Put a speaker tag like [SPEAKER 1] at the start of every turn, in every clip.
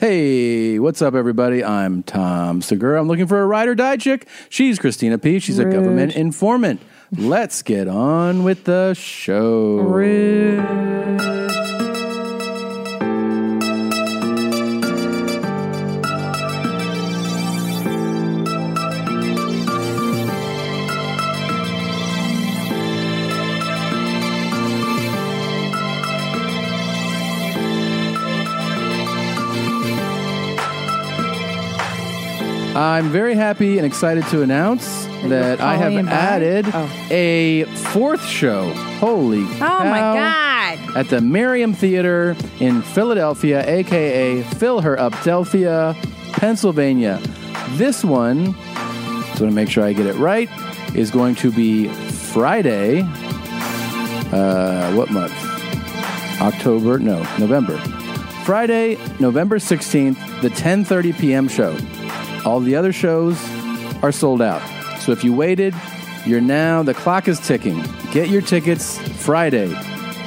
[SPEAKER 1] Hey, what's up, everybody? I'm Tom Segura. I'm looking for a ride or die chick. She's Christina P. She's a
[SPEAKER 2] Rude.
[SPEAKER 1] government informant. Let's get on with the show. I'm very happy and excited to announce that, I have
[SPEAKER 2] calling back?
[SPEAKER 1] added
[SPEAKER 2] Oh.
[SPEAKER 1] a fourth show. Holy
[SPEAKER 2] Oh my God.
[SPEAKER 1] At the Merriam Theater in Philadelphia, aka Fill Her Up, Delphia, Pennsylvania. This one, just want to make sure I get it right, is going to be Friday. Uh, what month? October? No, November. Friday, November 16th, the 10:30 p.m. show. All the other shows are sold out. So if you waited, you're now, the clock is ticking. Get your tickets Friday,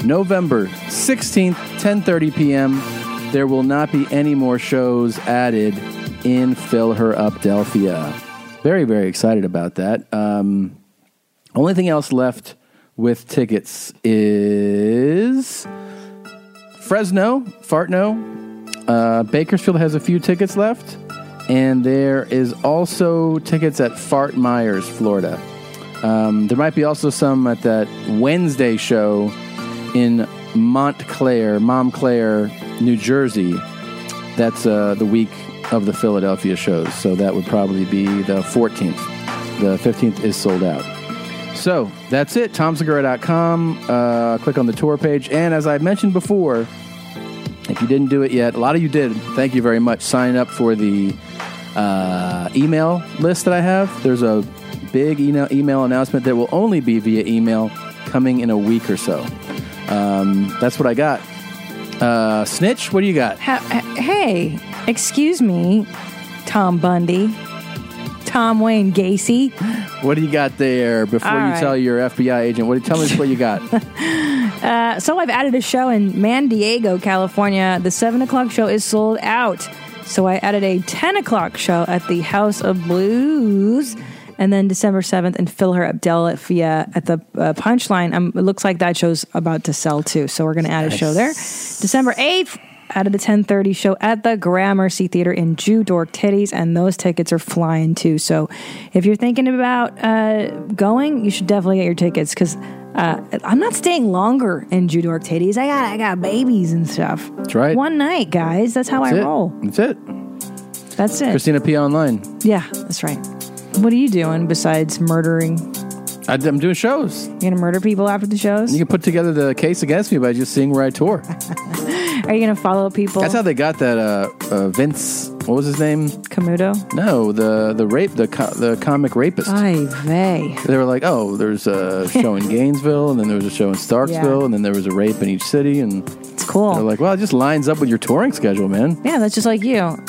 [SPEAKER 1] November 16th, 10:30 p.m. There will not be any more shows added in Fill Her Up Delphia. Very, very excited about that. Um, only thing else left with tickets is Fresno, Fartno, uh, Bakersfield has a few tickets left, and there is also tickets at Fart Myers, Florida. Um, there might be also some at that Wednesday show in Montclair, Montclair, New Jersey. That's uh, the week of the Philadelphia shows, so that would probably be the 14th. The 15th is sold out. So that's it. TomSegura.com. Uh, click on the tour page. And as I mentioned before, if you didn't do it yet, a lot of you did. Thank you very much. Sign up for the uh, email list that I have. There's a big email, email announcement that will only be via email coming in a week or so. Um, that's what I got. Uh, Snitch, what do you got?
[SPEAKER 2] Ha- ha- hey, excuse me, Tom Bundy, Tom Wayne Gacy.
[SPEAKER 1] What do you got there before
[SPEAKER 2] All
[SPEAKER 1] you
[SPEAKER 2] right.
[SPEAKER 1] tell your FBI agent? What, tell us what you got.
[SPEAKER 2] Uh, so I've added a show in Man Diego, California. The seven o'clock show is sold out. So I added a ten o'clock show at the House of Blues, and then December seventh and fill her up Delphia at the uh, Punchline. Um, it looks like that show's about to sell too. So we're going to add a show there. December eighth. Added a 10:30 show at the Gramercy Theater in Jew Dork Titties, and those tickets are flying too. So, if you're thinking about uh, going, you should definitely get your tickets because uh, I'm not staying longer in Jew Dork Titties. I got I got babies and stuff. That's
[SPEAKER 1] right.
[SPEAKER 2] One night, guys. That's how
[SPEAKER 1] That's
[SPEAKER 2] I
[SPEAKER 1] it.
[SPEAKER 2] roll.
[SPEAKER 1] That's it.
[SPEAKER 2] That's it.
[SPEAKER 1] Christina P. Online.
[SPEAKER 2] Yeah, that's right. What are you doing besides murdering?
[SPEAKER 1] I, I'm doing shows.
[SPEAKER 2] You're gonna murder people after the shows?
[SPEAKER 1] You can put together the case against me by just seeing where I tore.
[SPEAKER 2] Are you gonna follow people?
[SPEAKER 1] That's how they got that uh, uh, Vince. What was his name?
[SPEAKER 2] Camuto.
[SPEAKER 1] No, the the rape the co- the comic rapist.
[SPEAKER 2] Ay vey.
[SPEAKER 1] They were like, oh, there's a show in Gainesville, and then there was a show in Starksville,
[SPEAKER 2] Yeah.
[SPEAKER 1] and then there was a rape in each city, and
[SPEAKER 2] It's cool.
[SPEAKER 1] they're like, well, it just lines up with your touring schedule, man.
[SPEAKER 2] Yeah, that's just like you.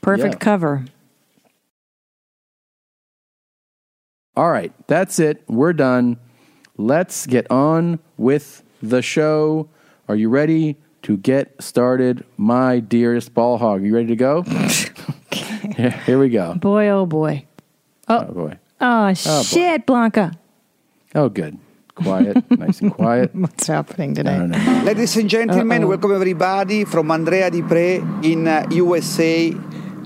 [SPEAKER 2] Perfect
[SPEAKER 1] Yeah.
[SPEAKER 2] cover.
[SPEAKER 1] All right, that's it. We're done. Let's get on with the show. Are you ready to get started, my dearest ball hog? You ready to go? Here- Here we go.
[SPEAKER 2] Boy, oh boy.
[SPEAKER 1] Oh boy.
[SPEAKER 2] Oh,
[SPEAKER 1] boy.
[SPEAKER 2] shit, Blanca.
[SPEAKER 1] Oh, good. Quiet, nice and quiet.
[SPEAKER 2] What's happening today?
[SPEAKER 1] I don't know.
[SPEAKER 3] Ladies and gentlemen, welcome everybody from Andrea Di Pre in uh, USA,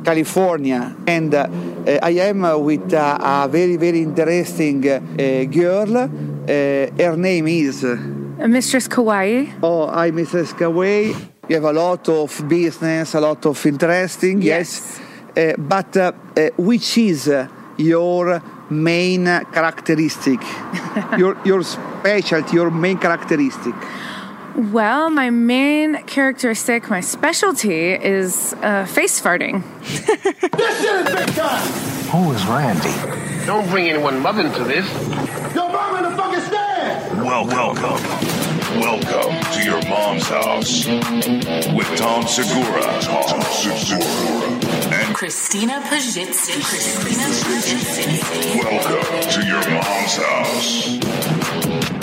[SPEAKER 3] California. And uh, uh, I am uh, with uh, a very, very interesting uh, uh, girl. Uh, her name is.
[SPEAKER 4] Mistress Kawaii.
[SPEAKER 3] Oh, hi, Mrs. Kawai. You have a lot of business, a lot of interesting, yes. Uh, but uh, uh, which is uh, your main characteristic? your, your specialty, your main characteristic?
[SPEAKER 4] Well, my main characteristic, my specialty is uh, face farting.
[SPEAKER 5] Who is Randy?
[SPEAKER 6] Don't bring anyone mother into this.
[SPEAKER 7] Yo, mom in the fucking stand!
[SPEAKER 8] Welcome. Welcome to your mom's house with Tom Segura. Tom Segura. And
[SPEAKER 9] Christina Pajitsky. Christina Pajitsky.
[SPEAKER 8] welcome to your mom's house.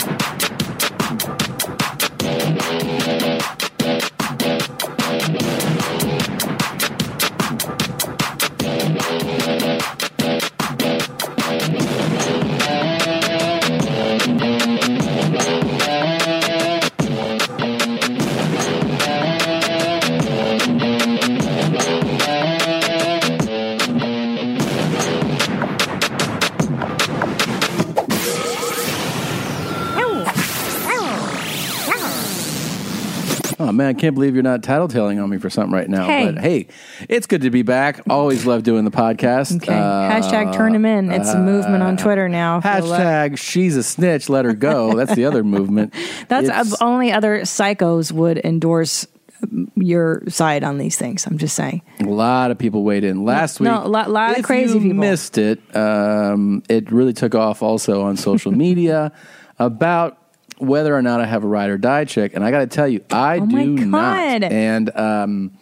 [SPEAKER 1] Oh, man, I can't believe you're not tattletaling on me for something right now.
[SPEAKER 2] Hey.
[SPEAKER 1] But hey, it's good to be back. Always love doing the podcast.
[SPEAKER 2] Okay.
[SPEAKER 1] Uh,
[SPEAKER 2] Hashtag turn him in. It's a movement on Twitter now. If you'll let-
[SPEAKER 1] Hashtag she's a snitch, let her go. That's the other movement.
[SPEAKER 2] That's uh,
[SPEAKER 1] It's-
[SPEAKER 2] only other psychos would endorse um, your side on these things. I'm just saying.
[SPEAKER 1] A lot of people weighed in last week.
[SPEAKER 2] No, a lot- lot of
[SPEAKER 1] if
[SPEAKER 2] crazy
[SPEAKER 1] you
[SPEAKER 2] people.
[SPEAKER 1] Missed it. Um, it really took off also on social media about whether or not I have a ride or die check, and I got to tell you, I
[SPEAKER 2] Oh my
[SPEAKER 1] do not.
[SPEAKER 2] God.
[SPEAKER 1] And um,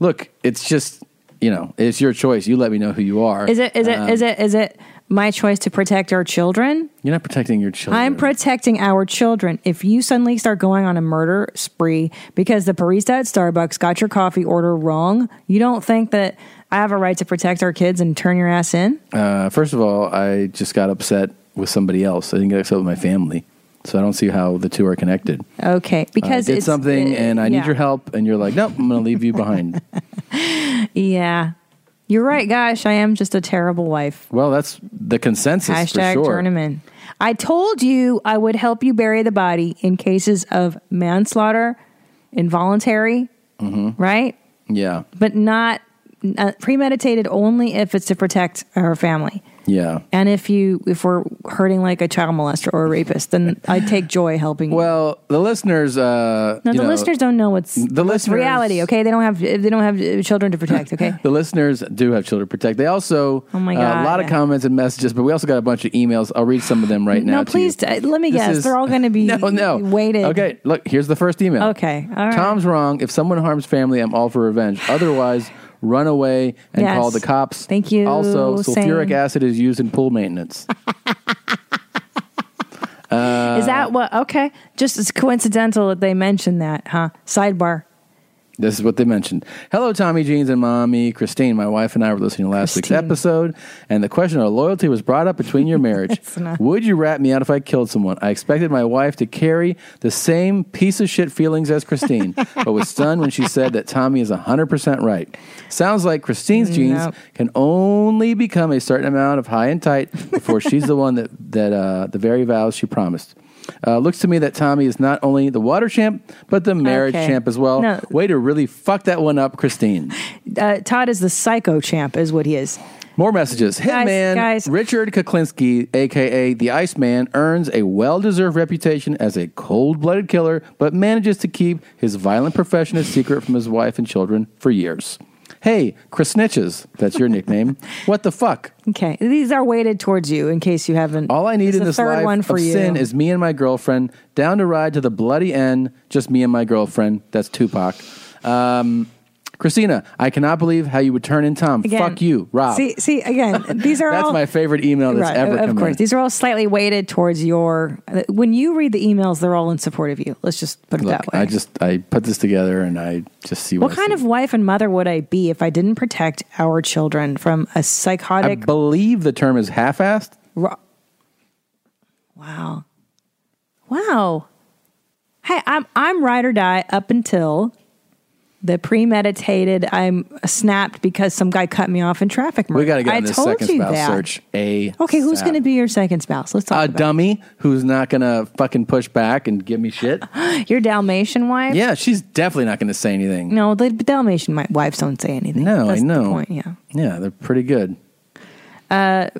[SPEAKER 1] look, it's just you know, it's your choice. You let me know who you are.
[SPEAKER 2] Is it is it
[SPEAKER 1] Um,
[SPEAKER 2] is it is it my choice to protect our children?
[SPEAKER 1] You're not protecting your children.
[SPEAKER 2] I'm protecting our children. If you suddenly start going on a murder spree because the barista at Starbucks got your coffee order wrong, you don't think that I have a right to protect our kids and turn your ass in?
[SPEAKER 1] Uh, first of all, I just got upset with somebody else. I didn't get upset with my family, so I don't see how the two are connected.
[SPEAKER 2] Okay, because
[SPEAKER 1] I did
[SPEAKER 2] it's
[SPEAKER 1] something,
[SPEAKER 2] uh,
[SPEAKER 1] and I
[SPEAKER 2] yeah.
[SPEAKER 1] need your help, and you're like, nope, I'm going to leave you behind.
[SPEAKER 2] Yeah, you're right. Gosh, I am just a terrible wife.
[SPEAKER 1] Well, that's the consensus
[SPEAKER 2] Hashtag
[SPEAKER 1] for sure.
[SPEAKER 2] turn 'em in. I told you I would help you bury the body in cases of manslaughter, involuntary,
[SPEAKER 1] Mm-hmm.
[SPEAKER 2] right?
[SPEAKER 1] Yeah,
[SPEAKER 2] But not uh, premeditated only if it's to protect her family.
[SPEAKER 1] yeah.
[SPEAKER 2] And if you if we're hurting like a child molester or a rapist, then I take joy helping you.
[SPEAKER 1] Well, the listeners, uh,
[SPEAKER 2] no,
[SPEAKER 1] you
[SPEAKER 2] the
[SPEAKER 1] know,
[SPEAKER 2] listeners don't know what's
[SPEAKER 1] the
[SPEAKER 2] what's
[SPEAKER 1] listeners-
[SPEAKER 2] reality. Okay, they don't have they don't have uh, children to protect. Okay,
[SPEAKER 1] The listeners do have children to protect. They also
[SPEAKER 2] Oh my
[SPEAKER 1] uh, a
[SPEAKER 2] God.
[SPEAKER 1] lot of comments and messages, but we also got a bunch of emails. I'll read some of them right now.
[SPEAKER 2] no,
[SPEAKER 1] to
[SPEAKER 2] please
[SPEAKER 1] you.
[SPEAKER 2] uh, let me
[SPEAKER 1] This
[SPEAKER 2] guess.
[SPEAKER 1] is-
[SPEAKER 2] They're all going to be
[SPEAKER 1] no, no.
[SPEAKER 2] weighted.
[SPEAKER 1] Okay, look, here's the first email.
[SPEAKER 2] Okay, all right.
[SPEAKER 1] Tom's wrong. If someone harms family, I'm all for revenge. Otherwise, run away and
[SPEAKER 2] Yes.
[SPEAKER 1] call the cops.
[SPEAKER 2] Thank you.
[SPEAKER 1] Also, sulfuric
[SPEAKER 2] Same.
[SPEAKER 1] acid is used in pool maintenance.
[SPEAKER 2] Is that what? Okay, just it's coincidental that they mentioned that, huh? Sidebar.
[SPEAKER 1] This is what they mentioned. Hello, Tommy Jeans and Mommy Christine. My wife and I were listening to last week's
[SPEAKER 2] Christine.
[SPEAKER 1] episode, and the question of loyalty was brought up between your marriage.
[SPEAKER 2] It's not-
[SPEAKER 1] Would you rat me out if I killed someone? I expected my wife to carry the same piece of shit feelings as Christine, but was stunned when she said that Tommy is 100% right. Sounds like Christine's
[SPEAKER 2] Nope.
[SPEAKER 1] jeans can only become a certain amount of high and tight before she's the one that, that uh, the very vows she promised. Uh, looks to me that Tommy is not only the water champ, but the marriage
[SPEAKER 2] Okay.
[SPEAKER 1] champ as well.
[SPEAKER 2] No.
[SPEAKER 1] Way to really fuck that one up, Christine.
[SPEAKER 2] Uh, Todd is the psycho champ, is what he is.
[SPEAKER 1] More messages.
[SPEAKER 2] Guys,
[SPEAKER 1] Hitman
[SPEAKER 2] guys.
[SPEAKER 1] Richard Kuklinski, aka the Iceman, earns a well deserved reputation as a cold blooded killer, but manages to keep his violent profession a secret from his wife and children for years. Hey, Chris Snitches, that's your nickname. What the fuck?
[SPEAKER 2] Okay, these are weighted towards you in case you haven't.
[SPEAKER 1] All I
[SPEAKER 2] It's
[SPEAKER 1] need in
[SPEAKER 2] the
[SPEAKER 1] this
[SPEAKER 2] third
[SPEAKER 1] life
[SPEAKER 2] one for
[SPEAKER 1] of
[SPEAKER 2] you.
[SPEAKER 1] sin is me and my girlfriend down to ride to the bloody end. Just me and my girlfriend. That's Tupac. Um, Christina, I cannot believe how you would turn in Tom.
[SPEAKER 2] Again,
[SPEAKER 1] Fuck you, Rob.
[SPEAKER 2] See, see again. These are
[SPEAKER 1] that's
[SPEAKER 2] all
[SPEAKER 1] my favorite email that's
[SPEAKER 2] Right,
[SPEAKER 1] ever
[SPEAKER 2] of
[SPEAKER 1] come
[SPEAKER 2] course,
[SPEAKER 1] in.
[SPEAKER 2] these are all slightly weighted towards your. When you read the emails, they're all in support of you. Let's just put it
[SPEAKER 1] Look,
[SPEAKER 2] that way.
[SPEAKER 1] I just I put this together and I just see what,
[SPEAKER 2] what kind
[SPEAKER 1] I
[SPEAKER 2] of wife and mother would I be if I didn't protect our children from a
[SPEAKER 1] see. I
[SPEAKER 2] psychotic?
[SPEAKER 1] believe the term is half-assed.
[SPEAKER 2] Ro- wow. Wow. Hey, I'm I'm ride or die up until the premeditated I'm snapped because some guy cut me off in traffic. Murder.
[SPEAKER 1] We got to get
[SPEAKER 2] I
[SPEAKER 1] on this
[SPEAKER 2] told
[SPEAKER 1] second
[SPEAKER 2] you
[SPEAKER 1] spouse
[SPEAKER 2] that.
[SPEAKER 1] search. Uh, A
[SPEAKER 2] Okay, who's going to be your second spouse? Let's talk
[SPEAKER 1] a
[SPEAKER 2] about
[SPEAKER 1] dummy who's not going to fucking push back and give me shit?
[SPEAKER 2] it. your Dalmatian wife.
[SPEAKER 1] yeah, she's definitely not going to say anything.
[SPEAKER 2] No, the Dalmatian mi- wives don't say anything.
[SPEAKER 1] No,
[SPEAKER 2] That's
[SPEAKER 1] I
[SPEAKER 2] the
[SPEAKER 1] know.
[SPEAKER 2] point, yeah.
[SPEAKER 1] yeah, they're pretty good.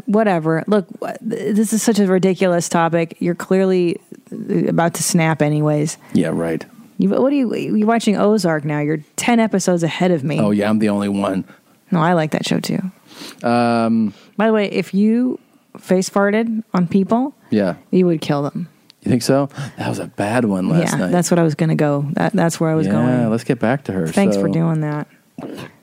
[SPEAKER 2] whatever. Look, wh- th- this is such a ridiculous topic. You're clearly uh, about to snap, anyways.
[SPEAKER 1] Yeah, right.
[SPEAKER 2] You, what are you? You're watching Ozark now. You're ten episodes ahead of me.
[SPEAKER 1] Oh yeah, I'm the only one.
[SPEAKER 2] No, I like that show too. Um,
[SPEAKER 1] Um,
[SPEAKER 2] By the way, if you face farted on people,
[SPEAKER 1] Yeah,
[SPEAKER 2] you would kill them.
[SPEAKER 1] you think so? That was a bad one last
[SPEAKER 2] yeah,
[SPEAKER 1] night.
[SPEAKER 2] that's what I was going to go. That, that's where I was
[SPEAKER 1] yeah.
[SPEAKER 2] going.
[SPEAKER 1] Let's get back to her.
[SPEAKER 2] Thanks
[SPEAKER 1] So-
[SPEAKER 2] for doing that.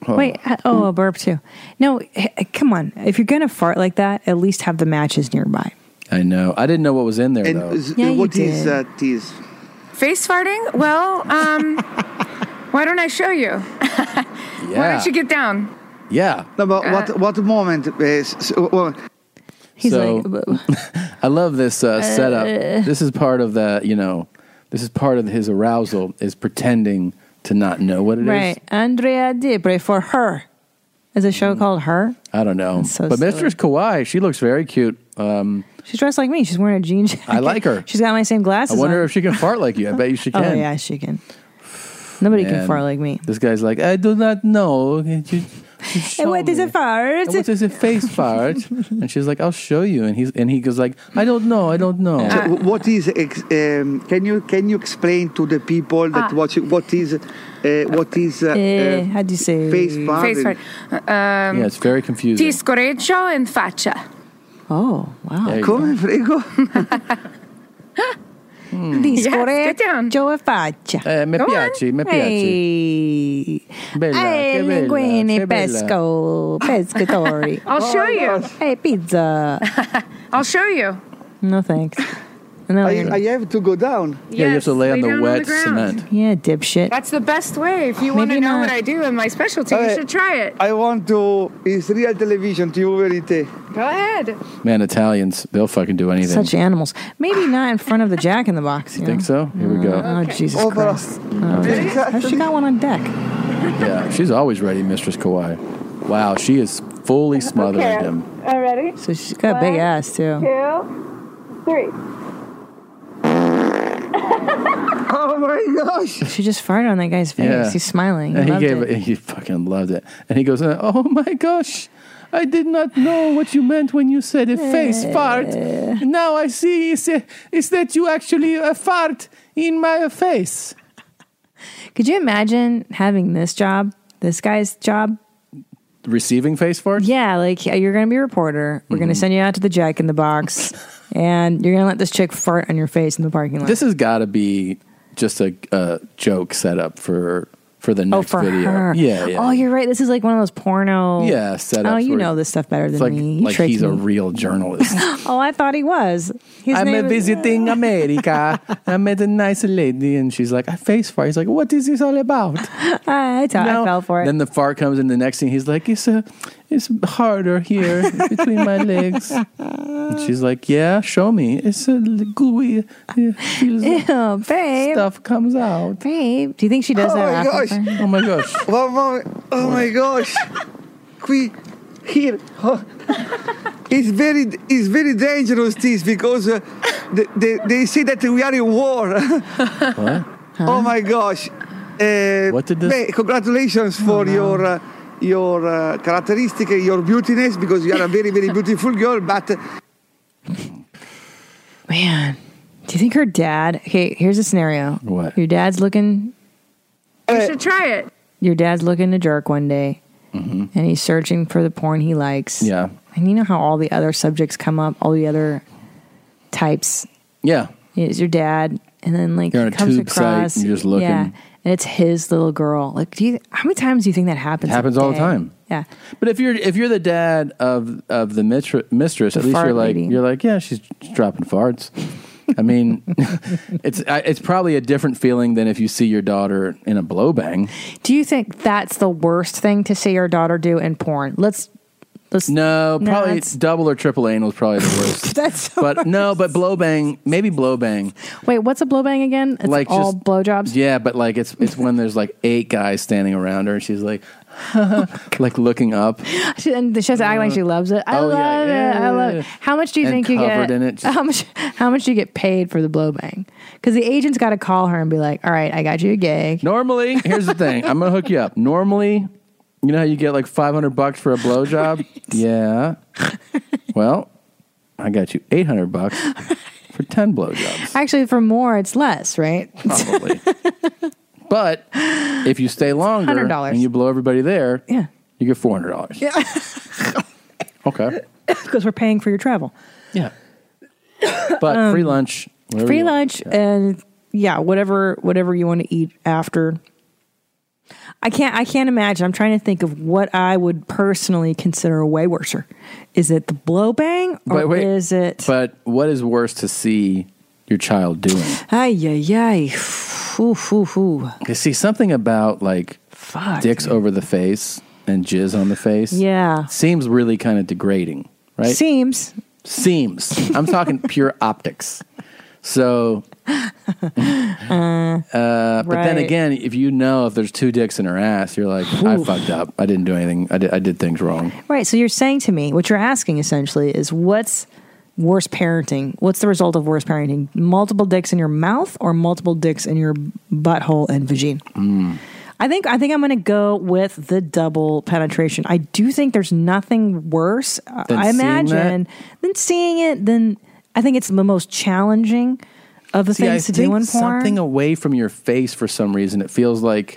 [SPEAKER 1] Oh.
[SPEAKER 2] Wait, h- oh, a burp too. No, h- come on. If you're going to fart like that, at least have the matches nearby.
[SPEAKER 1] I know. I didn't know what was in there
[SPEAKER 3] And
[SPEAKER 1] though.
[SPEAKER 3] s-
[SPEAKER 2] Yeah, you
[SPEAKER 3] what is
[SPEAKER 2] did.
[SPEAKER 3] uh, this?
[SPEAKER 4] Face farting? Well, um, why don't I show you?
[SPEAKER 1] yeah.
[SPEAKER 4] Why don't you get down?
[SPEAKER 1] yeah.
[SPEAKER 3] No, but what what moment uh, is? So, well,
[SPEAKER 2] He's
[SPEAKER 1] So-
[SPEAKER 2] like,
[SPEAKER 1] I love this uh, setup. This is part of the. You know, this is part of his arousal is pretending to not know what it is.
[SPEAKER 2] right, Andrea Debre for her. Is a
[SPEAKER 1] Mm.
[SPEAKER 2] show called Her?
[SPEAKER 1] I don't know.
[SPEAKER 2] so
[SPEAKER 1] but
[SPEAKER 2] silly.
[SPEAKER 1] Mistress Kawhi, she looks very cute. Um,
[SPEAKER 2] She's dressed like me. She's wearing a jean jacket.
[SPEAKER 1] I like her.
[SPEAKER 2] She's got my same
[SPEAKER 1] I
[SPEAKER 2] glasses.
[SPEAKER 1] wonder
[SPEAKER 2] on.
[SPEAKER 1] if she can fart like you. I bet you she can.
[SPEAKER 2] Oh yeah, she can. Nobody
[SPEAKER 1] And
[SPEAKER 2] can fart like me.
[SPEAKER 1] This guy's like, I do not know. Can you- you show
[SPEAKER 2] And what is
[SPEAKER 1] me?"
[SPEAKER 2] a fart?
[SPEAKER 1] And What is a face fart? and she's like, I'll show you. And he's and he goes like, I don't know, I don't know.
[SPEAKER 3] So wh- what is? Ex- um, can you can you explain to the people that
[SPEAKER 4] Ah.
[SPEAKER 3] watch it, what is uh, what is uh,
[SPEAKER 2] Eh,
[SPEAKER 3] uh,
[SPEAKER 2] how do you say?
[SPEAKER 3] face
[SPEAKER 1] Ah,
[SPEAKER 3] part?
[SPEAKER 4] Face part.
[SPEAKER 3] and-
[SPEAKER 4] Um,
[SPEAKER 1] yeah, it's very confusing.
[SPEAKER 4] Ti scorreggio in faccia.
[SPEAKER 2] Oh,
[SPEAKER 1] There
[SPEAKER 2] wow.
[SPEAKER 1] you go.
[SPEAKER 3] Come prego?
[SPEAKER 4] Yes, get down.
[SPEAKER 2] Joe faccia.
[SPEAKER 1] Eh, me
[SPEAKER 4] Go on.
[SPEAKER 1] piace, me piace.
[SPEAKER 2] Hey.
[SPEAKER 1] Bella,
[SPEAKER 2] hey,
[SPEAKER 1] che bella, che
[SPEAKER 2] linguine,
[SPEAKER 1] bella.
[SPEAKER 2] pesco, pescatori.
[SPEAKER 4] I'll
[SPEAKER 1] Oh,
[SPEAKER 4] show you.
[SPEAKER 2] hey, pizza.
[SPEAKER 4] I'll show you.
[SPEAKER 2] No thanks. No,
[SPEAKER 3] I,
[SPEAKER 2] you're not.
[SPEAKER 3] I have to go down.
[SPEAKER 1] Yeah, you have to
[SPEAKER 4] Yes,
[SPEAKER 1] lay on the
[SPEAKER 4] down
[SPEAKER 1] wet
[SPEAKER 4] ground.
[SPEAKER 1] cement.
[SPEAKER 2] yeah, dipshit.
[SPEAKER 4] That's the best way. If you want to
[SPEAKER 2] Maybe
[SPEAKER 4] know
[SPEAKER 2] not.
[SPEAKER 4] what I do in my specialty, you
[SPEAKER 3] Okay.
[SPEAKER 4] should try it.
[SPEAKER 3] I want to. It's real television. TV verite.
[SPEAKER 4] Go ahead.
[SPEAKER 1] Man, Italians, they'll fucking do anything.
[SPEAKER 2] Such animals. Maybe not in front of the Jack in the Box. You
[SPEAKER 1] Think
[SPEAKER 2] know?
[SPEAKER 1] so? Here we go.
[SPEAKER 2] Oh, Jesus
[SPEAKER 3] Oh, but-
[SPEAKER 2] Christ. How she got one on deck?
[SPEAKER 1] Yeah, she's always ready, Mistress Kawhi. Wow, she is fully smothering him.
[SPEAKER 2] So she's got a big ass, too.
[SPEAKER 3] Oh my gosh!
[SPEAKER 2] She just farted on that guy's face.
[SPEAKER 1] Yeah.
[SPEAKER 2] He's smiling. He
[SPEAKER 1] And he
[SPEAKER 2] loved
[SPEAKER 1] gave
[SPEAKER 2] it.
[SPEAKER 1] he fucking loved it. And he goes, "Oh my gosh, I did not know what you meant when you said a face fart.
[SPEAKER 2] Eh.
[SPEAKER 1] Now I see is is that you actually a fart in my face."
[SPEAKER 2] Could you imagine having this job? This guy's job?
[SPEAKER 1] Receiving face farts?
[SPEAKER 2] Yeah, like you're going to be a reporter. We're going
[SPEAKER 1] Mm-hmm.
[SPEAKER 2] to send you out to the Jack in the Box, and you're going to let this chick fart on your face in the parking lot.
[SPEAKER 1] This has got to be just a, a joke setup for for the
[SPEAKER 2] oh,
[SPEAKER 1] next
[SPEAKER 2] for
[SPEAKER 1] video.
[SPEAKER 2] her.
[SPEAKER 1] Yeah, yeah.
[SPEAKER 2] Oh, you're right. This is like one of those porno.
[SPEAKER 1] Yeah, setups
[SPEAKER 2] Oh, you
[SPEAKER 1] where-
[SPEAKER 2] know this stuff better than
[SPEAKER 1] It's like,
[SPEAKER 2] me. You
[SPEAKER 1] like
[SPEAKER 2] tricked
[SPEAKER 1] he's a
[SPEAKER 2] me.
[SPEAKER 1] real journalist.
[SPEAKER 2] oh, I thought he was. His
[SPEAKER 1] I'm
[SPEAKER 2] name is- uh,
[SPEAKER 1] visiting America. I met a nice lady, and she's like, "I face fart." He's like, "What is this all about?"
[SPEAKER 2] I, I, t- I
[SPEAKER 1] No.
[SPEAKER 2] fell for it.
[SPEAKER 1] Then the fart comes, and the next thing he's like, "It's a, it's harder here between my legs." And she's like, "Yeah, show me." It's a gooey. It feels
[SPEAKER 2] Ew, babe.
[SPEAKER 1] stuff comes out.
[SPEAKER 2] Babe, do you think she does
[SPEAKER 3] Oh
[SPEAKER 2] that?
[SPEAKER 3] my
[SPEAKER 2] after
[SPEAKER 3] gosh.
[SPEAKER 2] the fact?
[SPEAKER 1] Oh my gosh!
[SPEAKER 3] Oh my! Oh my gosh! Qui, here. Oh. It's very, it's very dangerous this because uh, they, they, they say that we are in war.
[SPEAKER 1] What?
[SPEAKER 3] Oh my gosh! Uh,
[SPEAKER 1] What did this-
[SPEAKER 3] beh, congratulations
[SPEAKER 10] Oh,
[SPEAKER 3] for your uh, your uh, characteristic, your beautiness, because you are a very, very beautiful girl. But uh,
[SPEAKER 2] Man, do you think her dad? Okay, here's a scenario.
[SPEAKER 1] What?
[SPEAKER 2] Your dad's looking.
[SPEAKER 4] You should try it.
[SPEAKER 2] Your dad's looking to jerk one day, and he's searching for the porn he likes.
[SPEAKER 1] Mm-hmm. Yeah,
[SPEAKER 2] And you know how all the other subjects come up, all the other types.
[SPEAKER 1] yeah.
[SPEAKER 2] It's your dad, and then like
[SPEAKER 1] You're on
[SPEAKER 2] he
[SPEAKER 1] a
[SPEAKER 2] comes
[SPEAKER 1] tube site,
[SPEAKER 2] across,
[SPEAKER 1] and you're just looking.
[SPEAKER 2] yeah, and it's his little girl. Like, do you? How many times do you think that happens?
[SPEAKER 1] It happens
[SPEAKER 2] a
[SPEAKER 1] all the
[SPEAKER 2] day?
[SPEAKER 1] time.
[SPEAKER 2] Yeah,
[SPEAKER 1] But if you're if you're the dad of of the mitra- mistress,
[SPEAKER 2] The
[SPEAKER 1] at least
[SPEAKER 2] fart
[SPEAKER 1] you're like
[SPEAKER 2] lady.
[SPEAKER 1] you're like yeah, she's dropping farts. I mean, it's I, it's probably a different feeling than if you see your daughter in a blow bang.
[SPEAKER 2] Do you think that's the worst thing to see your daughter do in porn? Let's let's
[SPEAKER 1] No,
[SPEAKER 2] No,
[SPEAKER 1] probably
[SPEAKER 2] that's-
[SPEAKER 1] double or triple anal is probably the worst.
[SPEAKER 2] That's the
[SPEAKER 1] but no, but blow bang maybe blow bang
[SPEAKER 2] wait. What's a blowbang again? It's
[SPEAKER 1] like
[SPEAKER 2] all
[SPEAKER 1] just
[SPEAKER 2] blowjobs.
[SPEAKER 1] Yeah, but like it's it's when there's like eight guys standing around her and she's like like looking up.
[SPEAKER 2] She, and she has to act like she loves it. I
[SPEAKER 1] Oh, yeah, yeah,
[SPEAKER 2] love it.
[SPEAKER 1] yeah,
[SPEAKER 2] I love it.
[SPEAKER 1] yeah.
[SPEAKER 2] How much do you
[SPEAKER 1] And
[SPEAKER 2] think you
[SPEAKER 1] covered
[SPEAKER 2] get?
[SPEAKER 1] in it, just-
[SPEAKER 2] how much? How much do you get paid for the blowbang? Because the agent's got to call her and be like, "All right, I got you a gig."
[SPEAKER 1] Normally, here's the thing. I'm gonna hook you up. Normally, you know how you get like 500 bucks for a blowjob? Yeah. Well, I got you 800 bucks for 10 blowjobs,
[SPEAKER 2] Actually, for more, it's less, right?
[SPEAKER 1] probably. but if you stay longer
[SPEAKER 2] $100.
[SPEAKER 1] and you blow everybody there,
[SPEAKER 2] Yeah.
[SPEAKER 1] you get $400. Yeah. okay.
[SPEAKER 2] Because we're paying for your travel,
[SPEAKER 1] Yeah. But free lunch. whatever
[SPEAKER 2] Um, free
[SPEAKER 1] you want.
[SPEAKER 2] lunch, and yeah, whatever whatever you want to eat after. I can't. I can't imagine. I'm trying to think of what I would personally consider way worser. Is it the blowbang, or
[SPEAKER 1] But wait,
[SPEAKER 2] is it?
[SPEAKER 1] But what is worse to see your child doing?
[SPEAKER 2] Ay, yay, yay. Ooh, ooh, ooh.
[SPEAKER 1] Because see, something about like
[SPEAKER 2] Fuck.
[SPEAKER 1] dicks over the face and jizz on the face.
[SPEAKER 2] Yeah.
[SPEAKER 1] Seems really kind of degrading, right?
[SPEAKER 2] Seems.
[SPEAKER 1] Seems. I'm talking pure optics. So, uh, but then
[SPEAKER 2] right.
[SPEAKER 1] again, if you know if there's two dicks in her ass, you're like, I
[SPEAKER 2] Oof.
[SPEAKER 1] fucked up. I didn't do anything. I did, I did things wrong.
[SPEAKER 2] Right. So you're saying to me, what you're asking essentially is what's worse parenting. What's the result of worse parenting? Multiple dicks in your mouth or multiple dicks in your butthole and vagina?
[SPEAKER 1] Mm.
[SPEAKER 2] I think I think I'm going to go with the double penetration. I do think there's nothing worse. uh,
[SPEAKER 1] Than
[SPEAKER 2] I
[SPEAKER 1] seeing that?
[SPEAKER 2] imagine than seeing it. Then I think it's the most challenging of the
[SPEAKER 1] See, I
[SPEAKER 2] things to do
[SPEAKER 1] think
[SPEAKER 2] in porn.
[SPEAKER 1] something away from your face for some reason. It feels like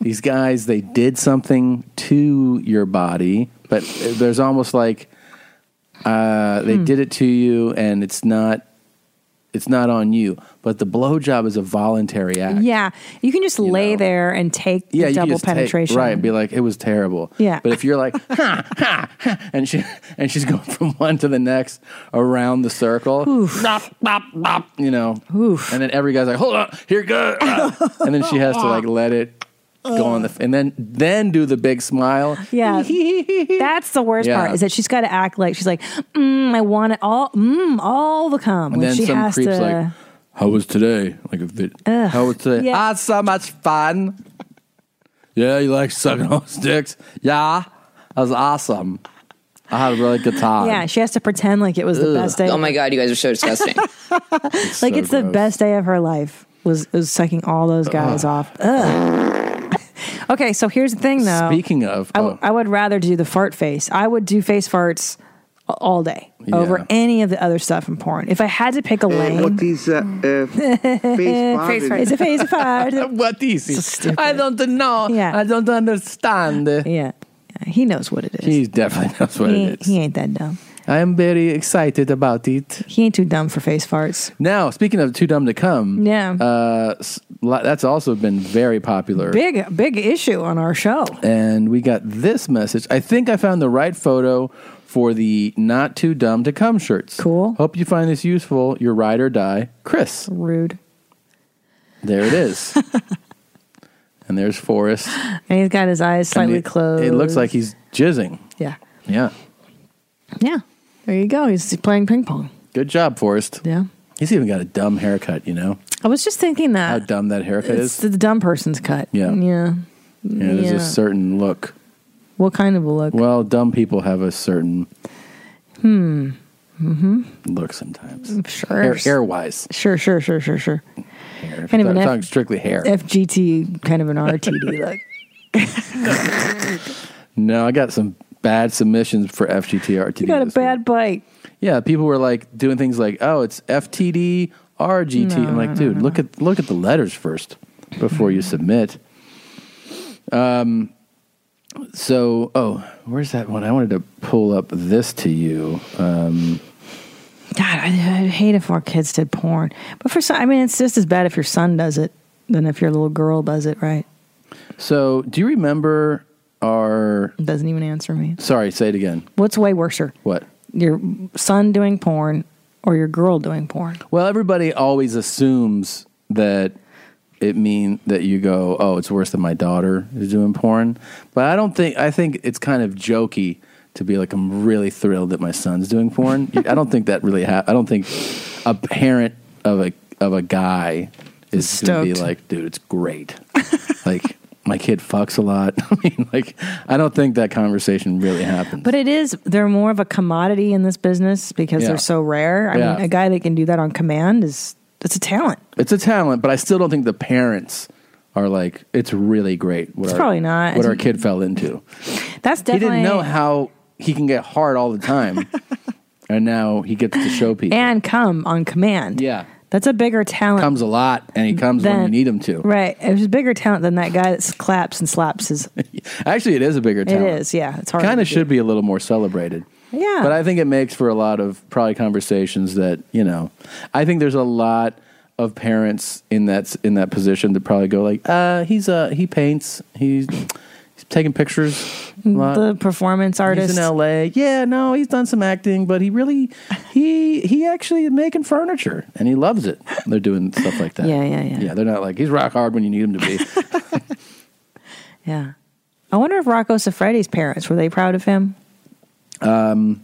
[SPEAKER 1] these guys they did something to your body, but there's almost like uh,
[SPEAKER 2] Hmm.
[SPEAKER 1] they did it to you, and it's not it's not on you. But the blowjob is a voluntary act.
[SPEAKER 2] yeah, you can just lay there and take
[SPEAKER 1] Yeah,
[SPEAKER 2] the
[SPEAKER 1] you can
[SPEAKER 2] double
[SPEAKER 1] just take-
[SPEAKER 2] penetration.
[SPEAKER 1] right? Be like, it was terrible.
[SPEAKER 2] Yeah.
[SPEAKER 1] but if you're like, ha, ha, ha, and she and she's going from one to the next around the circle, bop, bop, bop, you know, and then every guy's like, hold on, here goes, Ah. and then she has to like let it go on the, and then then do the big smile.
[SPEAKER 2] Yeah, that's the worst
[SPEAKER 1] Yeah.
[SPEAKER 2] part is that she's got to act like she's like, mm, I want it all, mm, all the
[SPEAKER 1] And
[SPEAKER 2] cum. when
[SPEAKER 1] then
[SPEAKER 2] she
[SPEAKER 1] some
[SPEAKER 2] has
[SPEAKER 1] creeps
[SPEAKER 2] to,
[SPEAKER 1] like, how was today? Like, if it, how was today?
[SPEAKER 2] Yeah.
[SPEAKER 1] I had so much fun. Yeah, you like sucking on sticks? Yeah, that was awesome. I had a really good time.
[SPEAKER 2] yeah, she has to pretend like it was the best day.
[SPEAKER 5] Oh my god, you guys are so disgusting.
[SPEAKER 2] like
[SPEAKER 1] so
[SPEAKER 2] it's the
[SPEAKER 1] gross.
[SPEAKER 2] best day of her life was was sucking all those guys off. Ugh. okay, so here's the thing though.
[SPEAKER 1] Speaking of,
[SPEAKER 2] I, w-
[SPEAKER 1] oh,
[SPEAKER 2] I would rather do the fart face. I would do face farts a- all day
[SPEAKER 1] Yeah.
[SPEAKER 2] over any of the other stuff in porn. If I had to pick a
[SPEAKER 3] Uh,
[SPEAKER 2] lane,
[SPEAKER 3] what is uh, uh, face
[SPEAKER 4] Face
[SPEAKER 3] part?
[SPEAKER 4] part.
[SPEAKER 2] it's a face fart.
[SPEAKER 1] what is
[SPEAKER 2] So
[SPEAKER 1] it?
[SPEAKER 2] stupid.
[SPEAKER 1] I don't know.
[SPEAKER 2] Yeah.
[SPEAKER 1] I don't understand.
[SPEAKER 2] yeah, yeah, he knows what it is.
[SPEAKER 1] He definitely knows what
[SPEAKER 2] he,
[SPEAKER 1] it is.
[SPEAKER 2] he ain't that dumb.
[SPEAKER 1] I am very excited about it.
[SPEAKER 2] He ain't too dumb for face farts.
[SPEAKER 1] Now, speaking of too dumb to come,
[SPEAKER 2] Yeah.
[SPEAKER 1] uh, s- li- that's also been very popular.
[SPEAKER 2] Big big issue on our show.
[SPEAKER 1] and we got this message. I think I found the right photo for the not too dumb to come shirts.
[SPEAKER 2] Cool.
[SPEAKER 1] Hope you find this useful. Your ride or die, Chris.
[SPEAKER 2] Rude.
[SPEAKER 1] There it is. and there's Forrest. And
[SPEAKER 2] And he's got his eyes slightly
[SPEAKER 1] it-
[SPEAKER 2] closed.
[SPEAKER 1] It looks like he's jizzing.
[SPEAKER 2] yeah,
[SPEAKER 1] Yeah.
[SPEAKER 2] yeah. There you go. He's playing ping pong.
[SPEAKER 1] Good job, Forrest.
[SPEAKER 2] Yeah.
[SPEAKER 1] He's even got a dumb haircut, you know?
[SPEAKER 2] I was just thinking
[SPEAKER 1] How
[SPEAKER 2] that
[SPEAKER 1] dumb that haircut
[SPEAKER 2] Uh, it's
[SPEAKER 1] is.
[SPEAKER 2] the dumb person's cut.
[SPEAKER 1] Yeah.
[SPEAKER 2] yeah.
[SPEAKER 1] Yeah, there's
[SPEAKER 2] yeah.
[SPEAKER 1] a certain look.
[SPEAKER 2] What kind of a look?
[SPEAKER 1] Well, dumb people have a certain hmm. look sometimes.
[SPEAKER 2] Mm-hmm. sure,
[SPEAKER 1] Hair, hair wise.
[SPEAKER 2] sure, sure, sure, sure, sure. Kind of
[SPEAKER 1] I'm
[SPEAKER 2] an F-
[SPEAKER 1] talking strictly hair.
[SPEAKER 2] FGT, kind of an RTD look.
[SPEAKER 1] No, I got some bad submissions for FGT RTD.
[SPEAKER 2] You got a
[SPEAKER 1] this
[SPEAKER 2] bad bite.
[SPEAKER 1] week. Yeah, people were like doing things like, "Oh, it's FTD RGT." I'm like, dude, look at look at the letters first before you submit. Um, so oh, where's that one? I wanted to pull up this to you. Um,
[SPEAKER 2] God, I, I'd hate if our kids did porn. But for some, I mean, it's just as bad if your son does it than if your little girl does it. Right?
[SPEAKER 1] so do you remember our?
[SPEAKER 2] Doesn't even answer me.
[SPEAKER 1] Sorry, say it again.
[SPEAKER 2] What's way worser,
[SPEAKER 1] What?
[SPEAKER 2] your son doing porn or your girl doing porn?
[SPEAKER 1] Well, everybody always assumes that it mean that you go, oh, it's worse than my daughter is doing porn. But I don't think I think it's kind of jokey to be like, I'm really thrilled that my son's doing porn. I don't think that really ha- I don't think a parent of a of a guy is going to be
[SPEAKER 2] Stoked.
[SPEAKER 1] like, dude, it's great. like my kid fucks a lot. I mean, like I don't think that conversation really happens.
[SPEAKER 2] But it is, they're more of a commodity in this business because
[SPEAKER 1] Yeah.
[SPEAKER 2] they're so rare. I
[SPEAKER 1] Yeah.
[SPEAKER 2] mean, a guy that can do that on command is, it's a talent.
[SPEAKER 1] it's a talent, but I still don't think the parents are like it's really great. What
[SPEAKER 2] It's probably not.
[SPEAKER 1] what our kid fell into.
[SPEAKER 2] That's
[SPEAKER 1] He
[SPEAKER 2] definitely.
[SPEAKER 1] didn't know how he can get hard all the time, and now he gets to show people.
[SPEAKER 2] And come on command.
[SPEAKER 1] yeah,
[SPEAKER 2] That's a bigger talent.
[SPEAKER 1] comes a lot, and he comes when
[SPEAKER 2] than-
[SPEAKER 1] you need him to.
[SPEAKER 2] Right. It was a bigger talent than that guy that s- claps and slaps his. it
[SPEAKER 1] Actually, it is a bigger talent.
[SPEAKER 2] is. Yeah. It's hard.
[SPEAKER 1] Kind of should be a little more celebrated.
[SPEAKER 2] Yeah.
[SPEAKER 1] But I think it makes for a lot of probably conversations that you know. I think there's a lot of parents in that in that position that probably go like, uh, he's uh he paints, he's he's taking pictures a lot.
[SPEAKER 2] Mm, The performance artist.
[SPEAKER 1] He's in LA. Yeah, no, he's done some acting, but he really he he actually is making furniture and he loves it. They're doing stuff like that.
[SPEAKER 2] Yeah, yeah, yeah.
[SPEAKER 1] Yeah, they're not like he's rock hard when you need him to be.
[SPEAKER 2] yeah. I wonder if Rocco Siffredi's parents were they proud of him?
[SPEAKER 1] well,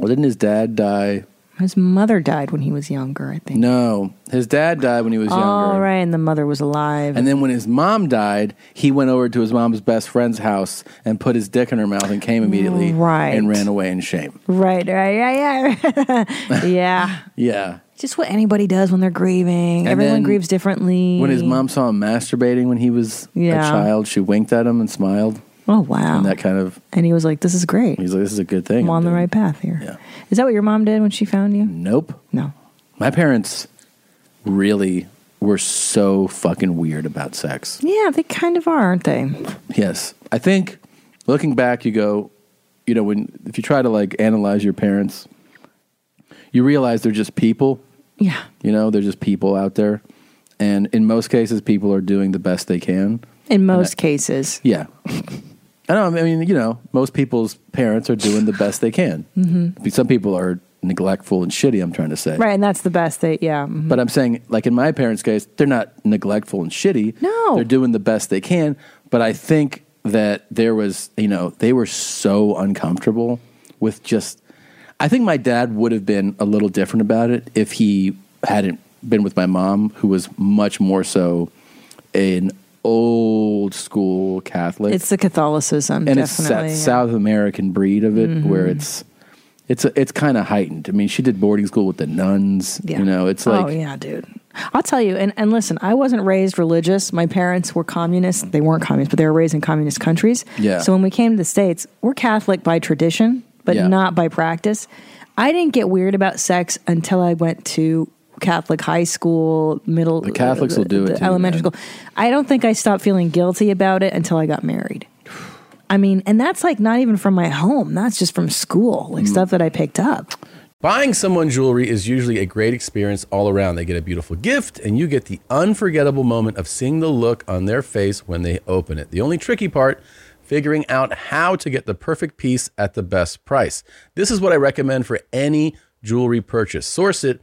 [SPEAKER 1] didn't his dad die
[SPEAKER 2] His mother died when he was younger, I think.
[SPEAKER 1] No, his dad died when he was
[SPEAKER 2] All
[SPEAKER 1] younger.
[SPEAKER 2] right, and the mother was alive.
[SPEAKER 1] And then when his mom died, he went over to his mom's best friend's house and put his dick in her mouth and came immediately
[SPEAKER 2] Right.
[SPEAKER 1] and ran away in shame.
[SPEAKER 2] right, right, yeah, yeah, yeah.
[SPEAKER 1] Yeah.
[SPEAKER 2] Just what anybody does when they're grieving.
[SPEAKER 1] And
[SPEAKER 2] Everyone
[SPEAKER 1] then
[SPEAKER 2] grieves differently.
[SPEAKER 1] When his mom saw him masturbating when he was
[SPEAKER 2] Yeah.
[SPEAKER 1] a child, she winked at him and smiled.
[SPEAKER 2] Oh wow.
[SPEAKER 1] And that kind of,
[SPEAKER 2] And he was like, "This is great.
[SPEAKER 1] he's like, this is a good thing.
[SPEAKER 2] I'm on the
[SPEAKER 1] doing."
[SPEAKER 2] right path here." Is
[SPEAKER 1] Yeah. Mm.
[SPEAKER 2] that what your mom did when she found you?
[SPEAKER 1] Nope.
[SPEAKER 2] No.
[SPEAKER 1] My parents really were so fucking weird about sex.
[SPEAKER 2] Yeah, they kind of are, aren't they?
[SPEAKER 1] Yes. I think looking back, you go, you know, when if you try to like analyze your parents, you realize they're just people.
[SPEAKER 2] Yeah.
[SPEAKER 1] You know, they're just people out there. And in most cases, people are doing the best they can.
[SPEAKER 2] In most cases.
[SPEAKER 1] Yeah. I know. I mean, you know, most people's parents are doing the best they can. Mm-hmm. Some people are neglectful and shitty, I'm trying to say.
[SPEAKER 2] Right, and that's the best they yeah. mhm.
[SPEAKER 1] But I'm saying, like in my parents' case, they're not neglectful and shitty.
[SPEAKER 2] No.
[SPEAKER 1] They're doing the best they can. But I think that there was, you know, they were so uncomfortable with just. I think my dad would have been a little different about it if he hadn't been with my mom, who was much more so an old school Catholic.
[SPEAKER 2] It's the Catholicism,
[SPEAKER 1] and it's that
[SPEAKER 2] definitely. yeah. Mm-hmm.
[SPEAKER 1] South American breed of it where it's. It's it's kind of heightened. I mean, she did boarding school with the nuns.
[SPEAKER 2] Yeah.
[SPEAKER 1] You know, it's like
[SPEAKER 2] oh yeah, dude. I'll tell you, and, and listen, I wasn't raised religious. My parents were communists. They weren't communists, but they were raised in communist countries.
[SPEAKER 1] Yeah.
[SPEAKER 2] So when we came to the States, we're Catholic by tradition, but
[SPEAKER 1] Yeah.
[SPEAKER 2] not by practice. I didn't get weird about sex until I went to Catholic high school, middle. uh,
[SPEAKER 1] The Catholics will do it
[SPEAKER 2] the
[SPEAKER 1] to you,
[SPEAKER 2] elementary
[SPEAKER 1] man.
[SPEAKER 2] school. I don't think I stopped feeling guilty about it until I got married. I mean, and that's like not even from my home. That's just from school,
[SPEAKER 1] Mm.
[SPEAKER 2] like stuff that I picked up.
[SPEAKER 5] Buying someone jewelry is usually a great experience all around. They get a beautiful gift, and you get the unforgettable moment of seeing the look on their face when they open it. The only tricky part, figuring out how to get the perfect piece at the best price. This is what I recommend for any jewelry purchase. Source it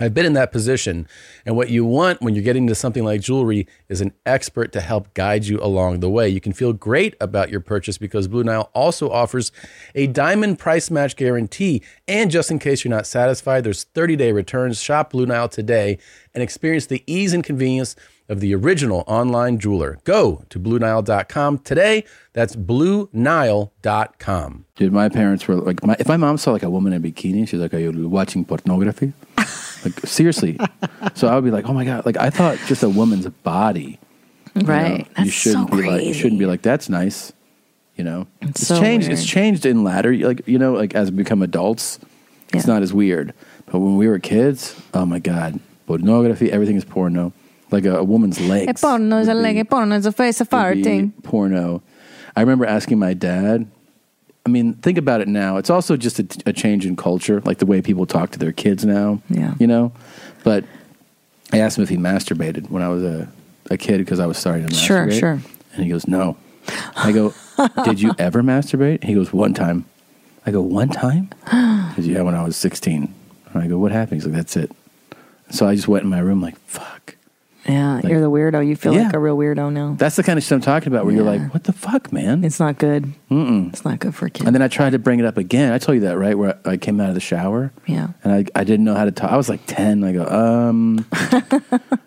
[SPEAKER 5] I've been in that position. And what you want when you're getting into something like jewelry is an expert to help guide you along the way. You can feel great about your purchase because Blue Nile also offers a diamond price match guarantee. And just in case you're not satisfied, there's 30 day returns. Shop Blue Nile today and experience the ease and convenience of the original online jeweler. Go to BlueNile.com today. That's BlueNile.com.
[SPEAKER 1] Dude, my parents were like, my, if my mom saw like a woman in a bikini, she's like, "Are you watching pornography?" like seriously. so I would be like, "Oh my god!" Like I thought just a woman's body, you know,
[SPEAKER 2] Right. That's
[SPEAKER 1] you shouldn't
[SPEAKER 2] so
[SPEAKER 1] be like, you
[SPEAKER 2] crazy.
[SPEAKER 1] shouldn't be like, "That's nice," you know. It's,
[SPEAKER 2] so
[SPEAKER 1] changed. It's
[SPEAKER 2] weird.
[SPEAKER 1] changed in latter, like you know, like as we become adults, it's
[SPEAKER 2] Yeah.
[SPEAKER 1] not as weird. But when we were kids, oh my god, pornography, everything is porno. Like a, a woman's legs.
[SPEAKER 2] A porno is a
[SPEAKER 1] would
[SPEAKER 2] leg,
[SPEAKER 1] be-
[SPEAKER 2] a porno is a face, a
[SPEAKER 1] would be
[SPEAKER 2] farting.
[SPEAKER 1] Porno. I remember asking my dad. I mean, think about it now. It's also just a, a change in culture, like the way people talk to their kids now.
[SPEAKER 2] Yeah.
[SPEAKER 1] You know, but I asked him if he masturbated when I was a, a kid because I was starting to masturbate.
[SPEAKER 2] Sure, sure.
[SPEAKER 1] And he goes, "No." I go, "Did you ever masturbate?" He goes, "One time." I go, "One time?" He goes, "Yeah, when I was 16." And I go, "What happened?" He's like, "That's it." So I just went in my room like, "Fuck."
[SPEAKER 2] Yeah,
[SPEAKER 1] Like-
[SPEAKER 2] you're the weirdo. You feel
[SPEAKER 1] Yeah.
[SPEAKER 2] like a real weirdo now.
[SPEAKER 1] That's the kind of shit I'm talking about where you're like, "What the fuck, man?"
[SPEAKER 2] it's not good.
[SPEAKER 1] Mm-mm.
[SPEAKER 2] It's not good for kids.
[SPEAKER 1] And then I tried to bring it up again. I told you that, right? Where I I came out of the shower.
[SPEAKER 2] Yeah.
[SPEAKER 1] And I, I didn't know how to talk. I was like 10. I go, um,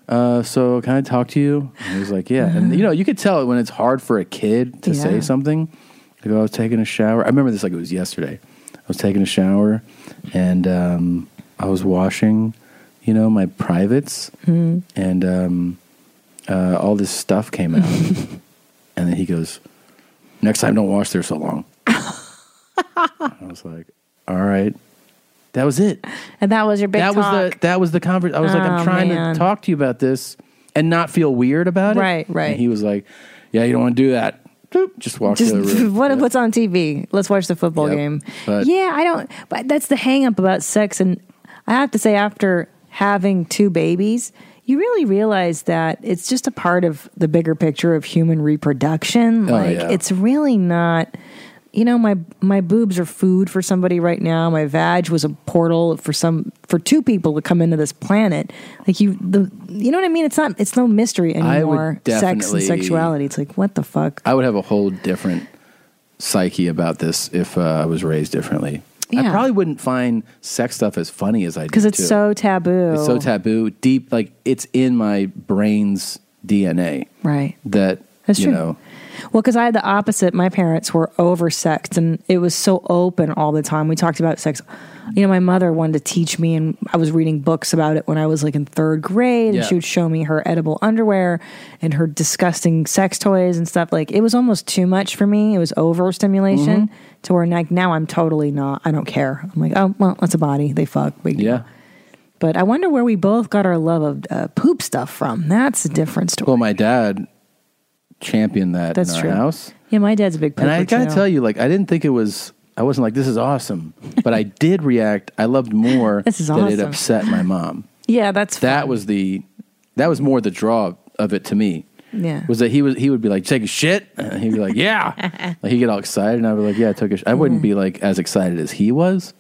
[SPEAKER 1] uh, so can I talk to you? And he was like, yeah. And, you know, you could tell when it's hard for a kid to
[SPEAKER 2] Yeah.
[SPEAKER 1] say something. I go, I was taking a shower. I remember this like it was yesterday. I was taking a shower and um, I was washing, you know, my privates.
[SPEAKER 2] Mm-hmm.
[SPEAKER 1] And um, uh, all this stuff came out. and then he goes, next time don't wash there so long. I was like, all right. That was it.
[SPEAKER 2] and that was your big
[SPEAKER 1] that
[SPEAKER 2] talk.
[SPEAKER 1] was the that was the conversation. I was like,
[SPEAKER 2] Oh,
[SPEAKER 1] I'm trying
[SPEAKER 2] man.
[SPEAKER 1] to talk to you about this and not feel weird about it.
[SPEAKER 2] Right, right.
[SPEAKER 1] And he was like, Yeah, you don't want to do that. Boop, just walk
[SPEAKER 2] just
[SPEAKER 1] to the room.
[SPEAKER 2] what
[SPEAKER 1] Yeah.
[SPEAKER 2] what's on TV? Let's watch the football
[SPEAKER 1] Yep.
[SPEAKER 2] game.
[SPEAKER 1] But-
[SPEAKER 2] yeah, I don't. But that's the hang up about sex, and I have to say, after having two babies, you really realize that it's just a part of the bigger picture of human reproduction.
[SPEAKER 1] Oh,
[SPEAKER 2] Like
[SPEAKER 1] yeah.
[SPEAKER 2] it's really not you know my my boobs are food for somebody right now. My vag was a portal for some for two people to come into this planet. Like you the you know what I mean? It's not it's no mystery
[SPEAKER 1] would
[SPEAKER 2] anymore. Sex and
[SPEAKER 1] definitely-
[SPEAKER 2] sexuality. It's like what the fuck?
[SPEAKER 1] I would have a whole different psyche about this if uh, I was raised differently. I
[SPEAKER 2] Yeah.
[SPEAKER 1] probably wouldn't find sex stuff as funny as I do
[SPEAKER 2] Because it's
[SPEAKER 1] too.
[SPEAKER 2] so taboo.
[SPEAKER 1] It's so taboo, deep. Like it's in my brain's DNA
[SPEAKER 2] Right.
[SPEAKER 1] that
[SPEAKER 2] That's
[SPEAKER 1] you
[SPEAKER 2] true.
[SPEAKER 1] know.
[SPEAKER 2] Well, because I had the opposite. My parents were oversexed, and it was so open all the time. We talked about sex. You know, my mother wanted to teach me, and I was reading books about it when I was like in third grade,
[SPEAKER 1] Yeah.
[SPEAKER 2] and she would show me her edible underwear and her disgusting sex toys and stuff. Like it was almost too much for me. It was overstimulation
[SPEAKER 1] Mm-hmm.
[SPEAKER 2] to where like now I'm totally not. I don't care. I'm like, oh well, that's a body. They fuck. Big deal.
[SPEAKER 1] Yeah.
[SPEAKER 2] But I wonder where we both got our love of uh, poop stuff from. That's a different story.
[SPEAKER 1] Well, my dad championed that
[SPEAKER 2] That's
[SPEAKER 1] in our
[SPEAKER 2] true.
[SPEAKER 1] house,
[SPEAKER 2] Yeah, my dad's a big pooper.
[SPEAKER 1] and I gotta
[SPEAKER 2] too.
[SPEAKER 1] tell you, like, I didn't think it was. I wasn't like, "This is awesome," but I did react. I loved more
[SPEAKER 2] This is
[SPEAKER 1] that it
[SPEAKER 2] awesome.
[SPEAKER 1] upset my mom.
[SPEAKER 2] Yeah, that's
[SPEAKER 1] That was the that was more the draw of it to me.
[SPEAKER 2] yeah.
[SPEAKER 1] was that he was he would be like take a shit and he'd be like yeah like he'd get all excited and i'd be like yeah i took a sh-. i wouldn't be like as excited as he was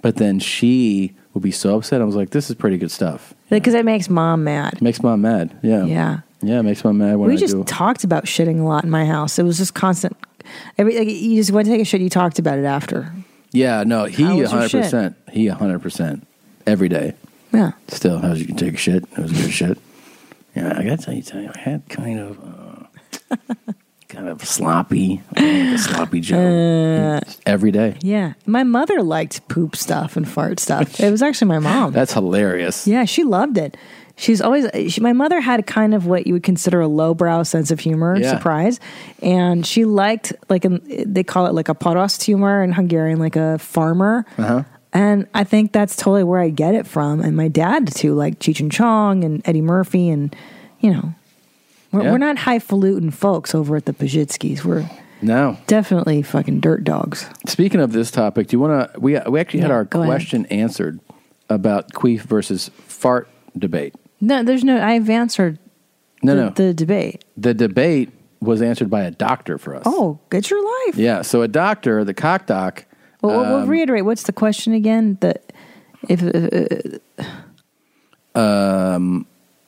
[SPEAKER 1] but then she would be so upset i was like this is pretty good stuff
[SPEAKER 2] because it makes mom mad.
[SPEAKER 1] makes mom mad yeah
[SPEAKER 2] Yeah.
[SPEAKER 1] yeah it makes mom mad when
[SPEAKER 2] we
[SPEAKER 1] i
[SPEAKER 2] just
[SPEAKER 1] do
[SPEAKER 2] talked about shitting a lot in my house. It was just constant. Every like, you just went to take a shit. You talked about it after.
[SPEAKER 1] yeah no he
[SPEAKER 2] How was your shit?
[SPEAKER 1] 100% he 100% every day
[SPEAKER 2] Yeah.
[SPEAKER 1] still how's you take a shit it was good shit yeah i gotta tell you, tell you i had kind of uh, kind of sloppy like a sloppy joe every day
[SPEAKER 2] Uh, Yeah. My mother liked poop stuff and fart stuff. It was actually my mom.
[SPEAKER 1] that's hilarious
[SPEAKER 2] Yeah, she loved it. She's always she, my mother had kind of what you would consider a lowbrow sense of humor,
[SPEAKER 1] Yeah.
[SPEAKER 2] surprise, and she liked like an, they call it like a poros humor in Hungarian, like a farmer.
[SPEAKER 1] Uh-huh.
[SPEAKER 2] And I think that's totally where I get it from, and my dad too, like Cheech and Chong and Eddie Murphy, and you know, we're,
[SPEAKER 1] Yeah.
[SPEAKER 2] we're not highfalutin folks over at the Pajitskis. We're
[SPEAKER 1] no
[SPEAKER 2] definitely fucking dirt dogs.
[SPEAKER 1] Speaking of this topic, do you want to? We we actually had
[SPEAKER 2] Yeah,
[SPEAKER 1] our
[SPEAKER 2] go ahead.
[SPEAKER 1] question answered about queef versus fart debate.
[SPEAKER 2] No, there's no. I've answered
[SPEAKER 1] No,
[SPEAKER 2] the,
[SPEAKER 1] no, the,
[SPEAKER 2] the debate.
[SPEAKER 1] debate was answered by a doctor for us.
[SPEAKER 2] Oh, get your life.
[SPEAKER 1] yeah. um, So a doctor, the cock doc.
[SPEAKER 2] Well, we'll, we'll reiterate. What's the question again? The if uh,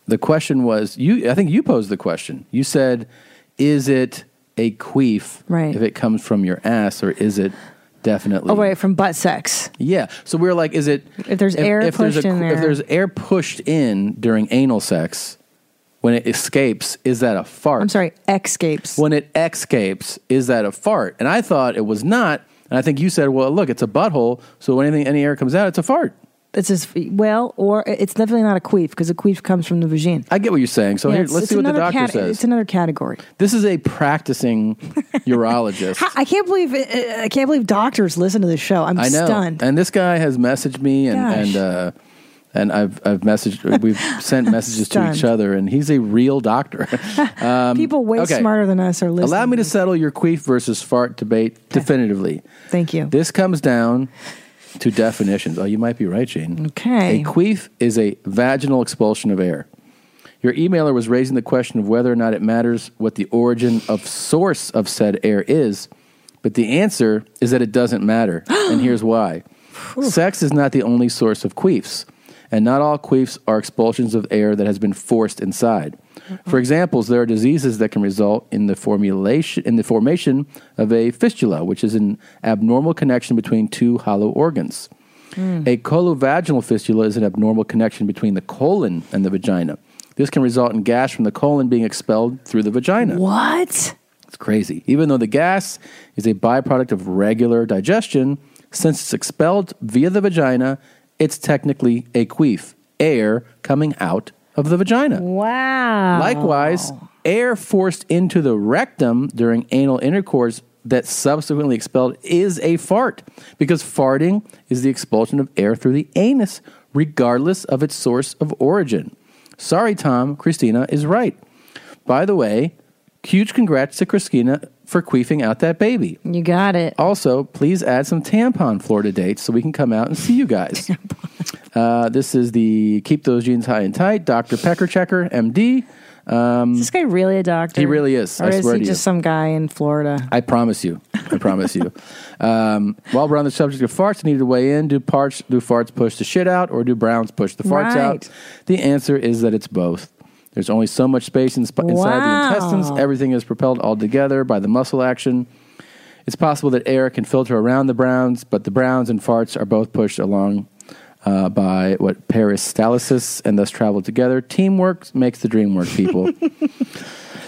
[SPEAKER 1] The question was you. I think you posed the question. You said, "Is it a queef
[SPEAKER 2] Right.
[SPEAKER 1] if it comes from your ass, or is it definitely?"
[SPEAKER 2] oh right from butt sex.
[SPEAKER 1] Yeah. So we were like, is it
[SPEAKER 2] If there's air
[SPEAKER 1] there's
[SPEAKER 2] pushed in
[SPEAKER 1] qu- if
[SPEAKER 2] there.
[SPEAKER 1] there's air pushed in during anal sex when it escapes, is that a fart?
[SPEAKER 2] I'm sorry, escapes.
[SPEAKER 1] When it escapes, is that a fart? And I thought it was not. And I think you said, well, look, it's a butthole. So when anything, any air comes out, it's a fart.
[SPEAKER 2] It's just well, or it's definitely not a queef because a queef comes from the vagina.
[SPEAKER 1] I get what you're saying. So
[SPEAKER 2] Yeah,
[SPEAKER 1] here,
[SPEAKER 2] it's-
[SPEAKER 1] let's
[SPEAKER 2] it's
[SPEAKER 1] see what the
[SPEAKER 2] another
[SPEAKER 1] doctor
[SPEAKER 2] cat-
[SPEAKER 1] says.
[SPEAKER 2] It's another category.
[SPEAKER 1] this is a practicing urologist.
[SPEAKER 2] I can't believe uh, I can't believe doctors listen to this show. I'm
[SPEAKER 1] I know.
[SPEAKER 2] stunned.
[SPEAKER 1] And this guy has messaged me and
[SPEAKER 2] Gosh.
[SPEAKER 1] and uh, and I've I've messaged we've sent messages to each
[SPEAKER 2] Stunned.
[SPEAKER 1] other and he's a real doctor. Um,
[SPEAKER 2] People way
[SPEAKER 1] okay.
[SPEAKER 2] smarter than us are listening.
[SPEAKER 1] Allow me to settle your queef versus fart debate definitively.
[SPEAKER 2] Thank you.
[SPEAKER 1] This comes down to definitions. Oh, you might be right,
[SPEAKER 2] Mm-hmm.
[SPEAKER 1] Jane.
[SPEAKER 2] Okay.
[SPEAKER 1] A queef is a vaginal expulsion of air. Your emailer was raising the question of whether or not it matters what the origin of source of said air is, but the answer is that it doesn't matter, and here's why. Sex is not the only source of queefs, and not all queefs are expulsions of air that has been forced inside. For examples, there are diseases that can result in the formulation in the formation of a fistula, which is an abnormal connection between two hollow organs. A colovaginal fistula is an abnormal connection between the colon and the vagina. This can result in gas from the colon being expelled through the vagina.
[SPEAKER 2] what?
[SPEAKER 1] It's crazy. Even though the gas is a byproduct of regular digestion, since it's expelled via the vagina, uh, it's technically a queef, air coming out of the vagina.
[SPEAKER 2] Wow.
[SPEAKER 1] Likewise, air forced into the rectum during anal intercourse that subsequently expelled is a fart because farting is the expulsion of air through the anus, regardless of its source of origin. Sorry, Tom, Christina is right. By the way, huge congrats to Christina for queefing out that baby.
[SPEAKER 2] You got it.
[SPEAKER 1] Also, please add some tampon Florida dates so we can come out and see you guys. Uh, this is the Keep Those Jeans High and Tight, Dr. Pecker Checker, MD. Um,
[SPEAKER 2] Is this guy really a doctor?
[SPEAKER 1] He really is.
[SPEAKER 2] Or
[SPEAKER 1] I
[SPEAKER 2] is
[SPEAKER 1] swear
[SPEAKER 2] he
[SPEAKER 1] to you.
[SPEAKER 2] just some guy in Florida?
[SPEAKER 1] I promise you. I promise you. Um, while we're on the subject of farts, I need to weigh in. Do parts do farts push the shit out, or do browns push the farts
[SPEAKER 2] Right.
[SPEAKER 1] out? The answer is that it's both. There's only so much space in sp- inside
[SPEAKER 2] Wow.
[SPEAKER 1] the intestines. Everything is propelled all together by the muscle action. It's possible that air can filter around the browns, but the browns and farts are both pushed along uh, by what peristalsis and thus travel together. Teamwork makes the dream work, people.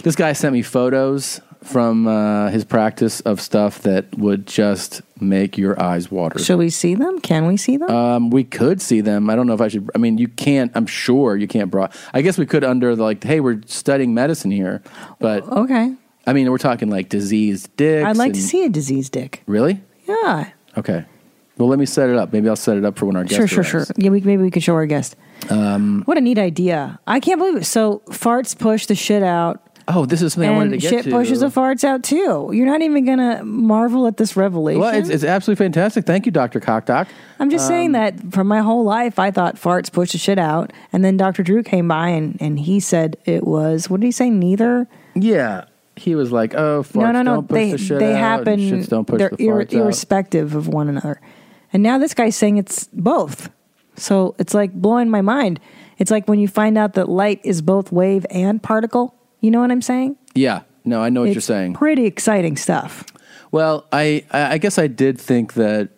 [SPEAKER 1] this guy sent me photos from uh, his practice of stuff that would just make your eyes water.
[SPEAKER 2] Should we see them? Can we see them?
[SPEAKER 1] Um, we could see them. I don't know if I should. I mean, you can't. I'm sure you can't. Broad. I guess we could under the, like, hey, we're studying medicine here, but
[SPEAKER 2] okay.
[SPEAKER 1] I mean, we're talking like diseased dicks.
[SPEAKER 2] I'd like to
[SPEAKER 1] and-
[SPEAKER 2] see a diseased dick.
[SPEAKER 1] Really?
[SPEAKER 2] Yeah.
[SPEAKER 1] Okay. Well, let me set it up. Maybe I'll set it up for when our guest
[SPEAKER 2] Sure, sure, sure.
[SPEAKER 1] arrives.
[SPEAKER 2] Yeah, we, maybe we could show our guest. Um, what a neat idea. I can't believe it. So farts push the shit out.
[SPEAKER 1] Oh, this is something I wanted
[SPEAKER 2] and
[SPEAKER 1] to get
[SPEAKER 2] shit
[SPEAKER 1] to.
[SPEAKER 2] pushes the farts out too. You're not even gonna marvel at this revelation.
[SPEAKER 1] Well, it's, um, it's absolutely fantastic. Thank you, Dr. Cockdock.
[SPEAKER 2] I'm just saying that for my whole life, I thought farts pushed the shit out, and then Dr. Drew came by and, and he said it was. What did he say? Neither.
[SPEAKER 1] Yeah. He was like, oh, farts
[SPEAKER 2] no, no, no.
[SPEAKER 1] don't push
[SPEAKER 2] They
[SPEAKER 1] the shit
[SPEAKER 2] they
[SPEAKER 1] out, and
[SPEAKER 2] happen.
[SPEAKER 1] Shits don't push
[SPEAKER 2] they're
[SPEAKER 1] the
[SPEAKER 2] ir-
[SPEAKER 1] farts out.
[SPEAKER 2] irrespective of one another. And now this guy's saying it's both. So it's like blowing my mind. It's like when you find out that light is both wave and particle. You know what I'm saying?
[SPEAKER 1] Yeah. No, I know what
[SPEAKER 2] it's
[SPEAKER 1] you're saying.
[SPEAKER 2] Pretty exciting stuff.
[SPEAKER 1] Well, I, I I guess I did think that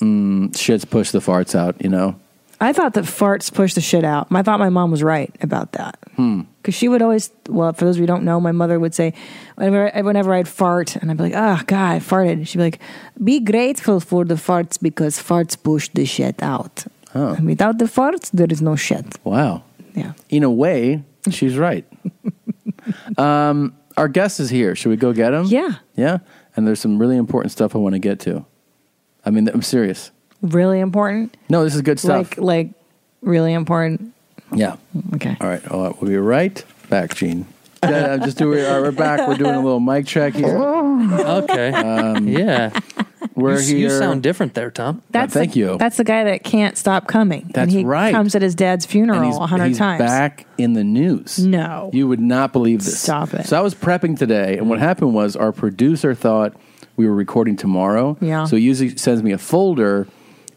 [SPEAKER 1] mm, shits push the farts out, you know?
[SPEAKER 2] I thought that farts push the shit out. I thought my mom was right about that.
[SPEAKER 1] Hmm.
[SPEAKER 2] Because she would always, well, for those of you who don't know, my mother would say, whenever, whenever I'd fart, and I'd be like, oh, God, I farted. She'd be like, be grateful for the farts because farts push the shit out.
[SPEAKER 1] Oh.
[SPEAKER 2] And without the farts, there is no shit.
[SPEAKER 1] Wow.
[SPEAKER 2] Yeah.
[SPEAKER 1] In a way, she's right. um, our guest is here. Should we go get him?
[SPEAKER 2] Yeah.
[SPEAKER 1] Yeah. And there's some really important stuff I want to get to. I mean, I'm serious.
[SPEAKER 2] Really important.
[SPEAKER 1] No, this is good stuff.
[SPEAKER 2] Like, like, really important.
[SPEAKER 1] yeah.
[SPEAKER 2] Okay.
[SPEAKER 1] All right. All right. We'll be right back, Gene. Yeah, I'm just doing. all right, We're back. We're doing a little mic check here.
[SPEAKER 11] Okay. yeah.
[SPEAKER 1] We're
[SPEAKER 11] you,
[SPEAKER 1] um,
[SPEAKER 11] s-
[SPEAKER 1] here.
[SPEAKER 11] you sound different there, Tom.
[SPEAKER 1] That's thank
[SPEAKER 2] the,
[SPEAKER 1] you.
[SPEAKER 2] That's the guy that can't stop coming. and
[SPEAKER 1] That's
[SPEAKER 2] he
[SPEAKER 1] right.
[SPEAKER 2] comes at his dad's
[SPEAKER 1] and
[SPEAKER 2] funeral
[SPEAKER 1] he's,
[SPEAKER 2] a hundred
[SPEAKER 1] he's
[SPEAKER 2] times.
[SPEAKER 1] back in the news.
[SPEAKER 2] No.
[SPEAKER 1] You would not believe this.
[SPEAKER 2] Stop it.
[SPEAKER 1] So I was prepping today, and what happened was our producer thought we were recording tomorrow.
[SPEAKER 2] Yeah.
[SPEAKER 1] So he usually sends me a folder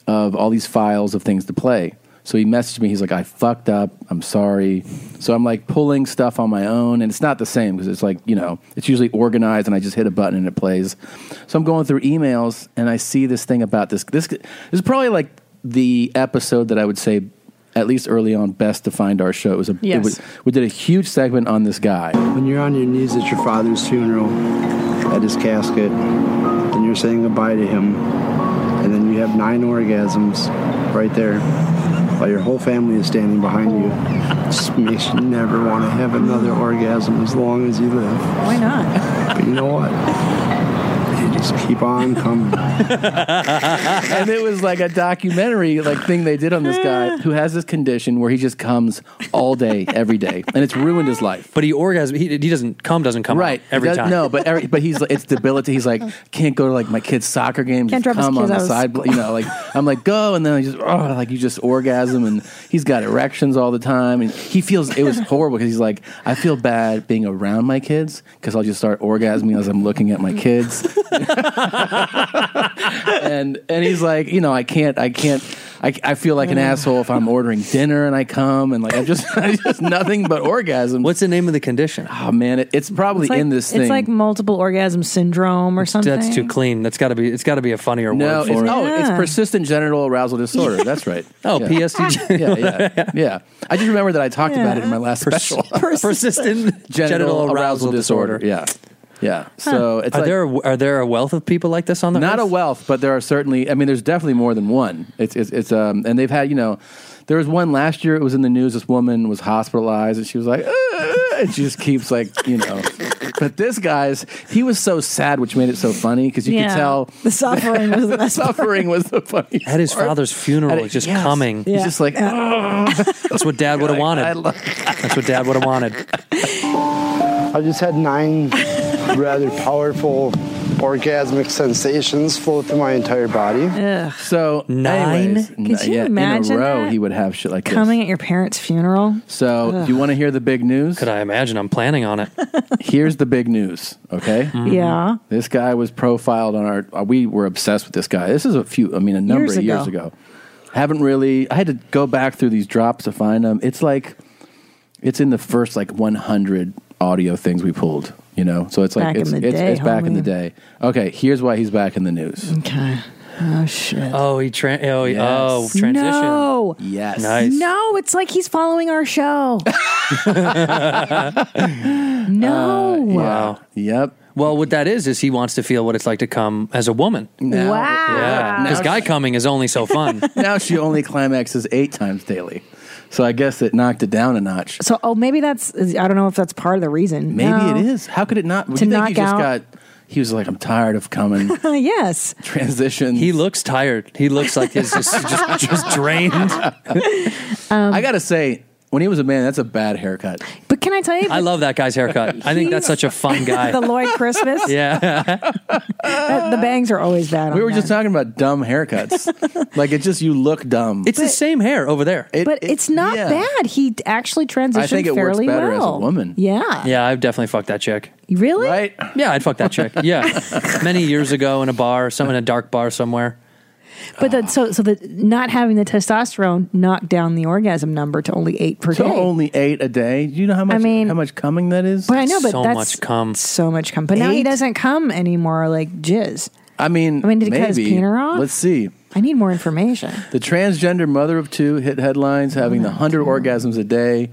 [SPEAKER 1] of all these files of things to play. So he messaged me. He's like, "I fucked up. I'm sorry." So I'm like pulling stuff on my own, and it's not the same because it's like you know, it's usually organized, and I just hit a button and it plays. So I'm going through emails, and I see this thing about this. This this is probably like the episode that I would say, at least early on, best defined our show. It was a it
[SPEAKER 2] Yes.
[SPEAKER 1] was, we did a huge segment on this guy.
[SPEAKER 10] When you're on your knees at your father's funeral, at his casket, and you're saying goodbye to him, and then you have nine orgasms right there while your whole family is standing behind you, just makes you never want to have another orgasm as long as you live.
[SPEAKER 2] Why not?
[SPEAKER 10] But you know what? You just keep on coming.
[SPEAKER 1] and it was like a documentary like thing they did on this guy who has this condition where he just comes all day every day and it's ruined his life
[SPEAKER 11] But he orgasm. He, he doesn't come. Doesn't come.
[SPEAKER 1] right
[SPEAKER 11] out Every
[SPEAKER 1] Does-
[SPEAKER 11] time.
[SPEAKER 1] no but every, but he's like it's debilitating he's like can't go to like my kids soccer games
[SPEAKER 2] Can't
[SPEAKER 1] just
[SPEAKER 2] drop his
[SPEAKER 1] come on
[SPEAKER 2] kids
[SPEAKER 1] the
[SPEAKER 2] out of
[SPEAKER 1] side you know like i'm like go and then i just oh like you just orgasm and he's got erections all the time and he feels it was horrible because he's like i feel bad being around my kids because i'll just start orgasming as i'm looking at my kids and and he's like, you know, I can't, I can't, I, I feel like an asshole if I'm ordering dinner and I come and like I'm just, i just nothing but orgasms.
[SPEAKER 11] What's the name of the condition?
[SPEAKER 1] oh man, it, it's probably
[SPEAKER 2] It's like-
[SPEAKER 1] in this thing.
[SPEAKER 2] It's like multiple orgasm syndrome or something.
[SPEAKER 11] That's too clean. That's got to be. It's got to be a funnier
[SPEAKER 1] no,
[SPEAKER 11] word
[SPEAKER 1] it's,
[SPEAKER 11] for it.
[SPEAKER 1] oh, it's
[SPEAKER 2] Yeah.
[SPEAKER 1] persistent genital arousal disorder. That's right.
[SPEAKER 11] Oh,
[SPEAKER 1] yeah.
[SPEAKER 11] PSD.
[SPEAKER 1] Yeah, yeah, yeah. I just remember that I talked about it in my last special.
[SPEAKER 11] persistent genital arousal, disorder.
[SPEAKER 1] Yeah, yeah. So it's
[SPEAKER 11] Are
[SPEAKER 1] like,
[SPEAKER 11] there are there a wealth of people like this on the
[SPEAKER 1] not
[SPEAKER 11] earth?
[SPEAKER 1] a wealth, but there are certainly. I mean, there's definitely more than one. It's it's, it's um, and they've had you know, there was one last year. It was in the news. This woman was hospitalized, and she was like, "Ah," and she just keeps like you know. But this guy's he was so sad, which made it so funny because you could tell
[SPEAKER 2] the suffering was the
[SPEAKER 1] the
[SPEAKER 2] best. part.
[SPEAKER 1] suffering was the funny.
[SPEAKER 11] At his father's funeral, it's just coming.
[SPEAKER 1] He's just like, "Ah."
[SPEAKER 11] That's what Dad would have wanted.
[SPEAKER 1] I love-
[SPEAKER 11] That's what Dad would have wanted.
[SPEAKER 10] I just had nine rather powerful orgasmic sensations flow through my entire body.
[SPEAKER 1] So anyways,
[SPEAKER 2] Could you
[SPEAKER 1] yeah,
[SPEAKER 2] imagine
[SPEAKER 1] in a row
[SPEAKER 2] that?
[SPEAKER 1] he would have shit like this.
[SPEAKER 2] Coming at your parents' funeral.
[SPEAKER 1] So,
[SPEAKER 2] Ugh.
[SPEAKER 1] do you want to hear the big news? Could I imagine? I'm planning on it. Here's the big news, okay?
[SPEAKER 2] Yeah.
[SPEAKER 1] This guy was profiled on our, uh, we were obsessed with this guy. This is a few, I mean, a number
[SPEAKER 2] Years
[SPEAKER 1] of years
[SPEAKER 2] ago.
[SPEAKER 1] ago. Haven't really, I had to go back through these drops to find them. It's like, it's in the first like 100 audio things we pulled, you know? So it's like,
[SPEAKER 2] Back in
[SPEAKER 1] it's,
[SPEAKER 2] the
[SPEAKER 1] it's,
[SPEAKER 2] day,
[SPEAKER 1] it's back in the
[SPEAKER 2] homie.
[SPEAKER 1] day. Okay, here's why he's back in the news.
[SPEAKER 2] Okay. Oh shit.
[SPEAKER 11] Oh, he tra- oh, he- oh transition.
[SPEAKER 2] No.
[SPEAKER 1] Yes.
[SPEAKER 2] No, it's like he's following our show. no.
[SPEAKER 11] Wow.
[SPEAKER 1] Yep.
[SPEAKER 11] Well, what that is is he wants to feel what it's like to come as a woman.
[SPEAKER 1] Now- Wow.
[SPEAKER 11] Yeah.
[SPEAKER 1] Now
[SPEAKER 11] Because guy coming is only so fun.
[SPEAKER 1] now she only climaxes eight times daily. So I guess it knocked it down a notch.
[SPEAKER 2] So, oh, maybe that's, I don't know if that's part of the reason.
[SPEAKER 1] Maybe
[SPEAKER 2] No.
[SPEAKER 1] it is. How could it not?
[SPEAKER 2] To
[SPEAKER 1] you think
[SPEAKER 2] knock
[SPEAKER 1] he just
[SPEAKER 2] out-
[SPEAKER 1] got? He was like, "I'm tired of coming."
[SPEAKER 2] yes.
[SPEAKER 1] Transition.
[SPEAKER 11] He looks tired. He looks like he's just, just, just drained.
[SPEAKER 2] Um,
[SPEAKER 1] I gotta say, when he was a man, that's a bad haircut.
[SPEAKER 2] But can I tell you?
[SPEAKER 11] I love that guy's haircut. I think that's such a fun guy.
[SPEAKER 2] the Lloyd Christmas.
[SPEAKER 11] yeah.
[SPEAKER 2] That- the bangs are always bad.
[SPEAKER 1] We were just talking about dumb haircuts. like it just you look dumb.
[SPEAKER 11] It's the same hair over there.
[SPEAKER 2] but it's not
[SPEAKER 1] yeah.
[SPEAKER 2] bad. He actually transitioned
[SPEAKER 11] I think it works
[SPEAKER 2] fairly
[SPEAKER 11] better as a
[SPEAKER 2] well.
[SPEAKER 11] woman.
[SPEAKER 2] Yeah.
[SPEAKER 11] Yeah, I've definitely fucked that chick.
[SPEAKER 2] Really?
[SPEAKER 1] Right?
[SPEAKER 11] Yeah, I'd fuck that chick. Yeah. Many years ago in a bar, some in a dark bar somewhere.
[SPEAKER 2] But then, so so the not having the testosterone knocked down the orgasm number to only eight per
[SPEAKER 1] So
[SPEAKER 2] day.
[SPEAKER 1] only eight a day. Do you know how much? how much coming that is?
[SPEAKER 2] But I know, but So that's- much
[SPEAKER 11] cum.
[SPEAKER 2] So much cum. But now he
[SPEAKER 1] Eight?
[SPEAKER 2] doesn't come anymore. Like jizz.
[SPEAKER 1] I mean,
[SPEAKER 2] I mean, did he
[SPEAKER 1] maybe.
[SPEAKER 2] cut his wiener off?
[SPEAKER 1] Let's see.
[SPEAKER 2] I need more information.
[SPEAKER 1] The transgender mother of two hit headlines, having the hundred orgasms a day.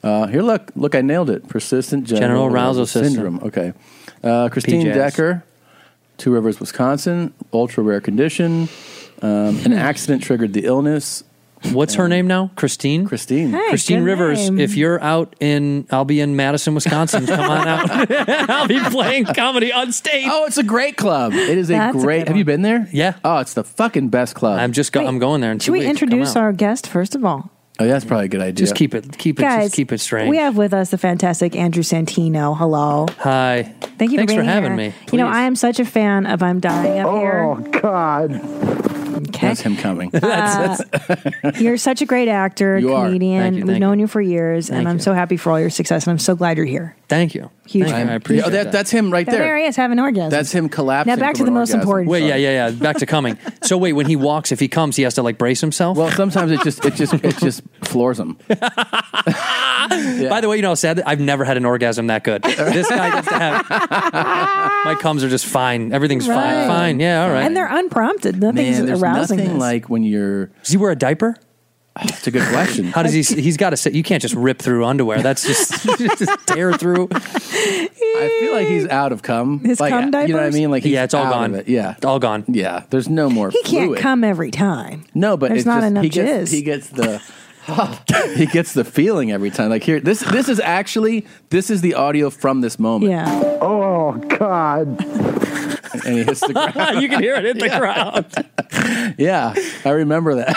[SPEAKER 1] Uh, here, look, look, I nailed it. Persistent general,
[SPEAKER 11] General arousal system.
[SPEAKER 1] syndrome. Okay, uh, Christine
[SPEAKER 11] PJs.
[SPEAKER 1] Decker, Two Rivers, Wisconsin, ultra rare condition. Um, an accident triggered the illness.
[SPEAKER 11] What's her name now? Christine.
[SPEAKER 1] Christine.
[SPEAKER 2] Hey,
[SPEAKER 11] Christine
[SPEAKER 2] good
[SPEAKER 11] Rivers,
[SPEAKER 2] name.
[SPEAKER 11] if you're out in, I'll be in Madison, Wisconsin. Come on out. I'll be playing comedy on stage.
[SPEAKER 1] Oh, it's a great club. It is a
[SPEAKER 2] That's a
[SPEAKER 1] great. have you been there? Yeah. Oh, it's the fucking best club. I'm
[SPEAKER 11] just. Go, I'm going there. In
[SPEAKER 2] Should we introduce our guest first of all?
[SPEAKER 1] Oh, yeah, that's probably a good idea.
[SPEAKER 11] Just keep it. Keep it.
[SPEAKER 2] Guys,
[SPEAKER 11] just keep it strange.
[SPEAKER 2] We have with us the fantastic Andrew Santino. Hello.
[SPEAKER 11] Hi.
[SPEAKER 2] Thank you
[SPEAKER 11] Thanks
[SPEAKER 2] for
[SPEAKER 11] for,
[SPEAKER 2] being
[SPEAKER 11] having
[SPEAKER 2] here.
[SPEAKER 11] me.
[SPEAKER 2] You know, I am such a fan of I'm Dying Up Here.
[SPEAKER 10] Oh God.
[SPEAKER 1] That's him coming.
[SPEAKER 2] uh, You're such a great actor,
[SPEAKER 1] You are.
[SPEAKER 2] comedian.
[SPEAKER 1] Thank you,
[SPEAKER 2] We've
[SPEAKER 1] thank
[SPEAKER 2] known you for years, and
[SPEAKER 1] Thank
[SPEAKER 2] I'm
[SPEAKER 1] you.
[SPEAKER 2] so happy for all your success, and I'm so glad you're here.
[SPEAKER 11] Thank you.
[SPEAKER 2] Huge
[SPEAKER 11] Thank you.
[SPEAKER 2] fan.
[SPEAKER 11] I appreciate
[SPEAKER 1] Yeah, oh, that-
[SPEAKER 11] that.
[SPEAKER 1] that's him right
[SPEAKER 2] There. he is, having an orgasm.
[SPEAKER 1] That's him collapsing.
[SPEAKER 2] Now back to
[SPEAKER 1] from
[SPEAKER 2] the
[SPEAKER 1] an
[SPEAKER 2] most
[SPEAKER 1] orgasm.
[SPEAKER 2] important.
[SPEAKER 11] Wait, yeah, yeah, yeah. Back to coming. So wait, when he walks, if he comes, he has to like brace himself.
[SPEAKER 1] Well, sometimes it just it just it just floors him.
[SPEAKER 11] By the way, you know, how sad. I've never had an orgasm that good. This guy gets to have. My cums are just fine. Everything's
[SPEAKER 2] Right.
[SPEAKER 11] fine. Fine. Yeah. All right.
[SPEAKER 2] And they're unprompted. Nothing's
[SPEAKER 11] Man, there's
[SPEAKER 2] arousing.
[SPEAKER 11] nothing
[SPEAKER 2] this.
[SPEAKER 1] like when you're.
[SPEAKER 11] Does he wear a diaper?
[SPEAKER 1] It's a good question.
[SPEAKER 11] How does he? He's got to sit. You can't just rip through underwear. That's just, just tear through.
[SPEAKER 1] I feel like he's out of cum.
[SPEAKER 2] His
[SPEAKER 1] like,
[SPEAKER 2] cum
[SPEAKER 1] You know what I
[SPEAKER 2] diapers?
[SPEAKER 1] mean? Like he's
[SPEAKER 11] Yeah, it's all
[SPEAKER 1] out
[SPEAKER 11] gone.
[SPEAKER 1] Of it. Yeah, it's
[SPEAKER 11] all gone.
[SPEAKER 1] Yeah, there's no more.
[SPEAKER 2] he can't
[SPEAKER 1] fluid.
[SPEAKER 2] come every time.
[SPEAKER 1] No, but
[SPEAKER 2] There's
[SPEAKER 1] it's
[SPEAKER 2] not
[SPEAKER 1] just,
[SPEAKER 2] enough
[SPEAKER 1] he gets,
[SPEAKER 2] jizz.
[SPEAKER 1] He gets the. he gets the feeling every time. Like here, this this is actually this is the audio from this moment.
[SPEAKER 2] Yeah.
[SPEAKER 10] Oh God.
[SPEAKER 1] And he hits the ground.
[SPEAKER 11] you can hear it hit the ground.
[SPEAKER 1] Yeah, I remember that.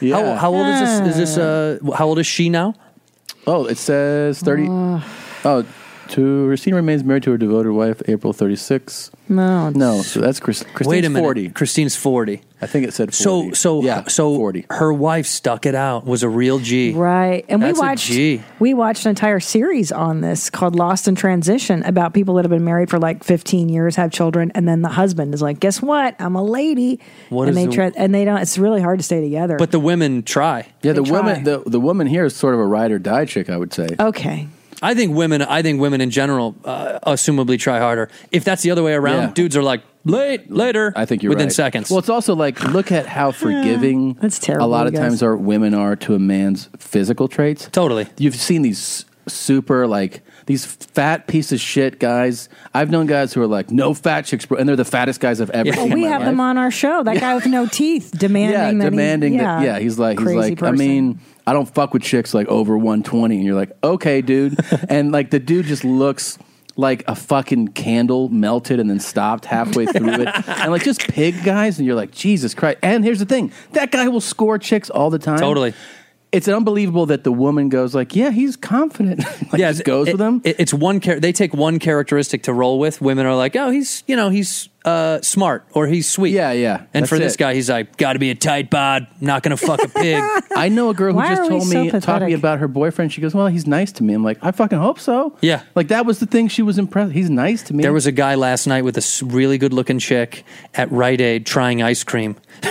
[SPEAKER 1] yeah.
[SPEAKER 11] How, how old is this? Is this? Uh, how old is she now?
[SPEAKER 1] Oh, it says thirty. oh, to Christine remains married to her devoted wife, April thirty six.
[SPEAKER 2] No,
[SPEAKER 1] no. So that's Chris, Christine's
[SPEAKER 11] Wait a minute.
[SPEAKER 1] forty.
[SPEAKER 11] Christine's forty.
[SPEAKER 1] I think it said 40.
[SPEAKER 11] So so so her wife stuck it out. Was a real G.
[SPEAKER 2] Right. And
[SPEAKER 11] That's
[SPEAKER 2] we
[SPEAKER 11] a
[SPEAKER 2] watched
[SPEAKER 11] G.
[SPEAKER 2] we watched an entire series on this called Lost in Transition about people that have been married for like 15 years, have children, and then the husband is like, "Guess what? I'm a lady."
[SPEAKER 11] What
[SPEAKER 2] and
[SPEAKER 11] is
[SPEAKER 2] they
[SPEAKER 11] the-
[SPEAKER 2] try and they don't it's really hard to stay together.
[SPEAKER 11] But the women try. Oh.
[SPEAKER 1] Yeah, the woman the, the woman here is sort of a ride or die chick, I would say.
[SPEAKER 2] okay.
[SPEAKER 11] I think women. I think women in general, uh, assumably, try harder. If that's the other way around,
[SPEAKER 1] Yeah.
[SPEAKER 11] dudes are like late later.
[SPEAKER 1] I think you're
[SPEAKER 11] within
[SPEAKER 1] right.
[SPEAKER 11] seconds.
[SPEAKER 1] Well, it's also like look at how forgiving
[SPEAKER 11] That's terrible,
[SPEAKER 1] a lot
[SPEAKER 11] you
[SPEAKER 1] of
[SPEAKER 11] guys.
[SPEAKER 1] times our women are to a man's physical traits.
[SPEAKER 11] Totally.
[SPEAKER 1] You've seen these super like these fat piece of shit guys. I've known guys who are like no fat chicks, bro, and they're the fattest guys I've ever
[SPEAKER 2] Well,
[SPEAKER 1] seen. in
[SPEAKER 2] we
[SPEAKER 1] my
[SPEAKER 2] have
[SPEAKER 1] life.
[SPEAKER 2] them on our show. That guy with no teeth demanding
[SPEAKER 1] yeah,
[SPEAKER 2] that he-
[SPEAKER 1] demanding that. Yeah, he's like, he's
[SPEAKER 2] Crazy
[SPEAKER 1] like, I
[SPEAKER 2] person.
[SPEAKER 1] mean, I don't fuck with chicks like over 120, and you're like, okay, dude, and like the dude just looks like a fucking candle melted and then stopped halfway through it, and like just pig guys, and you're like, Jesus Christ. And here's the thing, that guy will score chicks all the time,
[SPEAKER 11] Totally.
[SPEAKER 1] it's unbelievable that the woman goes like, "Yeah, he's confident." like,
[SPEAKER 11] yeah,
[SPEAKER 1] just goes
[SPEAKER 11] it-
[SPEAKER 1] with him.
[SPEAKER 11] it- it's one char- they take one characteristic to roll with. Women are like, oh, he's you know he's uh, smart or he's sweet. Yeah,
[SPEAKER 1] yeah.
[SPEAKER 11] And
[SPEAKER 1] That's
[SPEAKER 11] for this
[SPEAKER 1] it.
[SPEAKER 11] guy, he's like, got to be a tight bod. Not gonna fuck a pig.
[SPEAKER 1] I know a girl who just told me talking
[SPEAKER 11] talking
[SPEAKER 1] about her boyfriend. She goes, "Well, he's nice to me." I'm like, "I fucking hope so."
[SPEAKER 11] Yeah.
[SPEAKER 1] Like that was the thing she was impressed. He's nice to me.
[SPEAKER 11] There was a guy last night with a s- really good looking chick at Rite Aid trying ice cream.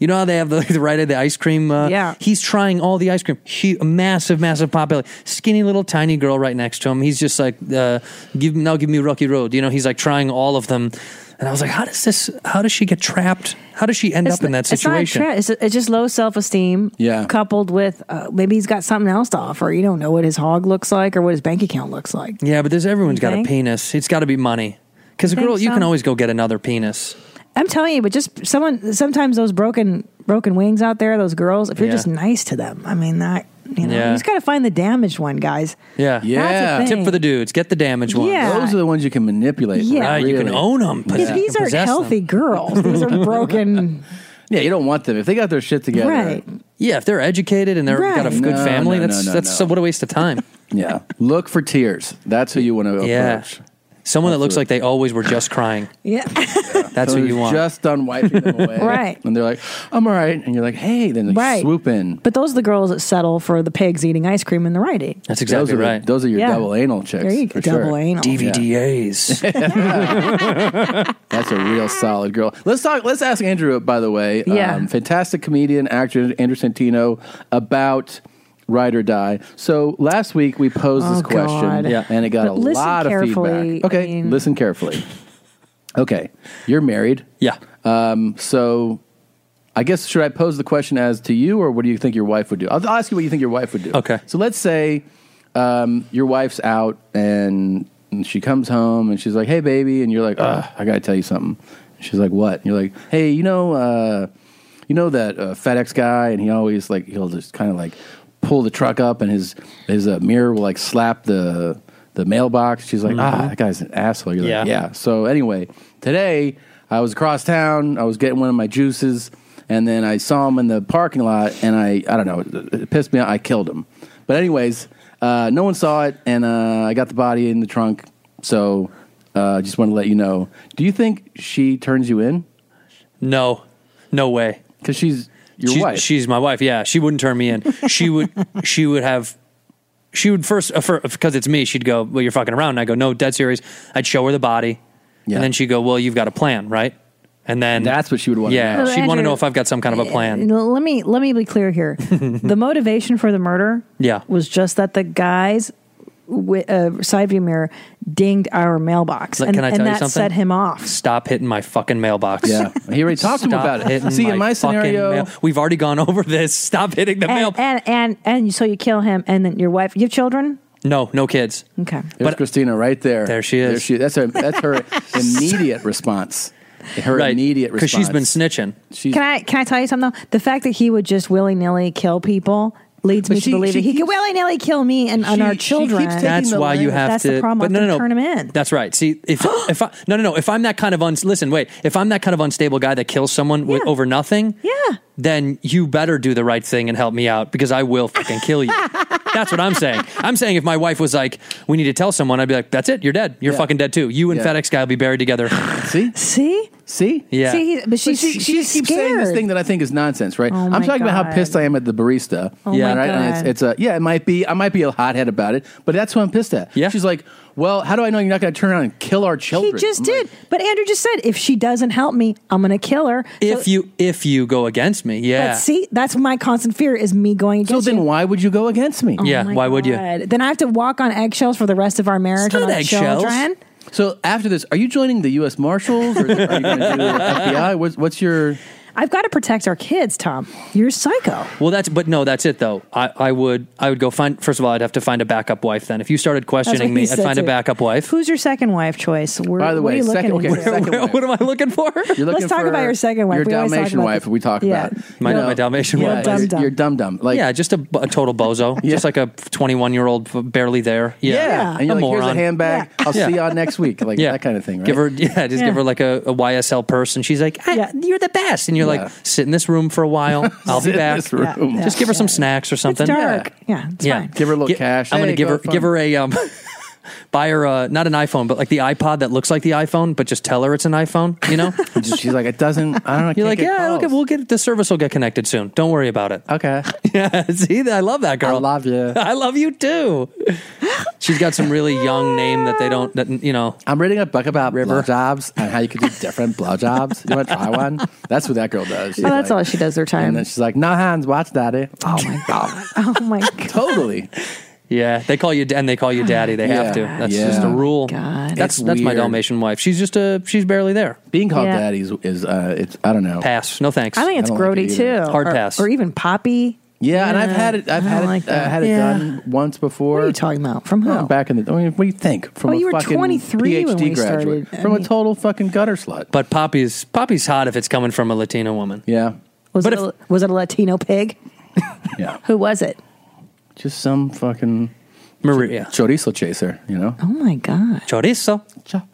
[SPEAKER 11] you know how they have the, the Rite Aid, the ice cream? Uh, yeah. He's trying all the ice cream. He, massive, massive potbelly. Skinny little tiny girl right next to him. He's just like, uh, give now give me Rocky Road. You know, he's like trying all of them. And I was like, how does this, how does she get trapped? How does she end
[SPEAKER 2] It's
[SPEAKER 11] up in
[SPEAKER 2] not-
[SPEAKER 11] that situation?
[SPEAKER 2] It's, not a tra- it's, it's just low self esteem.
[SPEAKER 11] Yeah.
[SPEAKER 2] Coupled with uh, maybe he's got something else to offer. You don't know what his hog looks like or what his bank account looks like.
[SPEAKER 11] yeah, but there's everyone's
[SPEAKER 2] You
[SPEAKER 11] got a
[SPEAKER 2] think?
[SPEAKER 11] penis. It's got to be money. Because
[SPEAKER 2] You
[SPEAKER 11] a
[SPEAKER 2] think
[SPEAKER 11] girl, you can
[SPEAKER 2] so?
[SPEAKER 11] always go get another penis.
[SPEAKER 2] I'm telling you, but just someone sometimes those broken broken wings out there, those girls, if you're
[SPEAKER 11] Yeah.
[SPEAKER 2] just nice to them, I mean that you know,
[SPEAKER 11] Yeah.
[SPEAKER 2] you just gotta find the damaged one, guys.
[SPEAKER 11] Yeah.
[SPEAKER 2] Yeah. thing.
[SPEAKER 11] Tip for the dudes. Get the damaged ones.
[SPEAKER 2] Yeah. Those are
[SPEAKER 1] the ones you can manipulate.
[SPEAKER 2] Yeah.
[SPEAKER 11] Right, You can
[SPEAKER 1] really.
[SPEAKER 11] own them.
[SPEAKER 2] These- These are healthy girls. These are broken
[SPEAKER 1] Yeah, you don't want them if they got their shit together.
[SPEAKER 2] Right.
[SPEAKER 11] Yeah, if they're educated and they're got a
[SPEAKER 1] Right.
[SPEAKER 11] good
[SPEAKER 1] No,
[SPEAKER 11] family,
[SPEAKER 1] no, no,
[SPEAKER 11] that's
[SPEAKER 1] no,
[SPEAKER 11] that's
[SPEAKER 1] no.
[SPEAKER 11] so- what a waste of time.
[SPEAKER 1] Yeah. Look for tears. That's who you want to approach.
[SPEAKER 11] yeah. Someone that looks like they always were just crying.
[SPEAKER 2] Yeah.
[SPEAKER 1] Someone
[SPEAKER 11] That's who you
[SPEAKER 1] who's
[SPEAKER 11] want.
[SPEAKER 1] Just done wiping them away.
[SPEAKER 2] Right.
[SPEAKER 1] And they're like, I'm all right. And you're like, hey, then they
[SPEAKER 2] Right.
[SPEAKER 1] swoop in.
[SPEAKER 2] But those are the girls that settle for the pigs eating ice cream in the Rite Aid.
[SPEAKER 1] That's exactly those are
[SPEAKER 11] right.
[SPEAKER 1] The, those are your
[SPEAKER 2] Yeah.
[SPEAKER 1] double anal chicks.
[SPEAKER 2] There you go.
[SPEAKER 1] for
[SPEAKER 2] Double
[SPEAKER 1] sure.
[SPEAKER 2] anal.
[SPEAKER 11] DVDAs.
[SPEAKER 1] That's a real solid girl. Let's talk. Let's ask Andrew, by the way. um,
[SPEAKER 2] Yeah.
[SPEAKER 1] fantastic comedian, actor Andrew Santino about Ride or Die. So last week we posed this
[SPEAKER 2] Oh,
[SPEAKER 1] question,
[SPEAKER 2] God. Yeah.
[SPEAKER 1] and it got
[SPEAKER 2] But
[SPEAKER 1] a
[SPEAKER 2] listen
[SPEAKER 1] lot of
[SPEAKER 2] carefully.
[SPEAKER 1] feedback. Okay,
[SPEAKER 2] I mean-
[SPEAKER 1] listen carefully. Okay, you're married.
[SPEAKER 11] Yeah.
[SPEAKER 1] Um, so. I guess should I pose the question as to you, or what do you think your wife would do? I'll, I'll ask you what you think your wife would do. Okay. So let's say um, your wife's out and she comes home and she's like, "Hey, baby," and you're like, "Ugh, I gotta tell you something." And she's like, "What?" And you're like, "Hey, you know, uh, you know that uh, FedEx guy, and he always like he'll just kind of like pull the truck up, and his his uh, mirror will like slap the the mailbox." She's like, "Ah,
[SPEAKER 11] Mhm.
[SPEAKER 1] that guy's an asshole." You're
[SPEAKER 11] Yeah.
[SPEAKER 1] like, "Yeah." So anyway, today I was across town. I was getting one of my juices, and then I saw him in the parking lot, and I I don't know, it, it pissed me out. I killed him. But anyways, uh, no one saw it, and uh, I got the body in the trunk. So uh, just want to let you know. Do you think she turns you in?
[SPEAKER 11] No, no way.
[SPEAKER 1] Because she's your
[SPEAKER 11] she's,
[SPEAKER 1] wife.
[SPEAKER 11] She's my wife. Yeah, she wouldn't turn me in. She would. she would have. She would first uh, because it's me. She'd go, "Well, you're fucking around." And I go, "No, dead serious." I'd show her the body, and then she'd go, "Well, you've got a plan, right?" And then that's
[SPEAKER 1] what she would want.
[SPEAKER 2] to
[SPEAKER 11] Yeah,
[SPEAKER 2] know.
[SPEAKER 11] she'd want to
[SPEAKER 2] Andrew- uh,
[SPEAKER 11] know if I've got some kind of a plan.
[SPEAKER 2] L- Let me let me be clear here. the motivation for the murder
[SPEAKER 11] Yeah.
[SPEAKER 2] was just that the guy's wi uh, side view mirror dinged our mailbox,
[SPEAKER 11] Like,
[SPEAKER 2] and,
[SPEAKER 11] can I
[SPEAKER 2] and
[SPEAKER 11] tell you
[SPEAKER 2] that
[SPEAKER 11] something?
[SPEAKER 2] set him off.
[SPEAKER 11] Stop hitting my fucking mailbox.
[SPEAKER 1] Yeah. He already talked to him
[SPEAKER 11] Stop
[SPEAKER 1] about it.
[SPEAKER 11] hitting
[SPEAKER 1] See, in my
[SPEAKER 11] fucking
[SPEAKER 1] scenario-
[SPEAKER 11] mail- we've already gone over this. Stop hitting the mail.
[SPEAKER 2] And, and and and so you kill him, and then your wife, you have children.
[SPEAKER 11] No, no kids.
[SPEAKER 2] Okay,
[SPEAKER 1] There's Christina right there. There she
[SPEAKER 11] is.
[SPEAKER 1] she, that's her. That's her immediate response. Her
[SPEAKER 11] Right.
[SPEAKER 1] immediate
[SPEAKER 11] 'Cause
[SPEAKER 1] response.
[SPEAKER 11] she's been snitching.
[SPEAKER 1] She's,
[SPEAKER 2] can I can I tell you something though? The fact that he would just willy nilly kill people leads
[SPEAKER 1] But
[SPEAKER 2] me
[SPEAKER 1] she-
[SPEAKER 2] to believe
[SPEAKER 1] she
[SPEAKER 2] that he could willy nilly kill me and, and
[SPEAKER 1] she-
[SPEAKER 2] our
[SPEAKER 1] she keeps
[SPEAKER 2] children.
[SPEAKER 11] That's why you have
[SPEAKER 2] That's
[SPEAKER 11] to.
[SPEAKER 2] the problem.
[SPEAKER 11] But
[SPEAKER 2] I
[SPEAKER 11] no,
[SPEAKER 2] have
[SPEAKER 11] no, no.
[SPEAKER 2] to turn him in.
[SPEAKER 11] That's right. See, if if I, no, no, no. If I'm that kind of un, listen, wait. If I'm that kind of unstable guy that kills someone wi- over nothing,
[SPEAKER 2] yeah,
[SPEAKER 11] then you better do the right thing and help me out because I will fucking kill you. that's what I'm saying. I'm saying if my wife was like, "We need to tell someone," I'd be like, "That's it. You're dead. You're
[SPEAKER 2] Yeah.
[SPEAKER 11] fucking dead too. You and
[SPEAKER 2] Yeah.
[SPEAKER 11] FedEx guy will be buried together."
[SPEAKER 1] See,
[SPEAKER 2] see,
[SPEAKER 1] see,
[SPEAKER 11] yeah.
[SPEAKER 2] See, he- but she's
[SPEAKER 1] she, she
[SPEAKER 2] she's
[SPEAKER 1] keeps saying this
[SPEAKER 2] scared.
[SPEAKER 1] thing that I think is nonsense, right?
[SPEAKER 2] Oh
[SPEAKER 1] I'm
[SPEAKER 2] my
[SPEAKER 1] talking about how
[SPEAKER 2] God.
[SPEAKER 1] pissed I am at the barista.
[SPEAKER 2] Oh Yeah. my
[SPEAKER 1] right. And
[SPEAKER 2] God.
[SPEAKER 1] it's, it's a yeah. It might be I might be a hothead about it, but that's who I'm pissed at. Yeah. She's like, well, how do I know you're not going to turn around and kill our
[SPEAKER 2] He
[SPEAKER 1] children?
[SPEAKER 2] just
[SPEAKER 1] I'm
[SPEAKER 2] did. but Andrew just said, if she doesn't help me, I'm going to kill her.
[SPEAKER 11] if you if you go against me, yeah.
[SPEAKER 2] But see, that's my constant fear is me going against
[SPEAKER 1] So then why would you go against me?
[SPEAKER 2] Oh.
[SPEAKER 11] yeah. Why would you?
[SPEAKER 2] Then I have to walk on eggshells for the rest of our marriage and
[SPEAKER 1] not
[SPEAKER 2] our
[SPEAKER 1] eggshells.
[SPEAKER 2] children.
[SPEAKER 1] So after this, are you joining the U.S. Marshals or are you going to do FBI? What's, what's your?
[SPEAKER 2] I've got to protect our kids, Tom. You're a psycho.
[SPEAKER 11] Well, that's but no, that's it though. I, I would I would go find first of all I'd have to find a backup wife then. If you started questioning
[SPEAKER 2] he
[SPEAKER 11] me, I'd
[SPEAKER 2] said
[SPEAKER 11] find a
[SPEAKER 2] too.
[SPEAKER 11] backup wife.
[SPEAKER 2] Who's your second wife choice? Where,
[SPEAKER 1] By the
[SPEAKER 2] what are
[SPEAKER 1] way,
[SPEAKER 2] you looking
[SPEAKER 1] second. Okay,
[SPEAKER 2] into?
[SPEAKER 1] second wife.
[SPEAKER 11] What am I looking for?
[SPEAKER 1] You're
[SPEAKER 2] Let's
[SPEAKER 1] looking
[SPEAKER 2] talk
[SPEAKER 1] for
[SPEAKER 2] about your second wife.
[SPEAKER 1] Your
[SPEAKER 2] We always talk
[SPEAKER 1] Dalmatian
[SPEAKER 2] about
[SPEAKER 1] wife.
[SPEAKER 2] the-
[SPEAKER 1] we talk
[SPEAKER 2] Yeah.
[SPEAKER 1] about
[SPEAKER 11] My,
[SPEAKER 1] You know,
[SPEAKER 11] my Dalmatian
[SPEAKER 1] yeah,
[SPEAKER 11] wife.
[SPEAKER 1] You're, you're dumb dumb. Like
[SPEAKER 11] yeah, just a, b- a total bozo, just like a twenty one year old barely there. Yeah,
[SPEAKER 1] And you're
[SPEAKER 11] a
[SPEAKER 1] like,
[SPEAKER 11] moron.
[SPEAKER 1] here's a handbag. I'll
[SPEAKER 11] Yeah.
[SPEAKER 1] see y'all next week. Like
[SPEAKER 11] Yeah.
[SPEAKER 1] that kind of thing, right?
[SPEAKER 11] Give her yeah, just
[SPEAKER 1] Yeah.
[SPEAKER 11] give her like a, a YSL purse, and she's like, I, "You're the best," and you're like, sit in this room for a while. I'll
[SPEAKER 2] Sit
[SPEAKER 11] be
[SPEAKER 2] in
[SPEAKER 11] back.
[SPEAKER 2] this room. Yeah,
[SPEAKER 11] Just give her some snacks or something.
[SPEAKER 2] dark. Yeah, it's
[SPEAKER 11] yeah.
[SPEAKER 2] fine.
[SPEAKER 11] Give her a little
[SPEAKER 1] cash.
[SPEAKER 11] I'm
[SPEAKER 1] Hey,
[SPEAKER 11] gonna give
[SPEAKER 1] go
[SPEAKER 11] her
[SPEAKER 1] fund-
[SPEAKER 11] give her a um, buy her uh, not an iPhone, but like the iPod that looks like the iPhone, but just tell her it's an iPhone. You know,
[SPEAKER 1] she's like, it doesn't. I don't. know.
[SPEAKER 11] You're like, yeah, it'll get, we'll get the service will get connected soon. Don't worry about it.
[SPEAKER 1] Okay.
[SPEAKER 11] Yeah. See, I love that girl. I
[SPEAKER 1] love you.
[SPEAKER 11] I love you too. She's got some really young name that they don't. That you know.
[SPEAKER 1] I'm reading a book about blowjobs and how you could do different blowjobs. You want to try one? That's what that girl does. She's
[SPEAKER 2] Oh, that's all she does her
[SPEAKER 1] And
[SPEAKER 2] time.
[SPEAKER 1] then she's like, "No hands, watch daddy."
[SPEAKER 2] Oh my
[SPEAKER 1] god!
[SPEAKER 2] oh my god.
[SPEAKER 1] totally.
[SPEAKER 11] Yeah, they call you and they call you daddy. They have to.
[SPEAKER 1] Yeah.
[SPEAKER 11] That's
[SPEAKER 1] Yeah.
[SPEAKER 11] just a
[SPEAKER 1] Oh my
[SPEAKER 11] rule.
[SPEAKER 1] God.
[SPEAKER 11] That's
[SPEAKER 1] It's
[SPEAKER 11] that's my
[SPEAKER 1] weird.
[SPEAKER 11] Dalmatian wife. She's just a she's barely there.
[SPEAKER 1] Being called
[SPEAKER 2] Yeah.
[SPEAKER 1] daddy is, is uh, it's I don't know.
[SPEAKER 11] Pass. No thanks.
[SPEAKER 2] I think it's grody too.
[SPEAKER 11] Hard
[SPEAKER 2] or,
[SPEAKER 11] pass.
[SPEAKER 2] Or even poppy.
[SPEAKER 1] Yeah, and I've had it. I've
[SPEAKER 2] I don't
[SPEAKER 1] had it.
[SPEAKER 2] like
[SPEAKER 1] uh,
[SPEAKER 2] that.
[SPEAKER 1] had it
[SPEAKER 2] Yeah.
[SPEAKER 1] done once before. What are you
[SPEAKER 2] talking about? From who?
[SPEAKER 1] back in the. I mean, what do you think? From
[SPEAKER 2] Oh,
[SPEAKER 1] a
[SPEAKER 2] you were
[SPEAKER 1] fucking
[SPEAKER 2] 23
[SPEAKER 1] PhD
[SPEAKER 2] when we
[SPEAKER 1] graduate.
[SPEAKER 2] started. I
[SPEAKER 1] From a total fucking gutter slut.
[SPEAKER 11] But Poppy's Poppy's hot if it's coming from a Latina woman.
[SPEAKER 1] Yeah.
[SPEAKER 2] Was it a, was it a Latino pig?
[SPEAKER 1] Yeah.
[SPEAKER 2] Who was it?
[SPEAKER 1] Just some fucking
[SPEAKER 11] Maria
[SPEAKER 1] chorizo chaser. You know.
[SPEAKER 2] Oh my god.
[SPEAKER 11] Chorizo.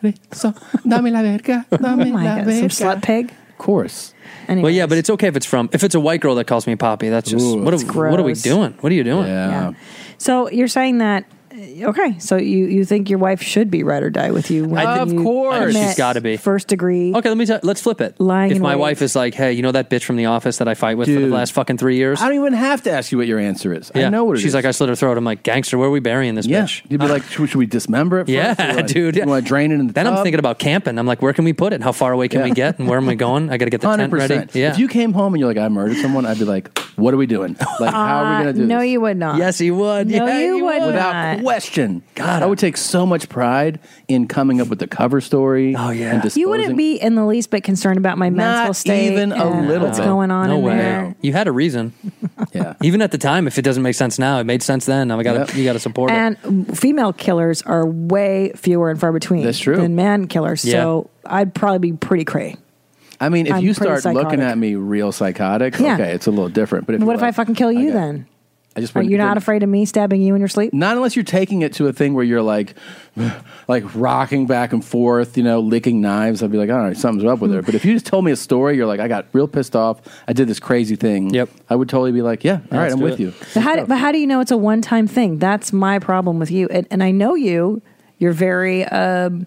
[SPEAKER 1] Chorizo. Dame la verga. Dame
[SPEAKER 2] oh my
[SPEAKER 1] la
[SPEAKER 2] god.
[SPEAKER 1] verga.
[SPEAKER 2] Some slut pig.
[SPEAKER 1] Of course.
[SPEAKER 11] Well, yeah, but it's okay if it's from if it's a white girl that calls me Poppy. That's just
[SPEAKER 1] Ooh.
[SPEAKER 11] what are,
[SPEAKER 1] It's
[SPEAKER 11] what are we
[SPEAKER 1] gross.
[SPEAKER 11] doing? What are you doing?
[SPEAKER 1] Yeah.
[SPEAKER 2] So you're saying that? Okay, so you you think your wife should be ride or die with you? When you
[SPEAKER 11] I think- I think she's
[SPEAKER 2] commit
[SPEAKER 11] got to be.
[SPEAKER 2] first degree.
[SPEAKER 11] Okay, let me tell, let's flip it.
[SPEAKER 2] Lying
[SPEAKER 11] if
[SPEAKER 2] in
[SPEAKER 11] my
[SPEAKER 2] wait.
[SPEAKER 11] wife is like, "Hey, you know that bitch from the office that I fight with for the last fucking three years?"
[SPEAKER 1] I don't even have to ask you what your answer is.
[SPEAKER 11] yeah.
[SPEAKER 1] I know what it
[SPEAKER 11] She's
[SPEAKER 1] is.
[SPEAKER 11] like, "I slit her throat." I'm like, "Gangster, where are we burying this
[SPEAKER 1] yeah.
[SPEAKER 11] bitch?" Uh.
[SPEAKER 1] You'd be like, should, should we dismember it? First?
[SPEAKER 11] Yeah,
[SPEAKER 1] Or, like,
[SPEAKER 11] dude.
[SPEAKER 1] You want to drain it in the
[SPEAKER 11] Then
[SPEAKER 1] tub?
[SPEAKER 11] I'm thinking about camping. I'm like, "Where can we put it? How far away can we
[SPEAKER 1] Yeah.
[SPEAKER 11] get? And where am I going? I got to get the
[SPEAKER 1] Hundred
[SPEAKER 11] tent ready."
[SPEAKER 1] percent.
[SPEAKER 11] Yeah.
[SPEAKER 1] If you came home and you're like, I murdered someone, I'd be like, What are we doing? Like, how are we
[SPEAKER 2] Uh,
[SPEAKER 1] gonna do
[SPEAKER 2] no,
[SPEAKER 1] this?
[SPEAKER 2] you would not.
[SPEAKER 11] Yes, he would.
[SPEAKER 2] No,
[SPEAKER 11] Yeah,
[SPEAKER 2] you
[SPEAKER 11] he
[SPEAKER 2] would
[SPEAKER 1] Without
[SPEAKER 2] not.
[SPEAKER 1] question, God, I would take so much pride in coming up with the cover story. Oh yeah, and disposing.
[SPEAKER 2] You wouldn't be in the least bit concerned about my mental
[SPEAKER 1] Not
[SPEAKER 2] state.
[SPEAKER 1] even a
[SPEAKER 2] and
[SPEAKER 1] little
[SPEAKER 2] What's
[SPEAKER 1] bit.
[SPEAKER 2] going on
[SPEAKER 11] no
[SPEAKER 2] in
[SPEAKER 11] way.
[SPEAKER 2] there?
[SPEAKER 11] You had a reason.
[SPEAKER 1] yeah.
[SPEAKER 11] Even at the time, if it doesn't make sense now, it made sense then. Now we got to you got to support it.
[SPEAKER 2] And female killers are way fewer and far between.
[SPEAKER 1] That's true.
[SPEAKER 2] Than man killers. So I'd probably be pretty cray.
[SPEAKER 1] I mean, if
[SPEAKER 2] I'm
[SPEAKER 1] you
[SPEAKER 2] pretty
[SPEAKER 1] start looking
[SPEAKER 2] psychotic.
[SPEAKER 1] at me real psychotic,
[SPEAKER 2] Yeah.
[SPEAKER 1] okay, it's a little different. But if
[SPEAKER 2] what
[SPEAKER 1] you're
[SPEAKER 2] if I
[SPEAKER 1] like,
[SPEAKER 2] fucking kill you then?
[SPEAKER 1] I just
[SPEAKER 2] Are
[SPEAKER 1] wouldn't-
[SPEAKER 2] you not afraid of me stabbing you in your sleep?
[SPEAKER 1] Not unless you're taking it to a thing where you're like, like rocking back and forth, you know, licking knives. I'd be like, all right, something's up with
[SPEAKER 2] Mm.
[SPEAKER 1] her. But if you just told me a story, you're like, I got real pissed off. I did this crazy thing. Yep. I would totally be like, yeah, all right,
[SPEAKER 11] let's
[SPEAKER 1] I'm
[SPEAKER 11] do
[SPEAKER 1] with
[SPEAKER 11] it.
[SPEAKER 1] you.
[SPEAKER 2] But how, do, but how do you know it's a one time thing? That's my problem with you. And, and I know you. You're very um,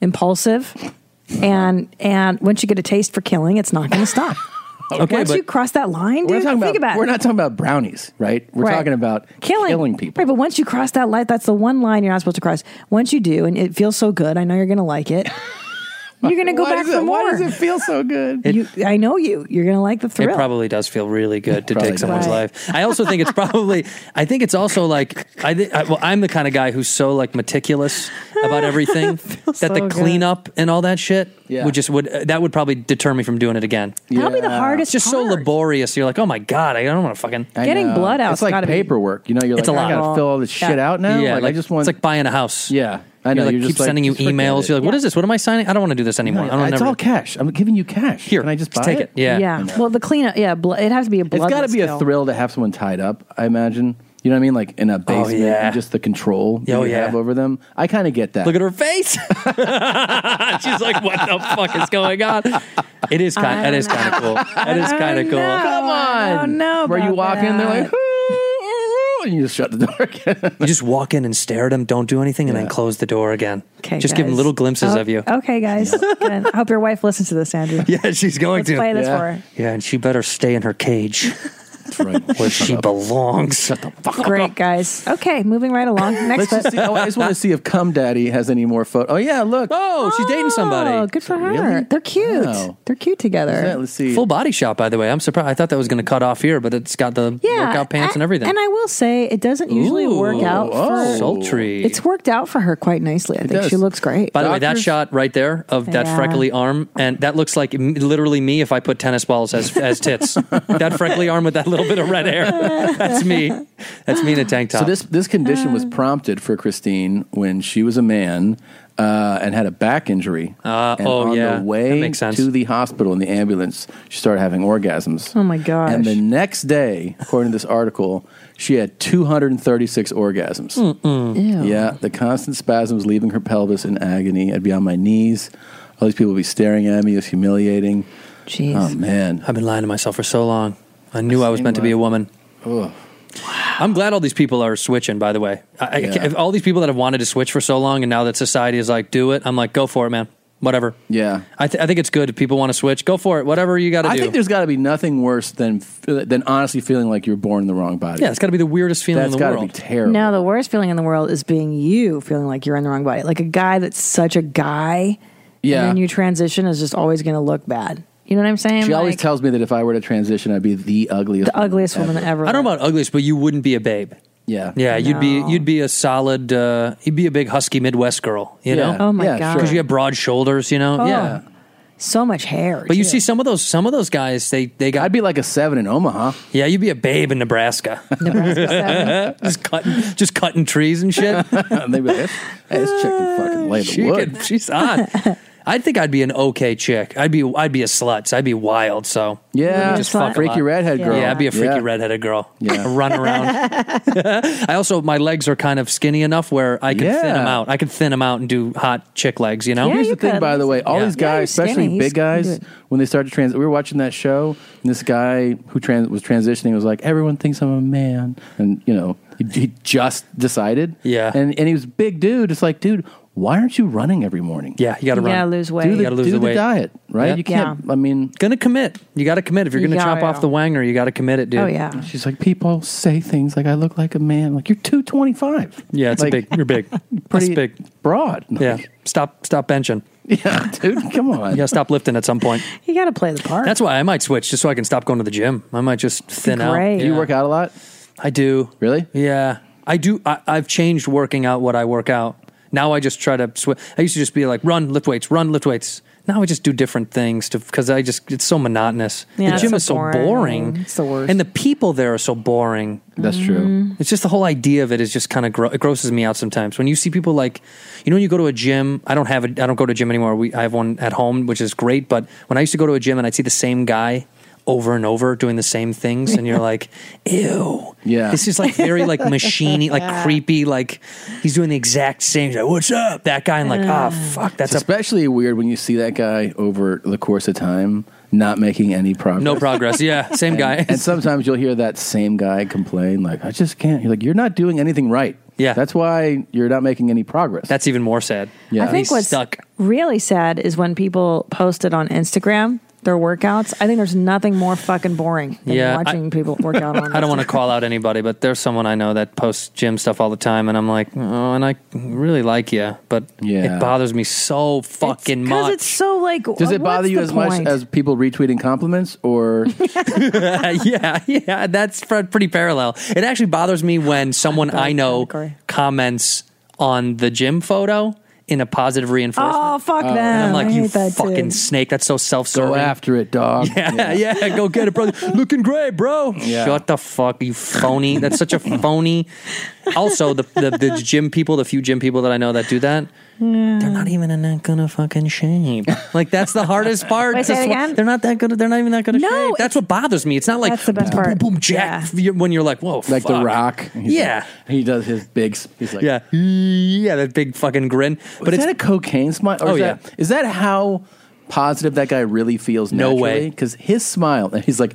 [SPEAKER 2] impulsive. And and once you get a taste for killing, it's not going to stop.
[SPEAKER 1] Okay,
[SPEAKER 2] once
[SPEAKER 1] but-
[SPEAKER 2] you cross that line, dude,
[SPEAKER 1] we're not talking
[SPEAKER 2] think
[SPEAKER 1] about,
[SPEAKER 2] about
[SPEAKER 1] we're
[SPEAKER 2] it.
[SPEAKER 1] not talking about brownies, right? We're
[SPEAKER 2] Right.
[SPEAKER 1] talking about
[SPEAKER 2] killing,
[SPEAKER 1] people.
[SPEAKER 2] Right, but once you cross that line, that's the one line you're not supposed to cross. Once you do, and it feels so good, I know you're going to like it. You're going to go
[SPEAKER 1] Why
[SPEAKER 2] back
[SPEAKER 1] does
[SPEAKER 2] for
[SPEAKER 1] it-
[SPEAKER 2] more.
[SPEAKER 1] Why does it feel so good?
[SPEAKER 2] you, I know you. You're going to like the thrill.
[SPEAKER 11] It probably does feel really good to
[SPEAKER 1] Probably
[SPEAKER 11] take someone's
[SPEAKER 2] does.
[SPEAKER 11] life. I also think it's probably. I think it's also like I, thi- I well, I'm the kind of guy who's so like meticulous about everything that
[SPEAKER 2] so
[SPEAKER 11] the
[SPEAKER 2] good.
[SPEAKER 11] cleanup and all that shit
[SPEAKER 2] Yeah.
[SPEAKER 11] would just would uh, that would probably deter me from doing it again.
[SPEAKER 2] That'll be the Yeah. hardest
[SPEAKER 11] It's just so laborious. You're like, oh my god, I don't want to fucking
[SPEAKER 1] I know. It's like paperwork. You know, you're
[SPEAKER 11] It's
[SPEAKER 1] like,
[SPEAKER 11] a
[SPEAKER 1] I
[SPEAKER 11] lot.
[SPEAKER 1] gotta fill all this shit
[SPEAKER 11] Yeah.
[SPEAKER 1] out now.
[SPEAKER 11] Yeah,
[SPEAKER 1] like, I
[SPEAKER 11] like-
[SPEAKER 1] just want.
[SPEAKER 11] it's like buying a house.
[SPEAKER 1] Yeah, I know.
[SPEAKER 11] You're like,
[SPEAKER 1] You're
[SPEAKER 11] keep
[SPEAKER 1] just like,
[SPEAKER 11] sending you
[SPEAKER 1] just forget
[SPEAKER 11] emails.
[SPEAKER 1] it.
[SPEAKER 11] You're like, what is this? What am I signing? I don't want to do this anymore. I don't
[SPEAKER 1] it's
[SPEAKER 11] never.
[SPEAKER 1] all cash. I'm giving you cash. Here, can I just buy
[SPEAKER 11] just take it. Yeah.
[SPEAKER 2] yeah.
[SPEAKER 1] I know.
[SPEAKER 2] Well, the cleanup. Yeah, blo- it has to be a blood.
[SPEAKER 1] it's got to be a thrill to have someone tied up. I imagine. You know what I mean? Like in a basement, and
[SPEAKER 11] Oh, yeah.
[SPEAKER 1] just the control that
[SPEAKER 11] Oh,
[SPEAKER 1] you
[SPEAKER 11] yeah.
[SPEAKER 1] have over them. I kind of get that.
[SPEAKER 11] Look at her face. She's like, what the fuck is going on? It is kind. That is kind of cool. That is kind of cool.
[SPEAKER 1] Come on.
[SPEAKER 2] no,
[SPEAKER 1] Where you walk in, they're like, and you just shut the door again.
[SPEAKER 11] You just walk in and stare at them. Don't do anything, and then close the door again.
[SPEAKER 2] Okay,
[SPEAKER 11] just give them
[SPEAKER 2] guys.
[SPEAKER 11] little glimpses
[SPEAKER 2] Oh,
[SPEAKER 11] of you.
[SPEAKER 2] Okay, guys. Good. I hope your wife listens to this, Andrew.
[SPEAKER 11] Yeah, she's going
[SPEAKER 2] Let's
[SPEAKER 11] to
[SPEAKER 2] play this
[SPEAKER 11] yeah.
[SPEAKER 2] for her.
[SPEAKER 11] Yeah, and she better stay in her cage. Where she belongs. Shut the fuck
[SPEAKER 2] Great, guys. Okay, moving right along. Next
[SPEAKER 1] Let's just
[SPEAKER 2] clip.
[SPEAKER 1] see. Oh, I just want to see if Cum Daddy has any more photo. Oh yeah, look.
[SPEAKER 11] Oh, she's dating somebody.
[SPEAKER 2] Oh, good for her.
[SPEAKER 11] Really?
[SPEAKER 2] They're cute.
[SPEAKER 11] Wow.
[SPEAKER 2] They're cute together.
[SPEAKER 11] Full body shot, by the way. I'm surprised. I thought that was going to cut off here, but it's got the workout pants and everything.
[SPEAKER 2] And I will say, it doesn't usually work
[SPEAKER 11] Ooh,
[SPEAKER 2] out.
[SPEAKER 11] oh.
[SPEAKER 2] for,
[SPEAKER 11] Sultry.
[SPEAKER 2] It's worked out for her quite nicely. I think she
[SPEAKER 11] does.
[SPEAKER 2] looks great.
[SPEAKER 11] By the way, that shot right there of that
[SPEAKER 2] Yeah.
[SPEAKER 11] freckly arm, and that looks like m- literally me if I put tennis balls as as tits. that freckly arm with that little bit of red hair. That's me. That's me in a tank top.
[SPEAKER 1] So this this condition
[SPEAKER 2] Uh.
[SPEAKER 1] was prompted for Christine when she was a man uh, and had a back injury.
[SPEAKER 11] Uh,
[SPEAKER 1] and
[SPEAKER 11] oh,
[SPEAKER 1] on
[SPEAKER 11] yeah.
[SPEAKER 1] the way
[SPEAKER 11] That makes sense.
[SPEAKER 1] to the hospital in the ambulance, she started having orgasms.
[SPEAKER 2] Oh my gosh.
[SPEAKER 1] And the next day, according to this article, she had 236 orgasms.
[SPEAKER 2] Hmm.
[SPEAKER 11] Oh.
[SPEAKER 2] Ew.
[SPEAKER 1] Yeah, the constant spasms leaving her pelvis in agony. I'd be on my knees. All these people would be staring at me. It was humiliating.
[SPEAKER 2] Jeez.
[SPEAKER 11] Oh
[SPEAKER 1] man,
[SPEAKER 11] I've been lying to myself for so long. I knew I was meant to be a woman. I'm glad all these people are switching. By the way, I, I-
[SPEAKER 1] Yeah.
[SPEAKER 11] if all these people that have wanted to switch for so long, and now that society is like, do it. I'm like, go for it, man. Whatever.
[SPEAKER 1] Yeah.
[SPEAKER 11] I, th- I think it's good if people want to switch. Go for it. Whatever you got to do.
[SPEAKER 1] I think there's got to be nothing worse than than honestly feeling like you're born in the wrong body.
[SPEAKER 11] yeah, it's got to be the weirdest feeling
[SPEAKER 1] That's
[SPEAKER 11] in the
[SPEAKER 1] gotta
[SPEAKER 11] world.
[SPEAKER 1] be terrible.
[SPEAKER 2] No, the worst feeling in the world is being you feeling like you're in the wrong body. Like a guy that's such a guy.
[SPEAKER 1] Yeah.
[SPEAKER 2] And then you transition is just always going to look bad. You know what I'm saying?
[SPEAKER 1] She always
[SPEAKER 2] Like,
[SPEAKER 1] tells me that if I were to transition, I'd be the ugliest.
[SPEAKER 2] the ugliest woman ever.
[SPEAKER 11] I don't know about ugliest, but you wouldn't be a babe.
[SPEAKER 1] Yeah.
[SPEAKER 11] Yeah, you'd be you'd be a solid uh you'd be a big husky Midwest girl, you
[SPEAKER 2] Yeah.
[SPEAKER 11] know?
[SPEAKER 2] Oh my Yeah, God. sure.
[SPEAKER 11] Cuz you have broad shoulders, you know?
[SPEAKER 2] Oh,
[SPEAKER 11] Yeah.
[SPEAKER 2] So much hair.
[SPEAKER 11] But you see some of those some of those guys they they got
[SPEAKER 1] I'd be like a 7 in Omaha.
[SPEAKER 11] Yeah, you'd be a babe in Nebraska. just cutting just cutting trees and shit.
[SPEAKER 1] Maybe this, this chick can fucking lay the wood.
[SPEAKER 11] she's on. I think I'd be an okay chick. I'd be I'd be a slut. So I'd be wild. So
[SPEAKER 1] Yeah,
[SPEAKER 11] just
[SPEAKER 1] slut.
[SPEAKER 11] fuck a
[SPEAKER 1] Freaky
[SPEAKER 11] lot.
[SPEAKER 1] redhead girl.
[SPEAKER 11] Yeah, I'd be a freaky
[SPEAKER 1] Yeah.
[SPEAKER 11] redheaded girl.
[SPEAKER 1] Yeah.
[SPEAKER 11] run around. I also my legs are kind of skinny enough where I could thin
[SPEAKER 1] Yeah.
[SPEAKER 11] them out. I could thin them out and do hot chick legs. You know.
[SPEAKER 1] Here's the thing, by the way. All
[SPEAKER 11] Yeah.
[SPEAKER 1] these guys, especially big guys, when they start to trans, we were watching that show, and this guy who trans was transitioning was like, "Everyone thinks I'm a man," and you know, he, he just decided.
[SPEAKER 11] Yeah.
[SPEAKER 1] and and he was a big dude. It's like, dude, why aren't you running every morning?
[SPEAKER 11] Yeah, you got to
[SPEAKER 2] You
[SPEAKER 11] run.
[SPEAKER 2] gotta lose weight.
[SPEAKER 11] Do the,
[SPEAKER 2] You gotta lose
[SPEAKER 11] do
[SPEAKER 2] the
[SPEAKER 11] the
[SPEAKER 2] weight.
[SPEAKER 1] diet, right?
[SPEAKER 11] Yeah.
[SPEAKER 1] You can't. I mean,
[SPEAKER 11] gonna commit. You got to commit if you're
[SPEAKER 1] You
[SPEAKER 11] gonna chop
[SPEAKER 1] gotta.
[SPEAKER 11] off the wanger. You got to commit
[SPEAKER 2] Oh,
[SPEAKER 11] it, dude.
[SPEAKER 1] She's like, people say things like I look like a man. Like you're two twenty five.
[SPEAKER 11] Yeah, it's
[SPEAKER 1] Like,
[SPEAKER 11] a big. You're big.
[SPEAKER 1] pretty
[SPEAKER 11] That's big.
[SPEAKER 1] Broad.
[SPEAKER 11] Yeah. Stop. Stop benching.
[SPEAKER 1] Yeah, dude. Come on.
[SPEAKER 11] You got to stop lifting at some point.
[SPEAKER 2] You got to play the part.
[SPEAKER 11] That's why I might switch, just so I can stop going to the gym. I might just thin out.
[SPEAKER 2] great. Do you work
[SPEAKER 1] out a lot?
[SPEAKER 11] I do.
[SPEAKER 1] Really?
[SPEAKER 11] Yeah, I do. I, I've changed working out what I work out. Now I just try to switch. I used to just be like, run, lift weights, run, lift weights. Now I just do different things to because I just it's so monotonous.
[SPEAKER 2] Yeah,
[SPEAKER 11] the
[SPEAKER 2] it's
[SPEAKER 11] gym
[SPEAKER 2] so
[SPEAKER 11] is so
[SPEAKER 2] boring.
[SPEAKER 11] boring.
[SPEAKER 2] It's the worst.
[SPEAKER 11] and the people there are so boring.
[SPEAKER 1] That's true.
[SPEAKER 11] It's just the whole idea of it is just kind of gro- it grosses me out sometimes. When you see people like, you know, when you go to a gym. I don't have a, I don't go to a gym anymore. We I have one at home, which is great. But when I used to go to a gym and I'd see the same guy over and over doing the same things, and you're like, ew.
[SPEAKER 1] Yeah.
[SPEAKER 11] This is like very like machiney, like creepy, like he's doing the exact same. Like, What's up? That guy, and like, ah, fuck, that's
[SPEAKER 1] It's especially weird when you see that guy over the course of time not making any progress.
[SPEAKER 11] no progress. Yeah, same
[SPEAKER 1] And-
[SPEAKER 11] guy.
[SPEAKER 1] And sometimes you'll hear that same guy complain, like, I just can't. You're like, you're not doing anything right. Yeah. That's why you're not making any progress.
[SPEAKER 11] That's even more sad.
[SPEAKER 1] Yeah.
[SPEAKER 2] I think what's really sad is when people post it on Instagram, their workouts. I think there's nothing more fucking boring than
[SPEAKER 11] Yeah, I-
[SPEAKER 2] watching people work out on
[SPEAKER 11] I don't want to call out anybody, but there's someone I know that posts gym stuff all the time, and I'm like, oh, and I really like you, but
[SPEAKER 1] Yeah.
[SPEAKER 11] it bothers me so fucking
[SPEAKER 2] Because
[SPEAKER 11] much.
[SPEAKER 2] it's so like.
[SPEAKER 1] Does it bother you as much as people retweeting compliments or
[SPEAKER 11] yeah, yeah, that's fr- pretty parallel. It actually bothers me when someone I know comments on the gym photo in a positive reinforcement.
[SPEAKER 2] Oh, fuck
[SPEAKER 11] Uh, And
[SPEAKER 2] them.
[SPEAKER 11] I'm like,
[SPEAKER 2] I
[SPEAKER 11] you
[SPEAKER 2] hate that too."
[SPEAKER 11] fucking snake. That's so self-serving.
[SPEAKER 1] go after it, dog?
[SPEAKER 11] Yeah, yeah, go get it, bro. Looking great, bro.
[SPEAKER 1] Yeah.
[SPEAKER 11] Shut the fuck, you phony. That's such a phony. Also, the, the the gym people, the few gym people that I know that do that, they're not even in that good of fucking shape. Like that's the hardest part.
[SPEAKER 2] Wait, say
[SPEAKER 11] That's
[SPEAKER 2] it
[SPEAKER 11] why-
[SPEAKER 2] again?
[SPEAKER 11] They're not that good. They're not even that good of shape. That's what bothers me. It's not like
[SPEAKER 2] That's the best
[SPEAKER 11] boom,
[SPEAKER 2] part.
[SPEAKER 11] Boom, boom, jack. you- When you're like, whoa,
[SPEAKER 1] Like The
[SPEAKER 11] fuck.
[SPEAKER 1] Rock. He's
[SPEAKER 11] Yeah.
[SPEAKER 1] like- he does his big, s- he's like,
[SPEAKER 11] yeah, yeah, that big fucking grin. But
[SPEAKER 1] is
[SPEAKER 11] it's
[SPEAKER 1] that a cocaine smile? Or
[SPEAKER 11] Oh,
[SPEAKER 1] is that,
[SPEAKER 11] yeah.
[SPEAKER 1] Is that how positive that guy really feels?
[SPEAKER 11] No
[SPEAKER 1] naturally?
[SPEAKER 11] way.
[SPEAKER 1] Because his smile, and he's like,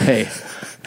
[SPEAKER 1] "Hey,"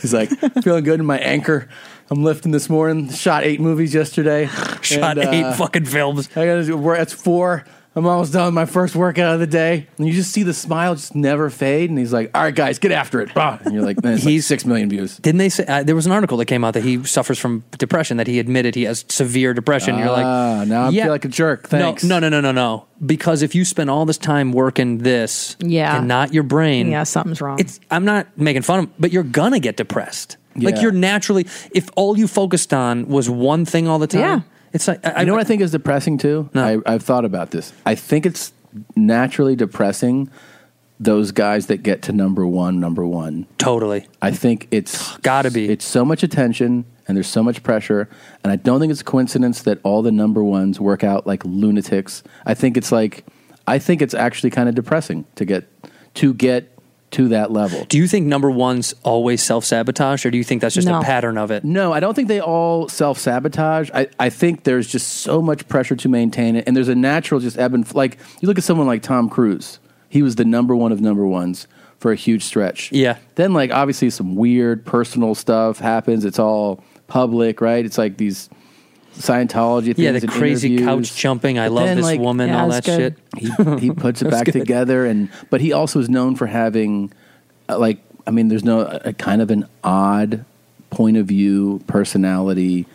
[SPEAKER 1] he's like, "Feeling good in my anchor. I'm lifting this morning. Shot eight movies yesterday.
[SPEAKER 11] shot
[SPEAKER 1] and, uh,
[SPEAKER 11] eight fucking films.
[SPEAKER 1] I gotta do. We're at four. I'm almost done with my first workout of the day. And you just see the smile just never fade. And he's like, "All right, guys, get after it." Bah. And you're like, man, it's like six million views.
[SPEAKER 11] Didn't they say uh, there was an article that came out that he suffers from depression that he admitted he has severe depression? You're
[SPEAKER 1] Ah,
[SPEAKER 11] like,
[SPEAKER 1] now I
[SPEAKER 11] yeah.
[SPEAKER 1] feel like a jerk. Thanks.
[SPEAKER 11] No, no, no, no, no, no. Because if you spend all this time working this,
[SPEAKER 2] Yeah.
[SPEAKER 11] and not your brain,
[SPEAKER 2] Yeah, something's wrong.
[SPEAKER 11] It's I'm not making fun of, but you're gonna get depressed. Like
[SPEAKER 1] Yeah.
[SPEAKER 11] you're naturally, if all you focused on was one thing all the time,
[SPEAKER 1] Yeah.
[SPEAKER 11] it's like I,
[SPEAKER 1] you know what I think is depressing too? I, I've thought about this. I think it's naturally depressing those guys that get to number one, number one.
[SPEAKER 11] Totally.
[SPEAKER 1] I think it's
[SPEAKER 11] gotta be.
[SPEAKER 1] It's so much attention and there's so much pressure. And I don't think it's a coincidence that all the number ones work out like lunatics. I think it's like I think it's actually kind of depressing to get to get to that level.
[SPEAKER 11] Do you think number one's always self sabotage, or do you think that's just
[SPEAKER 1] No.
[SPEAKER 11] a pattern of it?
[SPEAKER 1] No, I don't think they all self sabotage. I, I think there's just so much pressure to maintain it, and there's a natural just ebb and f- like you look at someone like Tom Cruise. He was the number one of number ones for a huge stretch.
[SPEAKER 11] Yeah.
[SPEAKER 1] Then, like, obviously, some weird personal stuff happens. It's all public, right? It's like these Scientology things.
[SPEAKER 11] Yeah, the
[SPEAKER 1] and
[SPEAKER 11] crazy
[SPEAKER 1] interviews.
[SPEAKER 11] couch jumping, I
[SPEAKER 1] But
[SPEAKER 11] love
[SPEAKER 1] then,
[SPEAKER 11] this
[SPEAKER 1] like-
[SPEAKER 11] woman, all that shit.
[SPEAKER 1] He, he puts it
[SPEAKER 11] That's
[SPEAKER 1] back
[SPEAKER 11] good.
[SPEAKER 1] together, and but he also is known for having, uh, like, I mean, there's no a, a kind of an odd point of view, personality,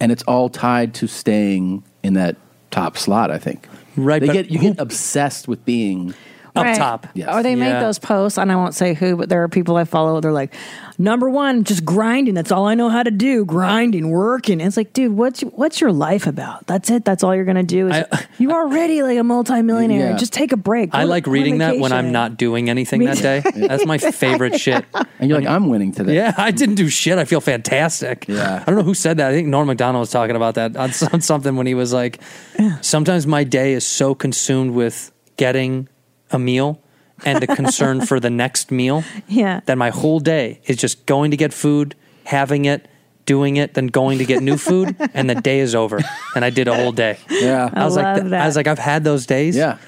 [SPEAKER 1] and it's all tied to staying in that top slot. I think.
[SPEAKER 11] Right,
[SPEAKER 1] They
[SPEAKER 11] but
[SPEAKER 1] get you get obsessed with being
[SPEAKER 2] Right.
[SPEAKER 1] Yes.
[SPEAKER 2] Or they make those posts, and I won't say who, but there are people I follow. They're like, number one, just grinding. That's all I know how to do. Grinding, working. It's like, dude, what's what's your life about? That's it. That's all you're gonna do. Is you're already like a multimillionaire.
[SPEAKER 11] Yeah.
[SPEAKER 2] Just take a break.
[SPEAKER 11] I
[SPEAKER 2] Go-
[SPEAKER 11] like
[SPEAKER 2] go on
[SPEAKER 11] reading that when I'm
[SPEAKER 2] vacation.
[SPEAKER 11] not doing anything
[SPEAKER 2] Me
[SPEAKER 11] that day.
[SPEAKER 2] too.
[SPEAKER 11] That's my favorite shit.
[SPEAKER 1] And you're like, I'm winning today.
[SPEAKER 11] Yeah, I didn't do shit. I feel fantastic. Yeah. I don't know who said that. I think Norm MacDonald was talking about that on, some- something when he was like, sometimes my day is so consumed with getting a meal and the concern for the next meal
[SPEAKER 2] Yeah.
[SPEAKER 11] that my whole day is just going to get food, having it, doing it, then going to get new food, and the day is over. And I did a whole day.
[SPEAKER 1] Yeah.
[SPEAKER 11] I was
[SPEAKER 2] I
[SPEAKER 11] like,
[SPEAKER 2] love that.
[SPEAKER 11] I was like, I've had those days. Yeah.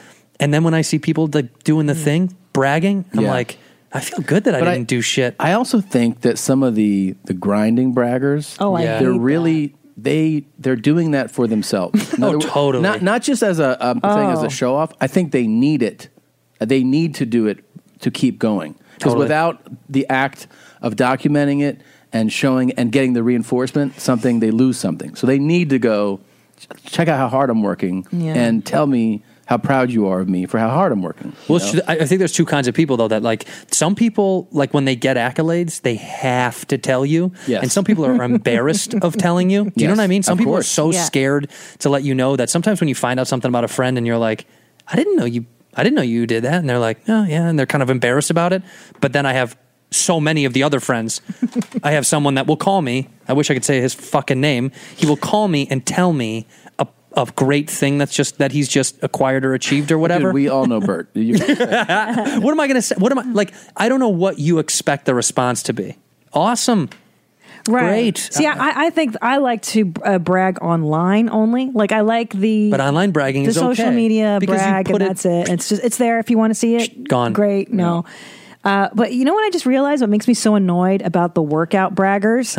[SPEAKER 11] And then when I see people like doing
[SPEAKER 2] Mm.
[SPEAKER 11] the thing, bragging, I'm
[SPEAKER 1] Yeah.
[SPEAKER 11] like, I feel good that I
[SPEAKER 1] But I-
[SPEAKER 11] didn't do shit.
[SPEAKER 1] I also think that some of the the grinding braggers,
[SPEAKER 11] Oh, I Yeah.
[SPEAKER 1] they're
[SPEAKER 11] hate
[SPEAKER 1] really they they're doing that for themselves. oh,
[SPEAKER 11] totally.
[SPEAKER 1] Not not just as a um, thing as
[SPEAKER 11] Oh.
[SPEAKER 1] a show off. I think they need it. They need to do it to keep going because
[SPEAKER 11] Totally.
[SPEAKER 1] without the act of documenting it and showing and getting the reinforcement, something they lose something. So they need to go "Ch- check out how hard I'm working
[SPEAKER 11] Yeah.
[SPEAKER 1] and tell me how proud you are of me for how hard I'm working. you
[SPEAKER 11] Well,
[SPEAKER 1] know?
[SPEAKER 11] it's- I I think there's two kinds of people though. That like some people like when they get accolades, they have to tell you,
[SPEAKER 1] Yes.
[SPEAKER 11] and some people are embarrassed of telling you. Do you know
[SPEAKER 1] Yes,
[SPEAKER 11] what I mean? Some
[SPEAKER 1] of
[SPEAKER 11] people
[SPEAKER 1] course.
[SPEAKER 11] are so
[SPEAKER 1] Yeah.
[SPEAKER 11] scared to let you know that sometimes when you find out something about a friend and you're like, I didn't know you, I didn't know you did that, and they're like, oh yeah, and they're kind of embarrassed about it. But then I have so many of the other friends. I have someone that will call me. I wish I could say his fucking name. He will call me and tell me. A, a great thing that's just that he's just acquired or achieved or whatever.
[SPEAKER 1] Dude, we all know Bert. You-
[SPEAKER 11] what am I going to say? What am I like? I don't know what you expect the response to be. Awesome.
[SPEAKER 2] Right.
[SPEAKER 11] Great.
[SPEAKER 2] See, I, I think I like to uh, brag online only. Like I like the
[SPEAKER 11] But online bragging
[SPEAKER 2] the
[SPEAKER 11] is
[SPEAKER 2] social
[SPEAKER 11] okay.
[SPEAKER 2] media
[SPEAKER 11] Because you
[SPEAKER 2] brag, and
[SPEAKER 11] put it-
[SPEAKER 2] that's it. It's just it's there if you want to see it.
[SPEAKER 11] Gone.
[SPEAKER 2] Great. No. Uh, but you know what? I just realized what makes me so annoyed about the workout braggers.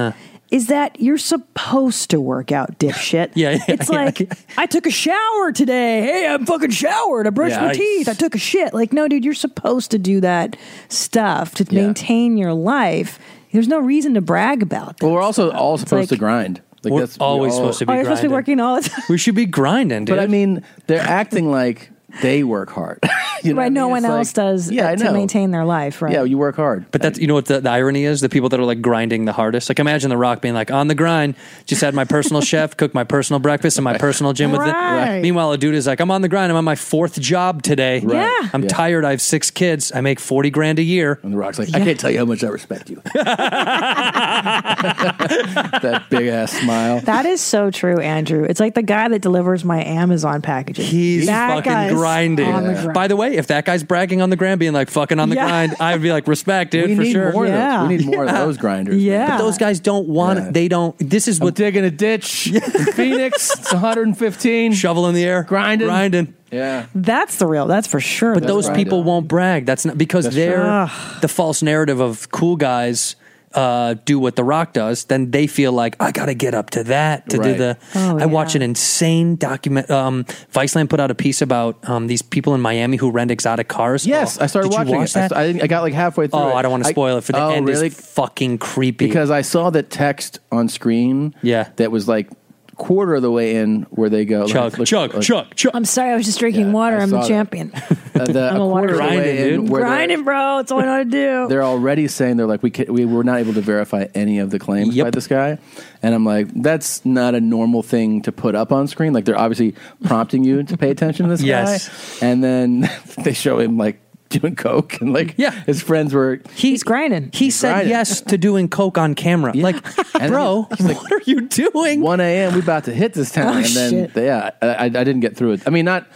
[SPEAKER 2] Is that you're supposed to work out, dipshit?
[SPEAKER 11] Yeah, yeah,
[SPEAKER 2] it's
[SPEAKER 11] yeah.
[SPEAKER 2] like I took a shower today. Hey, I'm fucking showered. I brushed
[SPEAKER 11] Yeah,
[SPEAKER 2] my
[SPEAKER 11] I-
[SPEAKER 2] teeth. I took a shit. Like, no, dude, you're supposed to do that stuff to maintain your life. There's no reason to brag about that.
[SPEAKER 1] Well, we're also all supposed
[SPEAKER 2] like-
[SPEAKER 1] to grind. Like
[SPEAKER 11] We're
[SPEAKER 1] that's
[SPEAKER 11] always supposed to
[SPEAKER 2] Oh, you're supposed to be working all the time.
[SPEAKER 11] We should be grinding, dude.
[SPEAKER 1] But I mean, they're acting like they work hard. You know what I
[SPEAKER 2] right? No
[SPEAKER 1] mean?
[SPEAKER 2] one
[SPEAKER 1] It's like-
[SPEAKER 2] else does
[SPEAKER 1] Yeah, I
[SPEAKER 2] to
[SPEAKER 1] know.
[SPEAKER 2] maintain their life, right?
[SPEAKER 1] Yeah, you work hard.
[SPEAKER 11] But that's you know what the, the irony is the people that are like grinding the hardest. Like imagine The Rock being like on the grind, just had my personal chef cook my personal breakfast and my personal gym with
[SPEAKER 2] Right.
[SPEAKER 11] it. Meanwhile, a dude is like, I'm on the grind. I'm on my fourth job today.
[SPEAKER 1] Right. Yeah.
[SPEAKER 11] I'm
[SPEAKER 1] Yeah.
[SPEAKER 11] tired. I have six kids. I make forty grand a year.
[SPEAKER 1] And The Rock's like, I can't tell you how much I respect you. that big ass smile.
[SPEAKER 2] That is so true, Andrew. It's like the guy that delivers my Amazon packages.
[SPEAKER 11] He's
[SPEAKER 2] that
[SPEAKER 11] fucking
[SPEAKER 2] guy's
[SPEAKER 11] grinding.
[SPEAKER 2] on the grind.
[SPEAKER 11] By the way, if that guy's bragging on the grind, being like fucking on the
[SPEAKER 2] Yeah.
[SPEAKER 11] grind, I'd be like respect, dude,
[SPEAKER 1] we
[SPEAKER 11] for
[SPEAKER 1] need
[SPEAKER 11] sure.
[SPEAKER 1] more of those. We need more of those grinders.
[SPEAKER 11] Yeah. But those guys don't want it. They don't. This is what.
[SPEAKER 1] digging a ditch in Phoenix. It's 115.
[SPEAKER 11] Shovel in the air. Grinding. Grinding.
[SPEAKER 1] Yeah.
[SPEAKER 2] That's the real. That's for sure.
[SPEAKER 11] But those people won't brag. That's not because they're
[SPEAKER 2] right. Ugh.
[SPEAKER 11] the false narrative of cool guys uh, do what The Rock does. Then they feel like I got to get up to that to do
[SPEAKER 1] Right.
[SPEAKER 11] the.
[SPEAKER 1] Oh,
[SPEAKER 11] I watch an insane document. Um, Viceland put out a piece about um, these people in Miami who rent exotic cars. Oh,
[SPEAKER 1] Yes, I started
[SPEAKER 11] Did you
[SPEAKER 1] watching
[SPEAKER 11] watch
[SPEAKER 1] it.
[SPEAKER 11] That?
[SPEAKER 1] I, I, I got like halfway through.
[SPEAKER 11] Oh,
[SPEAKER 1] it.
[SPEAKER 11] I don't want to spoil it for the
[SPEAKER 1] oh,
[SPEAKER 11] end.
[SPEAKER 1] Really?
[SPEAKER 11] Is fucking creepy.
[SPEAKER 1] Because I saw the text on screen. Yeah. That was like quarter of the way in where they go
[SPEAKER 11] Chug,
[SPEAKER 1] like,
[SPEAKER 11] chug, chug, chug.
[SPEAKER 2] I'm sorry, I was just drinking water. I'm
[SPEAKER 1] saw
[SPEAKER 2] the
[SPEAKER 1] that.
[SPEAKER 2] champion.
[SPEAKER 1] Uh, the,
[SPEAKER 2] I'm a
[SPEAKER 1] a
[SPEAKER 2] water
[SPEAKER 1] quarter of the
[SPEAKER 2] guy.
[SPEAKER 1] way in where they're-
[SPEAKER 2] grinding, bro. That's all I know how to do.
[SPEAKER 1] they're already saying they're like we can, we were not able to verify any of the claims by this guy, and I'm like that's not a normal thing to put up on screen. Like they're obviously prompting you to pay attention to this
[SPEAKER 11] Yes.
[SPEAKER 1] guy, and then they show him like doing coke and like yeah. his friends were
[SPEAKER 2] he's grinding.
[SPEAKER 11] He said
[SPEAKER 1] grinding.
[SPEAKER 11] yes to doing coke on camera. Like, bro, what are you doing?
[SPEAKER 1] 1 a.m. We about to hit this town,
[SPEAKER 11] Oh,
[SPEAKER 1] and then
[SPEAKER 11] shit.
[SPEAKER 1] yeah, I, I I didn't get through it. I mean, not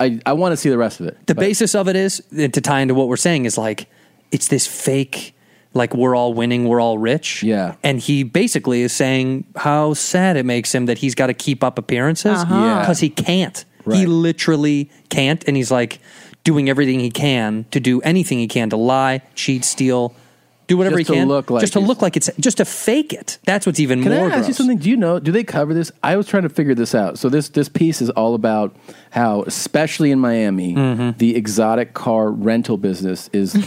[SPEAKER 1] I I want to see the rest of it.
[SPEAKER 11] the
[SPEAKER 1] but-
[SPEAKER 11] basis of it is to tie into what we're saying is like it's this fake like we're all winning we're all rich yeah and he basically is saying how sad it makes him that he's got to keep up appearances
[SPEAKER 1] Uh-huh. Yeah.
[SPEAKER 11] because he can't he literally can't and he's like doing everything he can to do anything he can to lie, cheat, steal, do whatever
[SPEAKER 1] Just
[SPEAKER 11] he
[SPEAKER 1] to
[SPEAKER 11] can,
[SPEAKER 1] look like
[SPEAKER 11] just to
[SPEAKER 1] he's-
[SPEAKER 11] look like it's just to fake it. That's what's even
[SPEAKER 1] Can I
[SPEAKER 11] more
[SPEAKER 1] ask you
[SPEAKER 11] gross.
[SPEAKER 1] something? Do you know? Do they cover this? I was trying to figure this out. So this this piece is all about how, especially in Miami, the exotic car rental business is. is,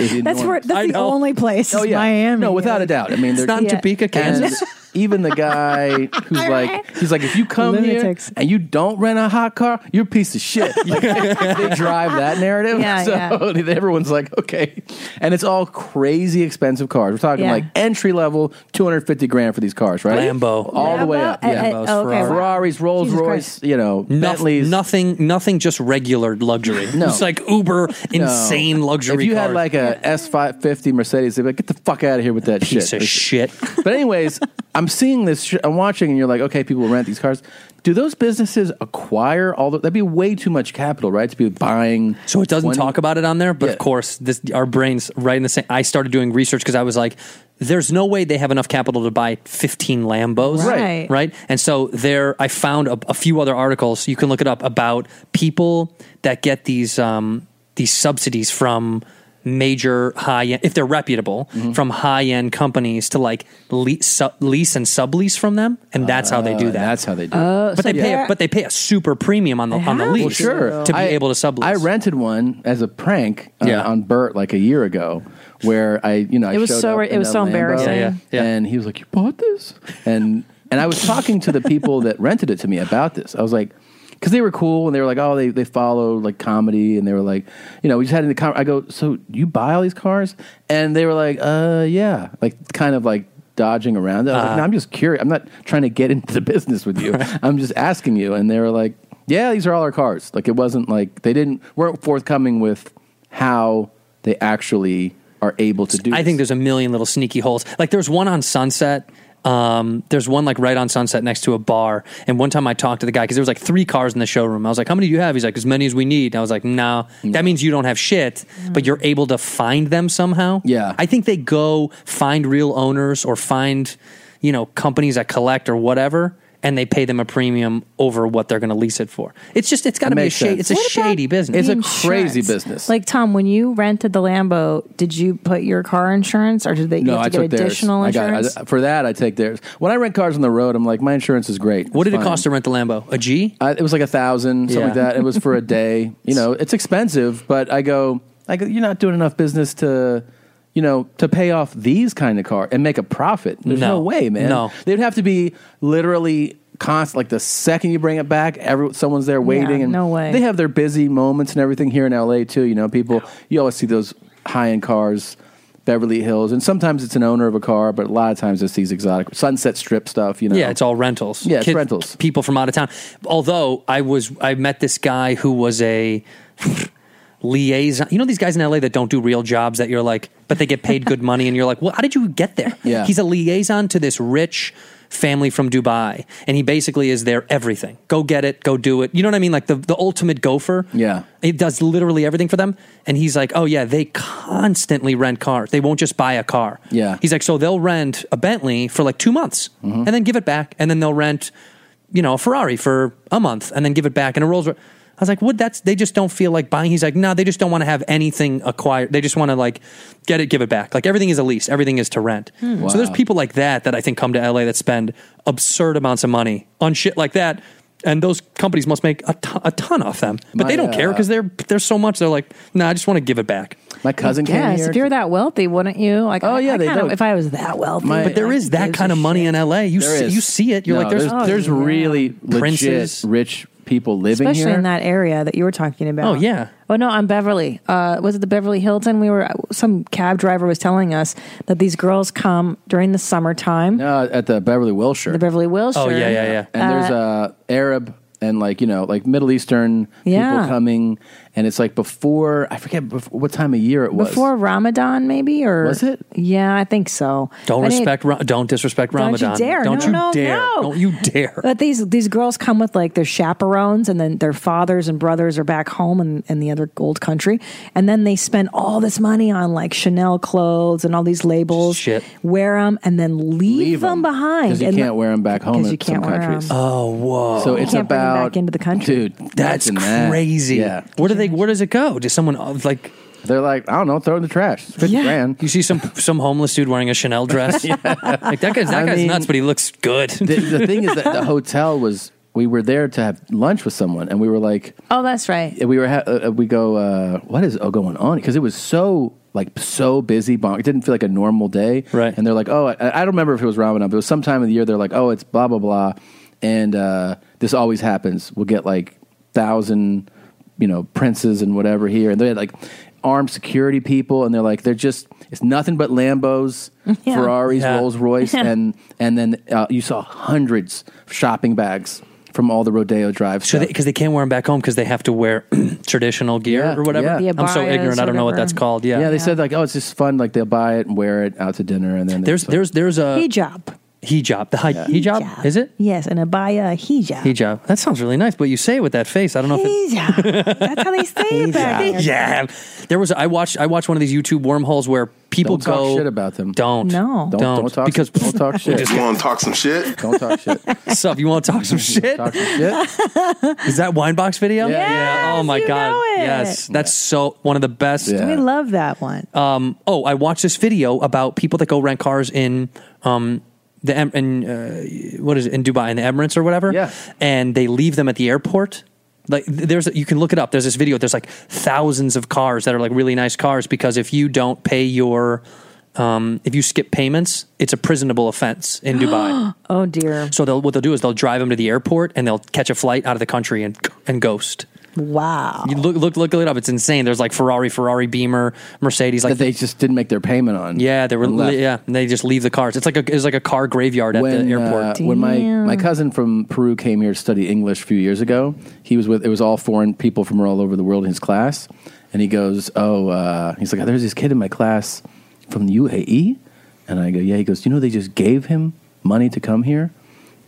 [SPEAKER 1] is
[SPEAKER 2] That's where
[SPEAKER 1] enormous.
[SPEAKER 2] that's the only place.
[SPEAKER 1] Oh
[SPEAKER 2] is
[SPEAKER 1] yeah,
[SPEAKER 2] Miami.
[SPEAKER 1] No, without a doubt. I mean,
[SPEAKER 2] It's
[SPEAKER 1] they're-
[SPEAKER 2] not in Yeah. Topeka,
[SPEAKER 1] and
[SPEAKER 2] Kansas.
[SPEAKER 1] Even the guy who's like, he's like, if you come
[SPEAKER 2] Lunatics.
[SPEAKER 1] here and you don't rent a hot car, you're a piece of shit. Like, they drive that narrative.
[SPEAKER 2] Yeah,
[SPEAKER 1] so everyone's like, okay, and it's all crazy expensive cars. We're talking
[SPEAKER 2] Yeah.
[SPEAKER 1] like entry level, two hundred fifty grand for these cars, right?
[SPEAKER 11] Lambo.
[SPEAKER 1] all the way up.
[SPEAKER 11] Lambo?
[SPEAKER 1] Yeah,
[SPEAKER 11] Uh, uh, Lambos, oh, okay. Ferrari.
[SPEAKER 1] Ferraris, Rolls
[SPEAKER 11] Jesus
[SPEAKER 1] Royce, you know, Bentleys.
[SPEAKER 11] nothing, nothing, just regular luxury.
[SPEAKER 1] No.
[SPEAKER 11] It's like Uber,
[SPEAKER 1] No.
[SPEAKER 11] insane luxury.
[SPEAKER 1] If you
[SPEAKER 11] cars.
[SPEAKER 1] had like a S five fifty Mercedes, they'd be like, "Get the fuck out of here with that
[SPEAKER 11] Piece
[SPEAKER 1] shit."
[SPEAKER 11] of shit.
[SPEAKER 1] But anyways, I'm seeing this. Sh- I'm watching, and you're like, "Okay, people rent these cars." Do those businesses acquire all the? That'd be way too much capital, right? To be buying. So
[SPEAKER 11] it doesn't talk about it on there, but of course, this our brains right in the same. I started doing research because I was like, "There's no way they have enough capital to buy 15 Lambos,
[SPEAKER 2] Right.
[SPEAKER 11] Right? And so there, I found a, a few other articles. You can look it up about people that get these um, these subsidies from major high end, if they're reputable,
[SPEAKER 1] Mm-hmm.
[SPEAKER 11] from high end companies to like le- su- lease and sublease from them, and that's how they do
[SPEAKER 1] Oh,
[SPEAKER 11] that.
[SPEAKER 1] That's how they do.
[SPEAKER 11] Oh,
[SPEAKER 1] so
[SPEAKER 11] but they pay,
[SPEAKER 1] they're-
[SPEAKER 11] a, but they pay a super premium on the on the lease,
[SPEAKER 1] Well, sure.
[SPEAKER 11] to be
[SPEAKER 1] I-
[SPEAKER 11] able to sublease.
[SPEAKER 1] I rented one as a prank uh, on Bert like a year ago, where I, you know, I
[SPEAKER 2] It was
[SPEAKER 1] showed
[SPEAKER 2] so
[SPEAKER 1] up
[SPEAKER 2] re- it
[SPEAKER 1] in
[SPEAKER 2] was
[SPEAKER 1] a
[SPEAKER 2] so
[SPEAKER 1] Lambo,
[SPEAKER 2] embarrassing. Yeah,
[SPEAKER 1] and he was like, "You bought this?" and and I was talking to the people that rented it to me about this. I was like. Because they were cool and they were like, oh, they, they follow like comedy and they were like, you know, we just had in the com- I go, so you buy all these cars? And they were like, uh, yeah, like kind of like dodging around. I was like,
[SPEAKER 11] Uh-huh.
[SPEAKER 1] no, I'm just curious. I'm not trying to get into the business with you. I'm just asking you. And they were like, yeah, these are all our cars. Like it wasn't like they didn't weren't forthcoming with how they actually are able to do.
[SPEAKER 11] I think there's a million little sneaky holes. Like there's one on Sunset. Um, there's one like right on Sunset next to a bar. And one time I talked to the guy because there was like three cars in the showroom. I was like, "How many do you have?" He's like, "As many as we need." And I was like, "No, that means you don't have shit,
[SPEAKER 1] Mm-hmm.
[SPEAKER 11] but you're able to find them somehow." Yeah, I think they go find real owners or find you know companies that collect or whatever. And they pay them a premium over what they're going to lease it for. It's just it's got to be a
[SPEAKER 1] makes
[SPEAKER 11] shady. It's
[SPEAKER 1] sense.
[SPEAKER 11] a
[SPEAKER 1] What about
[SPEAKER 11] shady
[SPEAKER 1] It's
[SPEAKER 11] business.
[SPEAKER 1] a crazy business.
[SPEAKER 2] Like Tom, when you rented the Lambo, did you put your car insurance, or did they you
[SPEAKER 1] no,
[SPEAKER 2] have
[SPEAKER 1] I
[SPEAKER 2] to
[SPEAKER 1] took
[SPEAKER 2] get additional
[SPEAKER 1] theirs. I
[SPEAKER 2] insurance?
[SPEAKER 1] got, I, for that, I take theirs. When I rent cars on the road, I'm like, my insurance is great.
[SPEAKER 11] What did it cost to rent the Lambo? A G?
[SPEAKER 1] Uh, it was like a thousand, something like
[SPEAKER 11] Yeah.
[SPEAKER 1] that. It was for a day. You know, it's expensive, but I go, I go, you're not doing enough business to, you know, to pay off these kind of car and make a profit. There's no,
[SPEAKER 11] No.
[SPEAKER 1] way, man.
[SPEAKER 11] No.
[SPEAKER 1] they'd have to be literally constant. Like the second you bring it back, every someone's there waiting.
[SPEAKER 2] Yeah,
[SPEAKER 1] and
[SPEAKER 2] no way.
[SPEAKER 1] They have their busy moments and everything here in LA too. You know, people. You always see those high end cars. Beverly Hills, and sometimes it's an owner of a car, but a lot of times it's these exotic Sunset Strip stuff. You know,
[SPEAKER 11] Yeah, it's all rentals.
[SPEAKER 1] Yeah, it's rentals.
[SPEAKER 11] People from out of town. Although I was, I met this guy who was a liaison. You know these guys in LA that don't do real jobs that you're like, but they get paid good money, and you're like, well, how did you get there?
[SPEAKER 1] Yeah.
[SPEAKER 11] he's a liaison to this rich family from Dubai, and he basically is their everything. Go get it, go do it. You know what I mean? Like the the ultimate gopher.
[SPEAKER 1] Yeah.
[SPEAKER 11] He does literally everything for them. And he's like, oh, yeah, they constantly rent cars. They won't just buy a car.
[SPEAKER 1] Yeah.
[SPEAKER 11] He's like, so they'll rent a Bentley for like two months and then give it back. And then they'll rent, you know, a Ferrari for a month and then give it back and a Rolls Royce. I was like, what? That's, they just don't feel like buying. He's like, no, they just don't want to have anything acquired. They just want to like get it, give it back. Like everything is a lease, everything is to rent.
[SPEAKER 1] Hmm.
[SPEAKER 11] So there's
[SPEAKER 1] Wow.
[SPEAKER 11] people like that that I think come to LA that spend absurd amounts of money on shit like that. And those companies must make a ton, a ton off them, but
[SPEAKER 1] My,
[SPEAKER 11] they don't
[SPEAKER 1] uh,
[SPEAKER 11] care because they're there's so much. They're like, nah, I just want to give it back.
[SPEAKER 1] My cousin
[SPEAKER 2] Yes, if you're that wealthy, wouldn't you? Like, oh yeah,
[SPEAKER 11] they don't.
[SPEAKER 2] If I was that wealthy,
[SPEAKER 11] but there is that kind of money in LA. You
[SPEAKER 1] There
[SPEAKER 11] see,
[SPEAKER 1] is.
[SPEAKER 11] you see it. You're
[SPEAKER 1] No,
[SPEAKER 11] like, there's Oh,
[SPEAKER 1] there's, there's really legit
[SPEAKER 11] Princes.
[SPEAKER 1] rich people living
[SPEAKER 2] especially
[SPEAKER 1] here.
[SPEAKER 2] in that area that you were talking about.
[SPEAKER 1] Oh, yeah.
[SPEAKER 2] Oh no, on Beverly. Uh, was it the Beverly Hilton? We were some cab driver was telling us that these girls come during the summertime.
[SPEAKER 1] No, at the Beverly Wilshire.
[SPEAKER 2] The Beverly Wilshire.
[SPEAKER 1] Oh, And there's uh, Arab and like you know like Middle Eastern
[SPEAKER 2] Yeah.
[SPEAKER 1] people coming, and it's like before I forget before, what time of year it was.
[SPEAKER 2] before Ramadan, maybe or
[SPEAKER 1] Was it?
[SPEAKER 2] Yeah, I think so.
[SPEAKER 11] don't
[SPEAKER 2] I think-
[SPEAKER 11] respect, Ra- don't disrespect
[SPEAKER 2] Don't you
[SPEAKER 11] Ramadan.
[SPEAKER 2] dare.
[SPEAKER 11] Don't
[SPEAKER 2] No,
[SPEAKER 11] you
[SPEAKER 2] no,
[SPEAKER 11] dare!
[SPEAKER 2] no.
[SPEAKER 11] Don't you dare!
[SPEAKER 2] But these these girls come with like their chaperones, and then their fathers and brothers are back home in, in the other old country, and then they spend all this money on like Chanel clothes and all these labels,
[SPEAKER 1] Shit.
[SPEAKER 2] wear them, and then leave, them, behind.
[SPEAKER 1] because you
[SPEAKER 2] and
[SPEAKER 1] can't wear them back home in
[SPEAKER 2] because you
[SPEAKER 1] some
[SPEAKER 2] can't wear
[SPEAKER 1] countries.
[SPEAKER 2] 'em.
[SPEAKER 11] Oh, whoa!
[SPEAKER 1] So
[SPEAKER 2] You
[SPEAKER 1] it's
[SPEAKER 2] can't bring 'em
[SPEAKER 1] about
[SPEAKER 2] back into the country.
[SPEAKER 1] dude. That's
[SPEAKER 11] crazy.
[SPEAKER 1] Yeah,
[SPEAKER 11] What do they they? Where does it go? Does someone uh, like?
[SPEAKER 1] They're like, I don't know, throw it in the trash. Fifty grand.
[SPEAKER 11] You see some some homeless dude wearing a Chanel dress. Like that guy's that
[SPEAKER 1] I
[SPEAKER 11] guy's
[SPEAKER 1] mean,
[SPEAKER 11] nuts, but he looks good.
[SPEAKER 1] the, the thing is that the hotel was we were there to have lunch with someone, and we were like,
[SPEAKER 2] Oh, that's right.
[SPEAKER 1] we were ha- uh, uh, we go, uh, what is uh, going on? Because it was so like so busy, bonk. It didn't feel like a normal day, right? And they're like, oh, I, I don't remember if it was Ramadan, but it was sometime in the year. They're like, oh, it's blah blah blah, and uh, this always happens. We'll get like thousand, you know, princes and whatever here, and they had like armed security people, and they're like, they're just it's nothing but Lambos,
[SPEAKER 2] Yeah.
[SPEAKER 1] Ferraris,
[SPEAKER 2] Yeah.
[SPEAKER 1] Rolls Royce,
[SPEAKER 2] Yeah.
[SPEAKER 1] and and then uh, you saw hundreds of shopping bags from all the rodeo drives.
[SPEAKER 11] So because they, can't wear them back home because they have to wear traditional gear or whatever. I'm so ignorant. I don't know what that's called. Yeah,
[SPEAKER 1] yeah. They said like, oh, it's just fun. Like they'll buy it and wear it out to dinner, and then
[SPEAKER 11] There's there's there's a
[SPEAKER 2] Hijab.
[SPEAKER 11] hijab. The hi- hijab, is it?
[SPEAKER 2] Yes, and abaya hijab.
[SPEAKER 11] Hijab. That sounds really nice, but you say it with that face. I don't know if it,
[SPEAKER 2] That's how they say it back there.
[SPEAKER 11] yeah. There was I watched I watched one of these YouTube wormholes where people
[SPEAKER 1] Don't talk
[SPEAKER 11] go
[SPEAKER 1] shit about them.
[SPEAKER 11] Don't
[SPEAKER 2] No.
[SPEAKER 1] Don't-
[SPEAKER 11] don't,
[SPEAKER 1] don't talk-
[SPEAKER 11] because
[SPEAKER 1] don't talk shit. You wanna
[SPEAKER 11] talk some shit.
[SPEAKER 1] Don't talk shit.
[SPEAKER 11] Sup? You want to talk some shit?
[SPEAKER 1] Talk some shit.
[SPEAKER 11] Is that wine box video? Yeah. Oh my god. Yes. That's so one of the best.
[SPEAKER 2] We love that one.
[SPEAKER 1] Uh,
[SPEAKER 11] um, oh, I watched this video about people that go rent cars in um, the Em- in uh, what is it in Dubai in the Emirates or whatever, yeah, and they leave them at the airport. Like th- there's you can look it up. There's this video. There's like thousands of cars that are like really nice cars because if you don't pay your um, if you skip payments, it's a prisonable offense in Dubai.
[SPEAKER 2] oh dear.
[SPEAKER 11] So they'll, what they'll do is they'll drive them to the airport and they'll catch a flight out of the country and and ghost.
[SPEAKER 2] Wow.
[SPEAKER 11] You look look look it up. It's insane. There's like Ferrari, Ferrari, Beamer, Mercedes. Like
[SPEAKER 1] That they just didn't make their payment on.
[SPEAKER 11] Yeah, they were.
[SPEAKER 1] and left.
[SPEAKER 11] Yeah, and they just leave the cars. It's like a it's like a car graveyard at
[SPEAKER 1] when,
[SPEAKER 11] the airport.
[SPEAKER 1] uh, when my, my cousin from Peru came here to study English a few years ago, he was with it was all foreign people from all over the world in his class, and he goes, "Oh, uh, he's like, there's this kid in my class from the UAE," and I go, "Yeah." He goes, "You know, they just gave him money to come here,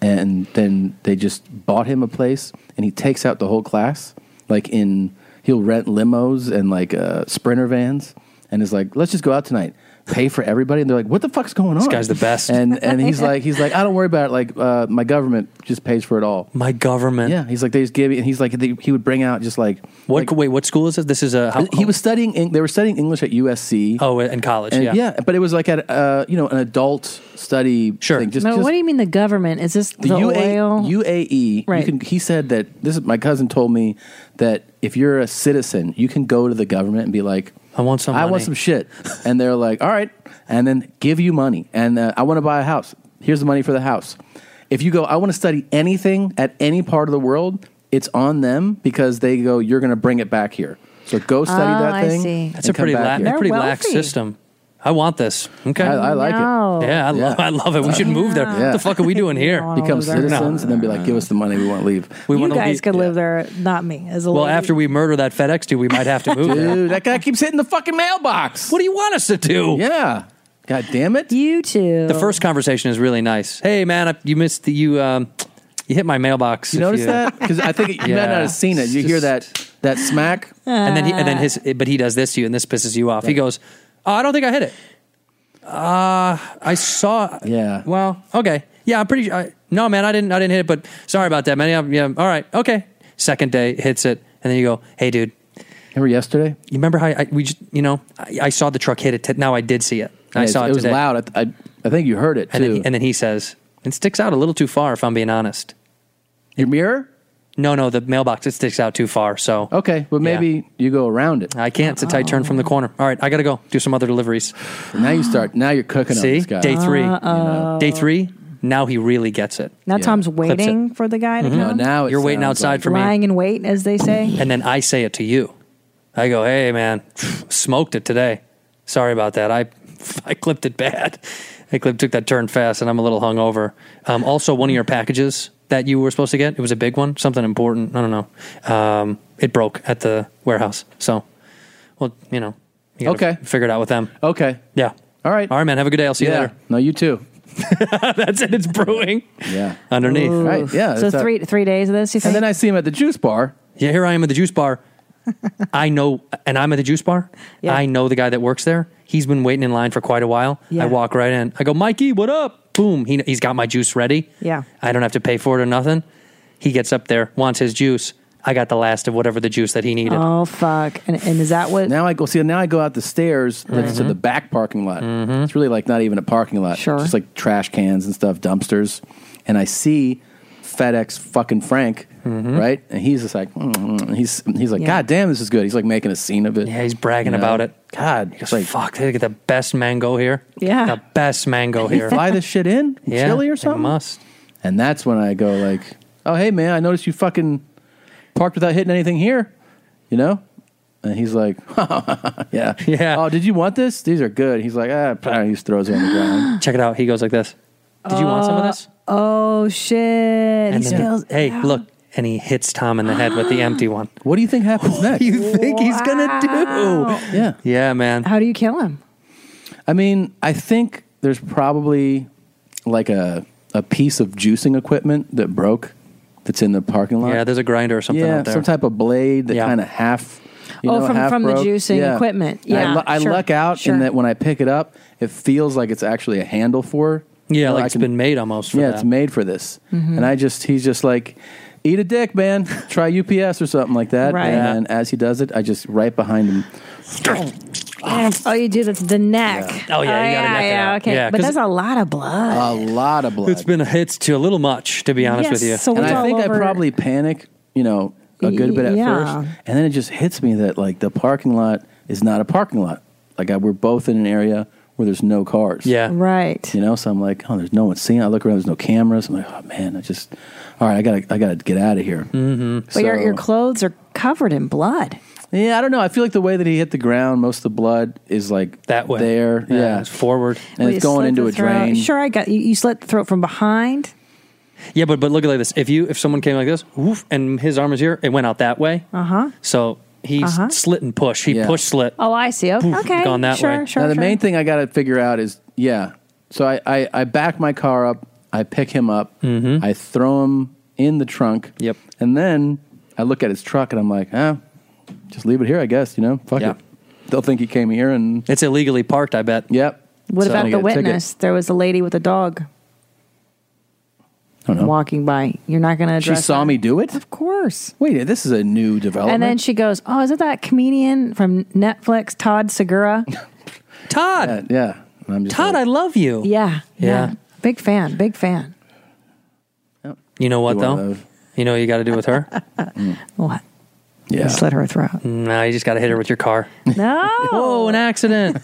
[SPEAKER 1] and then they just bought him a place, and he takes out the whole class, like in he'll rent limos and like uh, sprinter vans, and is like, let's just go out tonight." Pay for everybody, and they're like, "What the fuck's going on?"
[SPEAKER 11] This guy's the best.
[SPEAKER 1] and and he's like, he's like, I don't worry about it. Like, uh, my government just pays for it all.
[SPEAKER 11] My government.
[SPEAKER 1] Yeah, he's like, they just give you. And he's like, they, he would bring out just like
[SPEAKER 11] what? wait, what school is this? This is a. How,
[SPEAKER 1] he was studying. Eng- They were studying English at USC.
[SPEAKER 11] Oh, in college.
[SPEAKER 1] And
[SPEAKER 11] yeah.
[SPEAKER 1] but it was like at uh, you know an adult study thing. Just,
[SPEAKER 2] Now,
[SPEAKER 1] just
[SPEAKER 2] what do you mean the government? Is this the,
[SPEAKER 1] the E, UA
[SPEAKER 2] oil?
[SPEAKER 1] UAE.
[SPEAKER 2] Right.
[SPEAKER 1] You can, he said that this is my cousin told me that if you're a citizen, you can go to the government and be like,
[SPEAKER 11] I want some.
[SPEAKER 1] I want
[SPEAKER 11] money."
[SPEAKER 1] some shit, and they're like, all right, and then give you money, and uh, I want to buy a house. Here's the money for the house. If you go, I want to study anything at any part of the world. It's on them because they go, you're going to bring it back here. So go study
[SPEAKER 2] Oh,
[SPEAKER 1] that
[SPEAKER 2] I
[SPEAKER 1] thing.
[SPEAKER 2] see.
[SPEAKER 11] That's a
[SPEAKER 1] and come
[SPEAKER 11] pretty
[SPEAKER 1] back
[SPEAKER 11] la-
[SPEAKER 1] here.
[SPEAKER 11] a pretty lax system. I want this. Okay,
[SPEAKER 1] I- I like it.
[SPEAKER 2] Oh.
[SPEAKER 1] No.
[SPEAKER 11] Yeah, I love.
[SPEAKER 1] Yeah.
[SPEAKER 11] I love it. We should move there. What the fuck are we doing here?
[SPEAKER 1] Become citizens and then be like, give us the money. We want to leave.
[SPEAKER 11] We
[SPEAKER 2] you
[SPEAKER 11] want to
[SPEAKER 2] guys
[SPEAKER 11] leave.
[SPEAKER 2] could live there, not me. As a
[SPEAKER 11] Well,
[SPEAKER 2] lady.
[SPEAKER 11] after we murder that FedEx dude, we might have to move. there.
[SPEAKER 1] Dude, that guy keeps hitting the fucking mailbox.
[SPEAKER 11] What do you want us to do?
[SPEAKER 1] Yeah. God damn it.
[SPEAKER 2] You too.
[SPEAKER 11] The first conversation is really nice. Hey man, I, you missed the you um you hit my mailbox.
[SPEAKER 1] You
[SPEAKER 11] if
[SPEAKER 1] notice that? Because I think it- you
[SPEAKER 11] Yeah.
[SPEAKER 1] might not have seen it. You hear that that smack.
[SPEAKER 11] and then he, and then his but he does this to you and this pisses you off. He goes, oh, "I don't think I hit it." Uh I saw
[SPEAKER 1] Yeah.
[SPEAKER 11] Well, okay. Yeah, I'm pretty sure I, No, man, I didn't I didn't hit it, but sorry about that, man. Yeah, yeah, all right. Okay. Second day hits it and then you go, "Hey dude,
[SPEAKER 1] remember yesterday?
[SPEAKER 11] You remember how I, we just, you know, I, I saw the truck hit it. T- now I did see it.
[SPEAKER 1] Yeah,
[SPEAKER 11] I saw it
[SPEAKER 1] It was
[SPEAKER 11] today.
[SPEAKER 1] loud. I, th- I, I think you heard it too.
[SPEAKER 11] And then, he, and then he says, "It sticks out a little too far." If I'm being honest,
[SPEAKER 1] your mirror?
[SPEAKER 11] No, no, the mailbox. It sticks out too far. So
[SPEAKER 1] okay, but maybe you go around it.
[SPEAKER 11] I can't. It's a tight turn from the corner. All right, I gotta go do some other deliveries.
[SPEAKER 1] Now you start. Now you're cooking on
[SPEAKER 11] See,
[SPEAKER 1] this guy.
[SPEAKER 11] day 3
[SPEAKER 2] Uh-oh.
[SPEAKER 11] day three. Now he really gets it.
[SPEAKER 2] now Tom's
[SPEAKER 11] Clips it.
[SPEAKER 2] waiting for the guy to
[SPEAKER 11] Mhm.
[SPEAKER 2] come.
[SPEAKER 11] you're waiting outside for me,
[SPEAKER 2] lying in wait, as they say.
[SPEAKER 11] and then I say it to you. I go, "Hey, man, smoked it today. Sorry about that. I I clipped it bad. I clipped, took that turn fast, and I'm a little hungover. Um, also, one of your packages that you were supposed to get, it was a big one, something important. I don't know. Um, it broke at the warehouse, so well, you know, you gotta
[SPEAKER 1] Okay.
[SPEAKER 11] figure it out with them.
[SPEAKER 1] Okay,
[SPEAKER 11] yeah.
[SPEAKER 1] All right,
[SPEAKER 11] all right, man. Have a good day. I'll see
[SPEAKER 1] Yeah.
[SPEAKER 11] you later.
[SPEAKER 1] No, you too.
[SPEAKER 11] That's it. It's brewing
[SPEAKER 1] Yeah.
[SPEAKER 11] underneath.
[SPEAKER 2] Oof.
[SPEAKER 1] Right, yeah,
[SPEAKER 2] So
[SPEAKER 1] it's a-
[SPEAKER 2] three three days of this. You think?
[SPEAKER 1] And then I see him at the juice bar.
[SPEAKER 11] Yeah, here I am at the juice bar. I know, and I'm at the juice bar.
[SPEAKER 2] Yeah.
[SPEAKER 11] I know the guy that works there. He's been waiting in line for quite a while.
[SPEAKER 2] Yeah.
[SPEAKER 11] I walk right in. I go, Mikey, what up? Boom. He, he's got my juice ready.
[SPEAKER 2] yeah.
[SPEAKER 11] I don't have to pay for it or nothing. He gets up there, wants his juice. I got the last of whatever the juice that he needed.
[SPEAKER 2] Oh fuck! And, and is that what?
[SPEAKER 1] Now I go see. Now I go out the stairs that's to
[SPEAKER 11] Mhm.
[SPEAKER 1] the back parking lot.
[SPEAKER 11] Mm-hmm.
[SPEAKER 1] It's really like not even a parking lot. Sure, just like trash cans and stuff, dumpsters. And I see FedEx fucking Frank, right? And he's just like, mm mm. he's he's like,
[SPEAKER 11] Mm-hmm. Yeah.
[SPEAKER 1] God damn, this is good. He's like making a scene of it.
[SPEAKER 11] Yeah, he's bragging about it.
[SPEAKER 1] God,
[SPEAKER 11] He goes, fuck, they get the best mango here. Yeah. The best mango
[SPEAKER 1] They
[SPEAKER 11] here.
[SPEAKER 1] fly this shit in?
[SPEAKER 11] Yeah,
[SPEAKER 1] Chile or
[SPEAKER 11] they
[SPEAKER 1] something?
[SPEAKER 11] must.
[SPEAKER 1] And that's when I go like, "Oh hey man, I noticed you fucking parked without hitting anything here." You know? And he's like, "Yeah, yeah." Oh, did you want this? These are good. He's like, "Ah, probably." he just throws it on the ground.
[SPEAKER 11] Check it out. He goes like this. Did you want some of
[SPEAKER 2] Uh,
[SPEAKER 11] this?
[SPEAKER 2] Oh shit!
[SPEAKER 11] And
[SPEAKER 2] he
[SPEAKER 11] then-
[SPEAKER 2] spills.
[SPEAKER 11] hey, look. And he hits Tom in the head with the empty one.
[SPEAKER 1] What do you think happens next?
[SPEAKER 11] you think he's gonna do?
[SPEAKER 1] Yeah.
[SPEAKER 11] Yeah, man.
[SPEAKER 2] How do you kill him?
[SPEAKER 1] I mean, I think there's probably like a a piece of juicing equipment that broke that's in the parking lot.
[SPEAKER 11] Yeah, there's a grinder or something
[SPEAKER 1] yeah,
[SPEAKER 11] out there.
[SPEAKER 1] some type of blade that kind of half. You
[SPEAKER 2] Oh,
[SPEAKER 1] know,
[SPEAKER 2] from-
[SPEAKER 1] half
[SPEAKER 2] from the
[SPEAKER 1] broke.
[SPEAKER 2] juicing equipment.
[SPEAKER 1] And I
[SPEAKER 2] Yeah,
[SPEAKER 1] lu- I,
[SPEAKER 2] sure,
[SPEAKER 1] luck out
[SPEAKER 2] sure.
[SPEAKER 1] in that when I pick it up, it feels like it's actually a handle for.
[SPEAKER 11] Yeah,
[SPEAKER 1] you know,
[SPEAKER 11] like
[SPEAKER 1] I
[SPEAKER 11] it's been made almost. For
[SPEAKER 1] yeah,
[SPEAKER 11] that.
[SPEAKER 1] it's made for this.
[SPEAKER 11] Mhm.
[SPEAKER 2] Mm-hmm.
[SPEAKER 1] And I just, he's just like, eat a dick, man. Try UPS or something like that.
[SPEAKER 2] Right. Yeah.
[SPEAKER 1] And as he does it, I just right behind him.
[SPEAKER 2] Oh, you do that's the neck.
[SPEAKER 11] Oh, yeah, you gotta
[SPEAKER 2] yeah,
[SPEAKER 11] neck it
[SPEAKER 2] yeah,
[SPEAKER 11] out.
[SPEAKER 2] okay.
[SPEAKER 11] Yeah,
[SPEAKER 2] but
[SPEAKER 11] 'cause- Uh,
[SPEAKER 2] that's a lot of blood.
[SPEAKER 1] A lot of blood.
[SPEAKER 11] It's been a hit to a little much, to be honest with you.
[SPEAKER 1] and I think I probably panic, you know, a good bit at
[SPEAKER 2] Yeah.
[SPEAKER 1] first, and then it just hits me that like the parking lot is not a parking lot. Like I, we're both in an area where there's no cars.
[SPEAKER 11] Yeah,
[SPEAKER 2] right.
[SPEAKER 1] You know, so I'm like, oh, there's no one seeing. I look around, there's no cameras. I'm like, oh man, I just, all right, I gotta, I gotta get out of here. Mm-hmm.
[SPEAKER 2] But your, your clothes are covered in blood.
[SPEAKER 1] yeah, I don't know. I feel like the way that he hit the ground, most of the blood is like that way there. Yeah,
[SPEAKER 11] it's forward,
[SPEAKER 1] and
[SPEAKER 2] Well, you
[SPEAKER 1] it's going
[SPEAKER 2] slit
[SPEAKER 1] into
[SPEAKER 2] the
[SPEAKER 1] a
[SPEAKER 2] throat.
[SPEAKER 1] drain.
[SPEAKER 2] Sure, I got you. You slit the throat from behind.
[SPEAKER 11] Yeah, but but look at it like this. If you if someone came like this, woof, and his arm is here, it went out that way.
[SPEAKER 2] Uh huh.
[SPEAKER 11] So he s-
[SPEAKER 2] Uh-huh.
[SPEAKER 11] slit and push. He
[SPEAKER 1] Uh-huh. Yeah.
[SPEAKER 11] push slit.
[SPEAKER 2] Oh, I see. Okay,
[SPEAKER 11] Poof,
[SPEAKER 2] okay.
[SPEAKER 11] gone that
[SPEAKER 2] sure,
[SPEAKER 11] way.
[SPEAKER 2] Sure,
[SPEAKER 1] now the
[SPEAKER 2] sure.
[SPEAKER 1] main thing I got to figure out is yeah. So I, I I back my car up. I pick him up. I throw him in the trunk. Mm-hmm. Yep. And then I look at his truck and I'm like, ah, just leave it here, I guess. You know, fuck
[SPEAKER 11] Yeah.
[SPEAKER 1] it. They'll think he came here and
[SPEAKER 11] it's illegally parked. I bet.
[SPEAKER 1] Yep.
[SPEAKER 2] What
[SPEAKER 1] So-
[SPEAKER 2] about
[SPEAKER 1] Gonna
[SPEAKER 2] the
[SPEAKER 1] get a ticket.
[SPEAKER 2] witness? There was a lady with a dog
[SPEAKER 1] I don't know.
[SPEAKER 2] walking by. You're not going to
[SPEAKER 1] Oh. She
[SPEAKER 2] address.
[SPEAKER 1] saw
[SPEAKER 2] her?
[SPEAKER 1] me do it. Of
[SPEAKER 2] course.
[SPEAKER 1] Wait, this is a new development.
[SPEAKER 2] And then she goes, "Oh, is it that comedian from Netflix, Todd Segura?
[SPEAKER 11] Todd.
[SPEAKER 1] Yeah. yeah. And I'm just
[SPEAKER 11] Todd, I love you.
[SPEAKER 2] yeah,
[SPEAKER 11] Yeah.
[SPEAKER 2] big fan, big fan.
[SPEAKER 11] You know what
[SPEAKER 2] You want
[SPEAKER 11] though? You know what you got to do with her.
[SPEAKER 2] What?
[SPEAKER 1] Yeah. Mm.
[SPEAKER 2] slit her throat.
[SPEAKER 11] No, you just got to hit her with your car.
[SPEAKER 2] No.
[SPEAKER 11] oh, an accident.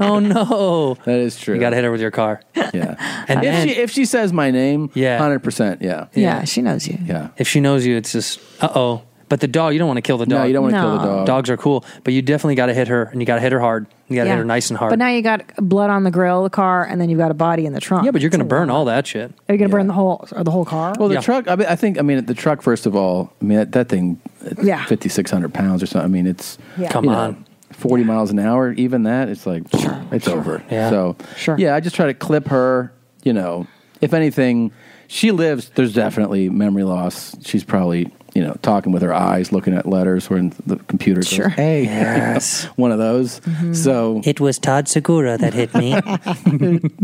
[SPEAKER 11] Oh no.
[SPEAKER 1] That is true.
[SPEAKER 11] You got to hit her with your car.
[SPEAKER 1] Yeah.
[SPEAKER 11] And
[SPEAKER 1] And if
[SPEAKER 11] then-
[SPEAKER 1] she if she says my name, yeah, hundred percent, yeah,
[SPEAKER 2] Yeah, she knows you.
[SPEAKER 1] Yeah.
[SPEAKER 11] If she knows you, it's just uh oh. But the dog, you don't want to kill the
[SPEAKER 1] No,
[SPEAKER 11] dog.
[SPEAKER 1] you don't wanna kill the No. dog.
[SPEAKER 11] Dogs are cool, but you definitely got to hit her, and you got to hit her hard. You got to
[SPEAKER 2] Yeah.
[SPEAKER 11] hit her nice and hard.
[SPEAKER 2] But now you got blood on the grill of the car, and then you've got a body in the trunk.
[SPEAKER 11] yeah, but you're going to burn all that shit.
[SPEAKER 2] Are you going to burn the whole or the whole car?
[SPEAKER 1] Well, the truck. I, mean, I think. I mean, the truck. First of all, I mean that, that thing.
[SPEAKER 2] Yeah.
[SPEAKER 1] Fifty six hundred pounds or something. I mean, it's
[SPEAKER 2] Yeah. Come
[SPEAKER 1] you
[SPEAKER 11] on.
[SPEAKER 1] Forty miles an hour. Even that, it's like it's over.
[SPEAKER 11] Yeah.
[SPEAKER 1] So
[SPEAKER 11] Sure.
[SPEAKER 1] Yeah, I just try to clip her. You know, if anything, she lives. There's definitely memory loss. She's probably you know talking with her eyes, looking at letters or in the computer. goes,
[SPEAKER 11] Sure.
[SPEAKER 1] Hey,
[SPEAKER 11] Yes.
[SPEAKER 1] one of those. So
[SPEAKER 11] it was Todd Segura that hit me.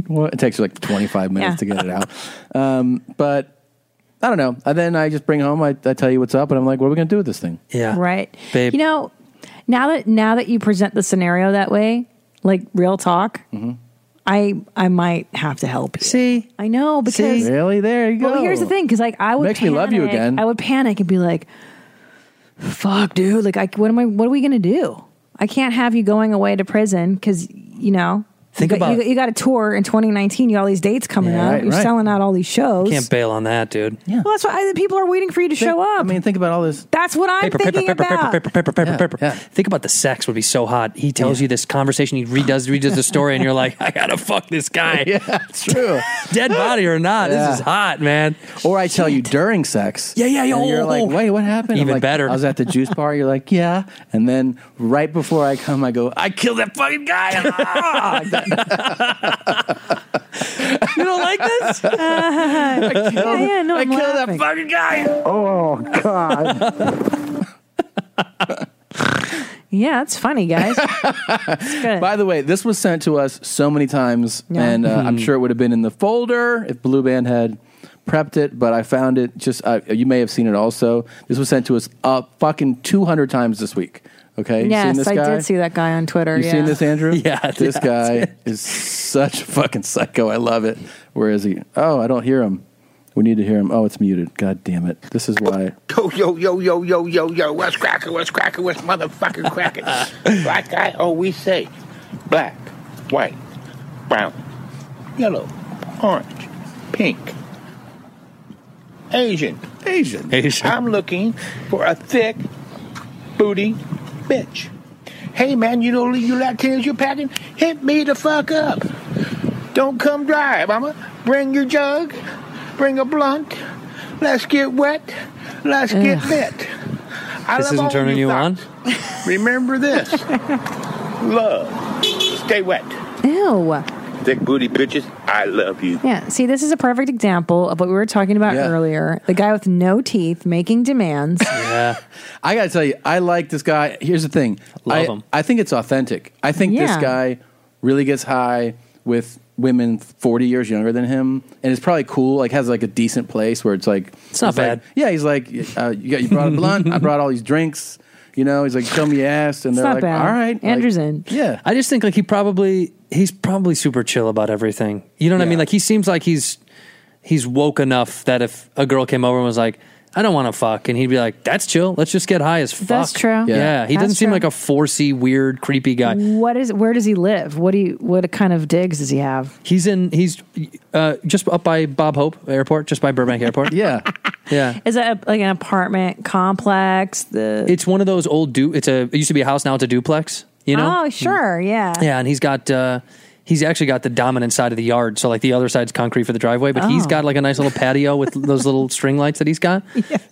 [SPEAKER 1] What? It takes you like 25 minutes
[SPEAKER 11] Yeah.
[SPEAKER 1] to get it out. Um, but I don't know. And then I just bring home, I, I tell you what's up, and I'm like, what are we going to do with this thing?
[SPEAKER 11] Yeah.
[SPEAKER 2] right,
[SPEAKER 1] Babe.
[SPEAKER 2] You know, now that now that you present the scenario that way, like real talk, I I might have to help you.
[SPEAKER 11] Mm-hmm. See,
[SPEAKER 2] I know because
[SPEAKER 1] Really? There you go.
[SPEAKER 2] Well, here's the thing, because like I would
[SPEAKER 1] Makes me love you
[SPEAKER 2] panic.
[SPEAKER 1] again.
[SPEAKER 2] I would panic and be like, "Fuck, dude! Like, I, what am I? What are we gonna do? I can't have you going away to prison because you know."
[SPEAKER 11] Think
[SPEAKER 2] you got,
[SPEAKER 11] about-
[SPEAKER 2] you, you got a tour in 2019. You got all these dates coming
[SPEAKER 11] Yeah,
[SPEAKER 2] up.
[SPEAKER 11] right,
[SPEAKER 2] You're
[SPEAKER 11] right.
[SPEAKER 2] selling out all these shows.
[SPEAKER 11] Can't bail on that, dude.
[SPEAKER 2] Well, that's why I, people are waiting for you to show up. I mean,
[SPEAKER 1] think about all this.
[SPEAKER 2] That's what I'm
[SPEAKER 11] Paper, paper,
[SPEAKER 2] thinking
[SPEAKER 11] paper, paper,
[SPEAKER 2] about.
[SPEAKER 11] paper, paper, paper, paper. Think about the sex would be so hot. He tells you this conversation, he redoes redoes the story, and you're like, I gotta fuck this guy.
[SPEAKER 1] Yeah, it's true.
[SPEAKER 11] Dead body or not,
[SPEAKER 1] Yeah.
[SPEAKER 11] this is hot, man.
[SPEAKER 1] Or I tell you during sex.
[SPEAKER 11] Yeah, yeah, yeah.
[SPEAKER 1] And you're
[SPEAKER 11] Oh,
[SPEAKER 1] like,
[SPEAKER 11] oh.
[SPEAKER 1] wait, what happened? I'm
[SPEAKER 11] Even
[SPEAKER 1] like,
[SPEAKER 11] better.
[SPEAKER 1] I was at the juice bar. You're like, yeah. And then right before I come, I go, I killed that fucking guy. Ah!
[SPEAKER 11] You don't like this?
[SPEAKER 2] I
[SPEAKER 1] killed,
[SPEAKER 2] yeah, no,
[SPEAKER 1] I
[SPEAKER 2] I'm
[SPEAKER 1] killed
[SPEAKER 2] laughing.
[SPEAKER 1] that fucking guy. Oh, God.
[SPEAKER 2] Yeah, it's funny, guys.
[SPEAKER 1] By the way, this was sent to us so many times,
[SPEAKER 2] Yeah.
[SPEAKER 1] and uh, I'm sure it would have been in the folder if Blue Band had prepped it, but I found it just, uh, you may have seen it also. This was sent to us uh, fucking 200 times this week. Okay. You seen
[SPEAKER 2] yes,
[SPEAKER 1] this
[SPEAKER 2] I
[SPEAKER 1] guy?
[SPEAKER 2] did see that guy on Twitter.
[SPEAKER 1] You
[SPEAKER 2] yeah.
[SPEAKER 1] seen this, Andrew?
[SPEAKER 11] Yeah,
[SPEAKER 1] This
[SPEAKER 11] yeah.
[SPEAKER 1] guy is such a fucking psycho. I love it. Where is he? Oh, I don't hear him. We need to hear him. Oh, it's muted. God damn it. This is why.
[SPEAKER 12] Yo, yo, yo, yo, yo, yo, yo. What's cracking? What's cracking? What's motherfucking cracking? like I always say, black, white, brown, yellow, orange, pink, Asian. Asian. Asian. I'm looking for a thick booty bitch. Hey, man, you know you Latinos you're packing? Hit me the fuck up. Don't come dry, mama. Bring your jug. Bring a blunt. Let's get wet. Let's get
[SPEAKER 11] Ugh.
[SPEAKER 12] bit. I
[SPEAKER 11] this
[SPEAKER 12] love
[SPEAKER 11] isn't
[SPEAKER 12] all
[SPEAKER 11] turning you on.
[SPEAKER 12] you. Remember this. love. Stay wet.
[SPEAKER 2] Ew.
[SPEAKER 12] Thick booty bitches, I love you.
[SPEAKER 2] Yeah. See, this is a perfect example of what we were talking about
[SPEAKER 1] Yeah.
[SPEAKER 2] earlier. The guy with no teeth making demands.
[SPEAKER 1] yeah. I got to tell you, I like this guy. Here's the thing.
[SPEAKER 11] Love
[SPEAKER 1] I,
[SPEAKER 11] him.
[SPEAKER 1] I think it's authentic. I think
[SPEAKER 2] Yeah.
[SPEAKER 1] this guy really gets high with women 40 years younger than him and it's probably cool like has like a decent place where it's like
[SPEAKER 11] It's not
[SPEAKER 1] he's like-
[SPEAKER 11] bad.
[SPEAKER 1] yeah he's like uh, you, got, you brought a blunt i brought all these drinks you know he's like show me your ass and
[SPEAKER 2] It's
[SPEAKER 1] they're
[SPEAKER 2] not
[SPEAKER 1] like
[SPEAKER 2] bad.
[SPEAKER 1] all right
[SPEAKER 2] Andrew's in.
[SPEAKER 1] Yeah.
[SPEAKER 11] I just think like he probably he's probably super chill about everything. You know what I mean? Like he seems like he's he's woke enough that if a girl came over and was like, I don't want to fuck, and he'd be like, That's chill. Let's just get high as fuck.
[SPEAKER 2] That's true.
[SPEAKER 11] Yeah.
[SPEAKER 2] Yeah.
[SPEAKER 11] He
[SPEAKER 2] That's
[SPEAKER 11] doesn't seem
[SPEAKER 2] true. Mm.
[SPEAKER 11] like a forcey, weird, creepy guy.
[SPEAKER 2] What is? Where does he live? What do you? What kind of digs does he have?
[SPEAKER 11] He's in he's uh, just up by Bob Hope Airport, just by Burbank Airport.
[SPEAKER 1] yeah.
[SPEAKER 11] Yeah.
[SPEAKER 2] Is that a, like an apartment complex? The
[SPEAKER 11] It's one of those old du it's a it used to be a house, now it's a duplex. You know?
[SPEAKER 2] Oh, sure. Yeah.
[SPEAKER 11] Yeah, and he's got uh he's actually got the dominant side of the yard. So like the other side's concrete for the driveway, but he's
[SPEAKER 2] Oh.
[SPEAKER 11] got like a nice little patio with those little string lights that he's got.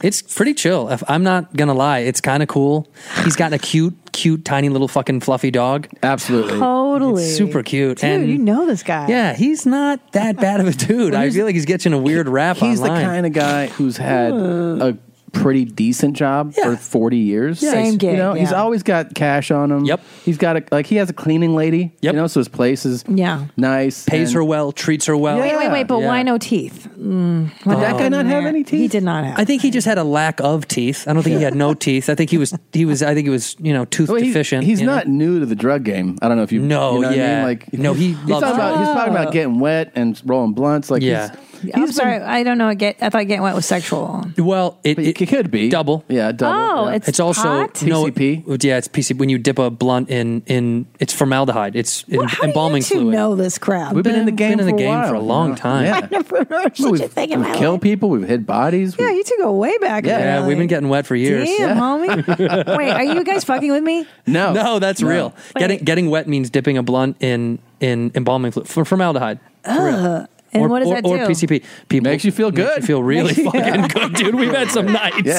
[SPEAKER 11] It's pretty chill. If I'm not gonna lie, it's kind of cool. He's got a cute, cute, tiny little fucking fluffy dog.
[SPEAKER 1] Absolutely,
[SPEAKER 2] Totally.
[SPEAKER 11] super cute.
[SPEAKER 2] Dude,
[SPEAKER 11] and
[SPEAKER 2] you know this guy.
[SPEAKER 11] yeah, he's not that bad of a dude. I feel like he's getting a weird rap
[SPEAKER 1] he's
[SPEAKER 11] online.
[SPEAKER 1] the kind of guy who's had a pretty decent job for 40 years
[SPEAKER 11] Yeah, Same
[SPEAKER 1] He's-
[SPEAKER 11] gig,
[SPEAKER 1] you know he's
[SPEAKER 11] yeah.
[SPEAKER 1] always got cash on him yep he's got a like he has a cleaning lady yep. you know so his place is
[SPEAKER 2] Yeah.
[SPEAKER 1] nice
[SPEAKER 11] Pays her well treats her well
[SPEAKER 2] Wait, wait, wait. But why no teeth? Mm, why
[SPEAKER 11] Did that
[SPEAKER 2] not
[SPEAKER 11] guy
[SPEAKER 2] in
[SPEAKER 11] not have
[SPEAKER 2] there?
[SPEAKER 11] any
[SPEAKER 2] He did not have.
[SPEAKER 11] I think he just had a lack of teeth. I don't think he had no teeth. I think he was he was I think he was you know tooth
[SPEAKER 1] Well, he-
[SPEAKER 11] deficient.
[SPEAKER 1] he's
[SPEAKER 11] you know?
[SPEAKER 1] not new to the drug game. I don't know if you
[SPEAKER 11] No,
[SPEAKER 1] you know what I mean?
[SPEAKER 11] yeah.
[SPEAKER 1] like
[SPEAKER 11] No, he
[SPEAKER 1] he's
[SPEAKER 11] loves
[SPEAKER 1] talking about he's
[SPEAKER 11] it.
[SPEAKER 1] talking about getting wet and rolling blunts. Like
[SPEAKER 11] Yeah.
[SPEAKER 1] he's,
[SPEAKER 2] I'm sorry. I don't know. I Get. I thought getting wet was sexual.
[SPEAKER 11] Well, it, it,
[SPEAKER 1] could be
[SPEAKER 11] double.
[SPEAKER 1] Yeah,
[SPEAKER 2] double, Oh, yeah. it's
[SPEAKER 11] also
[SPEAKER 2] pot?
[SPEAKER 11] no PCP. Yeah, it's PCP. When you dip a blunt in in it's formaldehyde. It's in, embalming
[SPEAKER 2] You
[SPEAKER 11] fluid.
[SPEAKER 2] know this crap.
[SPEAKER 11] We've been in the game for a while, you
[SPEAKER 1] know?
[SPEAKER 11] long time.
[SPEAKER 1] Yeah.
[SPEAKER 2] never heard such a thing in my
[SPEAKER 1] We've killed people. We've hit bodies.
[SPEAKER 2] Yeah, you two go way back.
[SPEAKER 1] Yeah. Yeah,
[SPEAKER 11] we've been getting wet for years.
[SPEAKER 2] Damn, homie. Wait, are you guys fucking with me?
[SPEAKER 1] No,
[SPEAKER 11] no, that's
[SPEAKER 1] No.
[SPEAKER 11] real.
[SPEAKER 2] Wait.
[SPEAKER 11] Getting getting wet means dipping a blunt in in embalming fluid for formaldehyde.
[SPEAKER 2] Ugh. Uh, And
[SPEAKER 11] or,
[SPEAKER 2] what does
[SPEAKER 11] or,
[SPEAKER 2] that
[SPEAKER 11] or
[SPEAKER 2] do?
[SPEAKER 11] PCP. People makes you feel
[SPEAKER 1] good.
[SPEAKER 11] feel really
[SPEAKER 1] Yeah.
[SPEAKER 11] fucking good, dude. We've had some nights.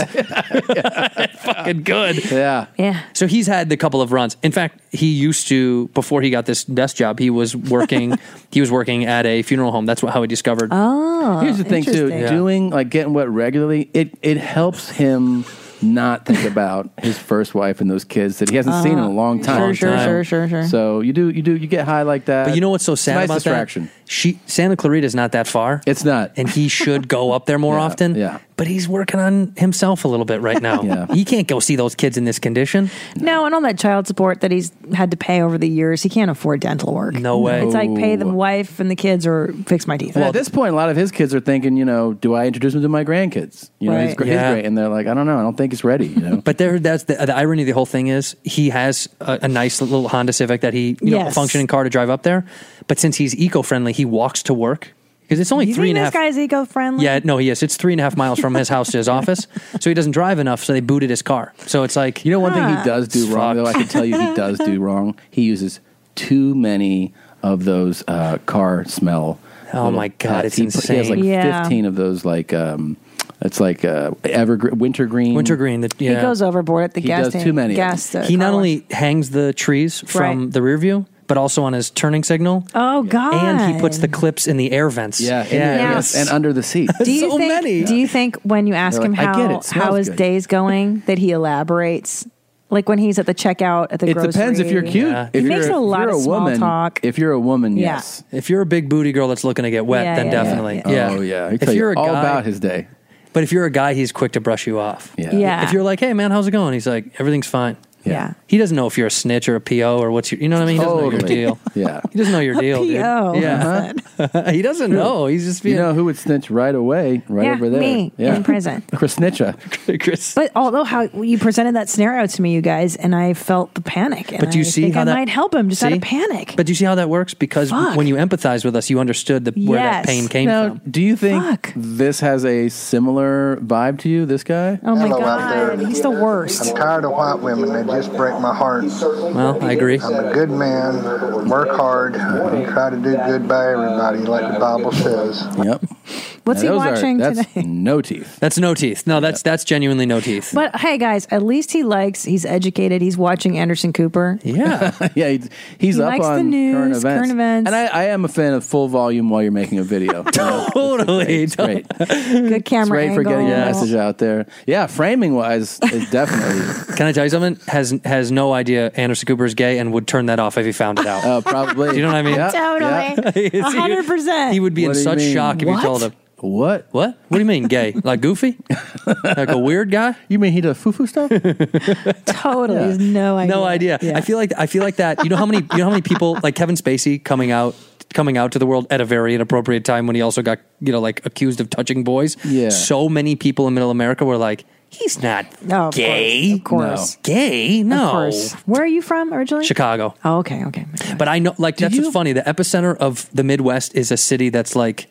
[SPEAKER 11] fucking good.
[SPEAKER 1] Yeah.
[SPEAKER 2] Yeah.
[SPEAKER 11] So he's had the couple of runs. In fact, he used to before he got this desk job, he was working he was working at a funeral home. That's what, how he discovered.
[SPEAKER 2] Oh,
[SPEAKER 1] Here's the thing, too.
[SPEAKER 11] interesting. Yeah.
[SPEAKER 1] Doing like getting wet regularly, it it helps him not think about his first wife and those kids that he hasn't seen in a
[SPEAKER 11] Uh-huh.
[SPEAKER 1] long time.
[SPEAKER 11] Sure, Long sure, time. sure, sure, sure.
[SPEAKER 1] So you do you do you get high like that.
[SPEAKER 11] But you know what's so
[SPEAKER 1] It's a
[SPEAKER 11] sad
[SPEAKER 1] nice
[SPEAKER 11] about
[SPEAKER 1] distraction.
[SPEAKER 11] that? She Santa Clarita's not that far.
[SPEAKER 1] It's not.
[SPEAKER 11] And he should go up there more
[SPEAKER 1] Yeah,
[SPEAKER 11] often.
[SPEAKER 1] yeah.
[SPEAKER 11] But he's working on himself a little bit right now.
[SPEAKER 1] Yeah.
[SPEAKER 11] He can't go see those kids in this condition.
[SPEAKER 2] No, and all that child support that he's had to pay over the years, he can't afford dental work.
[SPEAKER 11] No way.
[SPEAKER 2] It's like pay the wife and the kids or fix my teeth.
[SPEAKER 1] And at this point, a lot of his kids are thinking, you know, do I introduce him to my grandkids? You know, he's,
[SPEAKER 11] Right.
[SPEAKER 1] gr- he's
[SPEAKER 11] Yeah.
[SPEAKER 1] great, and they're like, I don't know, I don't think he's ready. You know,
[SPEAKER 11] But there, that's the, the irony of the whole thing is he has a, a nice little Honda Civic that he, you know, a
[SPEAKER 2] Yes.
[SPEAKER 11] functioning car to drive up there. But since he's eco friendly, he walks to work because it's only
[SPEAKER 2] you
[SPEAKER 11] three
[SPEAKER 2] think
[SPEAKER 11] and a
[SPEAKER 2] this
[SPEAKER 11] half.
[SPEAKER 2] guy's eco friendly?
[SPEAKER 11] yeah, no, he is. It's three and a half miles from his house to his office, so he doesn't drive enough. So they booted his car. So it's like Ah, you
[SPEAKER 1] know, one thing he does do wrong, though, I can tell you, he does do wrong. He uses too many of those uh, car smell.
[SPEAKER 11] Oh
[SPEAKER 1] little
[SPEAKER 11] my God,
[SPEAKER 1] hats.
[SPEAKER 11] it's
[SPEAKER 1] he, He has like
[SPEAKER 11] insane. Yeah.
[SPEAKER 1] fifteen of those, like um, it's like uh, evergreen, wintergreen,
[SPEAKER 11] wintergreen. That
[SPEAKER 2] He goes overboard at the
[SPEAKER 1] He
[SPEAKER 2] gas
[SPEAKER 1] does
[SPEAKER 2] station.
[SPEAKER 1] too many of
[SPEAKER 2] Gas
[SPEAKER 1] them.
[SPEAKER 2] uh,
[SPEAKER 11] he not
[SPEAKER 2] car
[SPEAKER 11] only hangs the trees from
[SPEAKER 2] Right.
[SPEAKER 11] the rear view, but also on his turning signal.
[SPEAKER 2] Oh God!
[SPEAKER 11] And he puts the clips in the air vents.
[SPEAKER 1] Yeah, in the air vents and under the seat.
[SPEAKER 2] Do you think? Do you think when you ask
[SPEAKER 1] They're
[SPEAKER 2] him
[SPEAKER 1] like, "I
[SPEAKER 2] how
[SPEAKER 1] get it, smells
[SPEAKER 2] how his
[SPEAKER 1] good."
[SPEAKER 2] day's going that he elaborates? Like when he's at the checkout at the
[SPEAKER 1] it
[SPEAKER 2] grocery.
[SPEAKER 1] depends if you're cute.
[SPEAKER 2] He
[SPEAKER 1] If
[SPEAKER 2] makes
[SPEAKER 1] you're,
[SPEAKER 2] a lot
[SPEAKER 1] if you're
[SPEAKER 2] of
[SPEAKER 1] a
[SPEAKER 2] small
[SPEAKER 1] woman,
[SPEAKER 2] talk.
[SPEAKER 1] If you're a woman,
[SPEAKER 2] Yeah.
[SPEAKER 1] yes.
[SPEAKER 11] If you're a big booty girl that's looking to get wet,
[SPEAKER 2] Yeah,
[SPEAKER 11] then
[SPEAKER 2] yeah,
[SPEAKER 11] definitely.
[SPEAKER 1] yeah,
[SPEAKER 11] Yeah.
[SPEAKER 1] yeah. Oh, yeah. He can tell you all about his day.
[SPEAKER 11] But if you're a guy, he's quick to brush you off.
[SPEAKER 1] Yeah.
[SPEAKER 2] Yeah.
[SPEAKER 11] If you're like, hey, man, how's it going? He's like, everything's fine.
[SPEAKER 2] Yeah. Yeah.
[SPEAKER 11] He doesn't know if you're a snitch or a PO or what's your, you know what I mean? He doesn't know
[SPEAKER 1] Totally.
[SPEAKER 11] your deal.
[SPEAKER 1] Yeah.
[SPEAKER 11] He doesn't know your deal. dude.
[SPEAKER 2] PO.
[SPEAKER 11] Yeah. he doesn't know. He's just being.
[SPEAKER 1] You know who would snitch right away, right
[SPEAKER 2] Yeah,
[SPEAKER 1] over there?
[SPEAKER 2] me, in prison.
[SPEAKER 1] Chris Snitcha.
[SPEAKER 11] Chris.
[SPEAKER 2] But although how you presented that scenario to me, you guys, and I felt the panic. And
[SPEAKER 11] But do you
[SPEAKER 2] I
[SPEAKER 11] see
[SPEAKER 2] think
[SPEAKER 11] how
[SPEAKER 2] I
[SPEAKER 11] that-
[SPEAKER 2] might help him just out
[SPEAKER 11] See?
[SPEAKER 2] of panic.
[SPEAKER 11] But do you see how that works? Because
[SPEAKER 2] Fuck.
[SPEAKER 11] when you empathize with us, you understood the, where that
[SPEAKER 2] Yes.
[SPEAKER 11] pain came
[SPEAKER 1] now,
[SPEAKER 11] from.
[SPEAKER 1] do you think this has a similar vibe to you, this guy?
[SPEAKER 2] Oh my
[SPEAKER 13] Hello out
[SPEAKER 2] god,
[SPEAKER 13] there.
[SPEAKER 2] he's the worst.
[SPEAKER 13] I'm tired of white women. They just break my heart.
[SPEAKER 11] Well, I agree.
[SPEAKER 13] I'm a good man. Work hard. and Try to do good by everybody, like the Bible says.
[SPEAKER 1] Yep.
[SPEAKER 2] What's he watching today?
[SPEAKER 1] no teeth.
[SPEAKER 11] That's no teeth. No, that's that's genuinely no teeth.
[SPEAKER 2] But hey, guys, at least he likes. He's educated. He's watching Anderson Cooper.
[SPEAKER 11] Yeah.
[SPEAKER 1] yeah, he's, he's
[SPEAKER 2] He
[SPEAKER 1] up
[SPEAKER 2] likes the
[SPEAKER 1] on
[SPEAKER 2] news,
[SPEAKER 1] current events.
[SPEAKER 2] current events.
[SPEAKER 1] And I, I am a fan of full volume while you're making a video.
[SPEAKER 11] totally.
[SPEAKER 1] It's great.
[SPEAKER 2] Good
[SPEAKER 1] It's
[SPEAKER 2] camera
[SPEAKER 1] great
[SPEAKER 2] angle.
[SPEAKER 1] for getting the message out there. Yeah, framing wise is definitely.
[SPEAKER 11] Can I tell you something? Has has no idea Anderson Cooper is gay and would turn that off if he found it out.
[SPEAKER 1] Oh, probably.
[SPEAKER 11] Do you know what I mean?
[SPEAKER 2] Totally.
[SPEAKER 11] He-
[SPEAKER 2] A hundred percent.
[SPEAKER 11] He would be
[SPEAKER 1] What
[SPEAKER 11] in
[SPEAKER 1] do you
[SPEAKER 11] such
[SPEAKER 1] mean?
[SPEAKER 11] shock if you
[SPEAKER 1] What?
[SPEAKER 11] told him.
[SPEAKER 1] What?
[SPEAKER 11] What? What do you mean gay? Like goofy? like a weird guy?
[SPEAKER 1] You mean he does foo foo stuff?
[SPEAKER 2] Totally. He's No idea.
[SPEAKER 11] No idea. I feel like I feel like that. You know how many you know how many people like Kevin Spacey coming out coming out to the world at a very inappropriate time when he also got you know like accused of touching boys.
[SPEAKER 1] Yeah.
[SPEAKER 11] So many people in Middle America were like, he's not
[SPEAKER 2] No, of course,
[SPEAKER 11] gay.
[SPEAKER 2] of course.
[SPEAKER 11] No. gay.
[SPEAKER 2] Of
[SPEAKER 11] No,
[SPEAKER 2] course. Where are you from originally?
[SPEAKER 11] Chicago.
[SPEAKER 2] Oh, okay, okay.
[SPEAKER 11] But I know, like, that's what's funny. The epicenter of the Midwest is a city that's like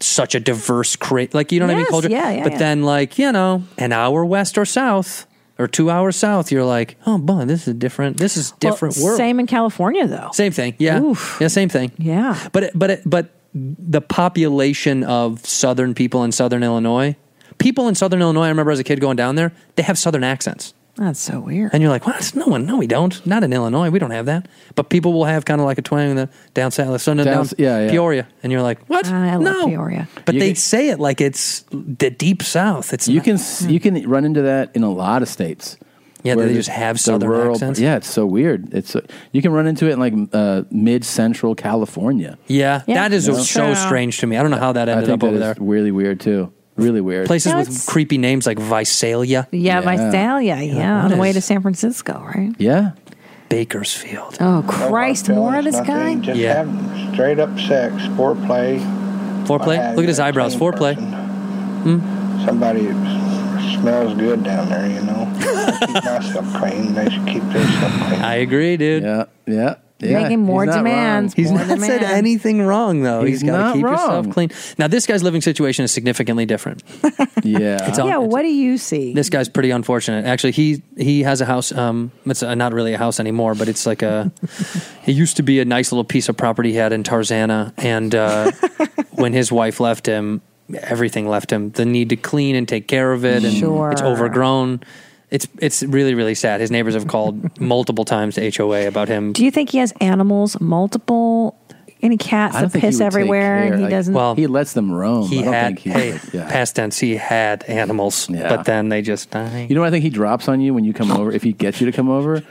[SPEAKER 11] such a diverse, cra- like, you know what I mean?
[SPEAKER 2] Yes,
[SPEAKER 11] Culture.
[SPEAKER 2] yeah, yeah,
[SPEAKER 11] but
[SPEAKER 2] yeah.
[SPEAKER 11] then, like, you know, an hour west or south or two hours south, you're like, oh, boy, this is different. This is
[SPEAKER 2] Well,
[SPEAKER 11] different world.
[SPEAKER 2] Same in California though.
[SPEAKER 11] Same thing. Yeah. Yeah. Same thing.
[SPEAKER 2] Yeah.
[SPEAKER 11] But it, but it, but the population of Southern people in Southern Illinois, people in Southern Illinois, I remember as a kid going down there, they have Southern accents.
[SPEAKER 2] That's so weird.
[SPEAKER 11] And you're like, what? No one, no, we don't. Not in Illinois, we don't have that. But people will have kind of like a twang in the down south, so down,
[SPEAKER 1] Down- yeah, yeah.
[SPEAKER 11] Peoria, and you're like, what?
[SPEAKER 2] I love
[SPEAKER 11] no,
[SPEAKER 2] Peoria.
[SPEAKER 11] But they say it like it's the deep south. It's
[SPEAKER 1] you can s you can run into that in a lot of states.
[SPEAKER 11] Yeah,
[SPEAKER 1] where
[SPEAKER 11] they
[SPEAKER 1] the-
[SPEAKER 11] just have
[SPEAKER 1] the
[SPEAKER 11] southern accents.
[SPEAKER 1] Yeah, it's so weird. It's so, you can run into it in like uh, mid central California.
[SPEAKER 11] yeah,
[SPEAKER 1] Yeah.
[SPEAKER 11] that is
[SPEAKER 1] You know?
[SPEAKER 11] so
[SPEAKER 1] Yeah.
[SPEAKER 11] strange to me. I don't know how that
[SPEAKER 1] I
[SPEAKER 11] ended
[SPEAKER 1] think
[SPEAKER 11] up
[SPEAKER 1] that
[SPEAKER 11] over
[SPEAKER 1] is
[SPEAKER 11] there.
[SPEAKER 1] Really weird too. Really weird.
[SPEAKER 11] Places
[SPEAKER 2] Yeah,
[SPEAKER 11] with
[SPEAKER 2] it's-
[SPEAKER 11] creepy names like Visalia.
[SPEAKER 2] Yeah, Visalia. Yeah, on the
[SPEAKER 11] what
[SPEAKER 2] way
[SPEAKER 11] is-
[SPEAKER 2] to San Francisco, right?
[SPEAKER 1] Yeah.
[SPEAKER 11] Bakersfield.
[SPEAKER 2] Oh Christ, more of this guy.
[SPEAKER 13] Nothing. Just
[SPEAKER 11] Yeah.
[SPEAKER 13] have straight up sex, foreplay.
[SPEAKER 11] Foreplay. Look at his eyebrows. Foreplay. Hmm?
[SPEAKER 13] Somebody smells good down there, you know. I keep myself clean. They should keep their stuff clean.
[SPEAKER 11] I agree, dude.
[SPEAKER 1] Yeah, yeah.
[SPEAKER 2] Making more demands.
[SPEAKER 11] He's
[SPEAKER 2] more
[SPEAKER 11] not said
[SPEAKER 2] demands.
[SPEAKER 11] anything wrong though.
[SPEAKER 1] He's
[SPEAKER 11] He's got
[SPEAKER 1] not
[SPEAKER 11] to keep yourself
[SPEAKER 1] wrong.
[SPEAKER 11] clean. Now this guy's living situation is significantly different.
[SPEAKER 1] yeah.
[SPEAKER 11] It's all-
[SPEAKER 2] yeah, what do you see?
[SPEAKER 11] This guy's pretty unfortunate. Actually, he he has a house. Um, it's uh not really a house anymore, but it's like a. it used to be a nice little piece of property he had in Tarzana, and uh, when his wife left him, everything left him. The need to clean and take care of it, and
[SPEAKER 2] Sure.
[SPEAKER 11] it's overgrown. It's it's really really sad. His neighbors have called multiple times to HOA about him.
[SPEAKER 2] Do you think he has animals, multiple, any cats that piss
[SPEAKER 11] would
[SPEAKER 2] everywhere,
[SPEAKER 11] take care.
[SPEAKER 2] and he
[SPEAKER 11] Like,
[SPEAKER 2] doesn't?
[SPEAKER 11] Well, he
[SPEAKER 1] lets them roam.
[SPEAKER 11] He
[SPEAKER 1] I don't
[SPEAKER 11] had
[SPEAKER 1] think he
[SPEAKER 11] hey,
[SPEAKER 1] would, yeah.
[SPEAKER 11] past tense. He had animals, but then they just died.
[SPEAKER 1] You know what I think he drops on you when you come over? If he gets you to come over,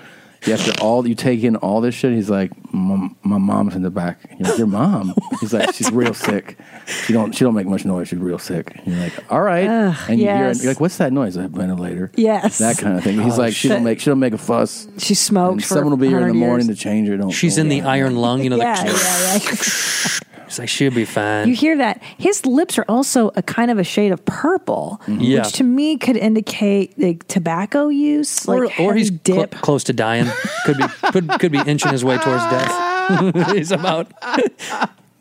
[SPEAKER 1] you after all you take in all this shit, he's like, "My, my mom's in the back." And you're like, "Your mom?" He's like, "She's real sick. She don't she don't make much noise. She's real sick." And you're like, "All right."
[SPEAKER 2] Ugh,
[SPEAKER 1] and you hear it,
[SPEAKER 2] yes.
[SPEAKER 1] you're like, "What's that noise?" A ventilator.
[SPEAKER 2] Yes.
[SPEAKER 1] That kind of thing. He's
[SPEAKER 11] Oh,
[SPEAKER 1] like, "She
[SPEAKER 11] shit.
[SPEAKER 1] don't make she don't make a fuss."
[SPEAKER 2] She smoked.
[SPEAKER 1] And
[SPEAKER 2] for
[SPEAKER 1] someone will be here in the
[SPEAKER 2] 100 years.
[SPEAKER 1] morning to change her. Don't.
[SPEAKER 11] She's in the iron lung, you know.
[SPEAKER 2] Yeah,
[SPEAKER 11] the,
[SPEAKER 2] yeah,
[SPEAKER 11] It's like she'll be fine.
[SPEAKER 2] You hear that? His lips are also a kind of a shade of purple,
[SPEAKER 11] Mhm. Yeah.
[SPEAKER 2] which to me could indicate like tobacco use, like
[SPEAKER 11] or, or he's
[SPEAKER 2] heavy
[SPEAKER 11] clo-
[SPEAKER 2] dip.
[SPEAKER 11] close to dying. Could be could, could be inching his way towards death. he's about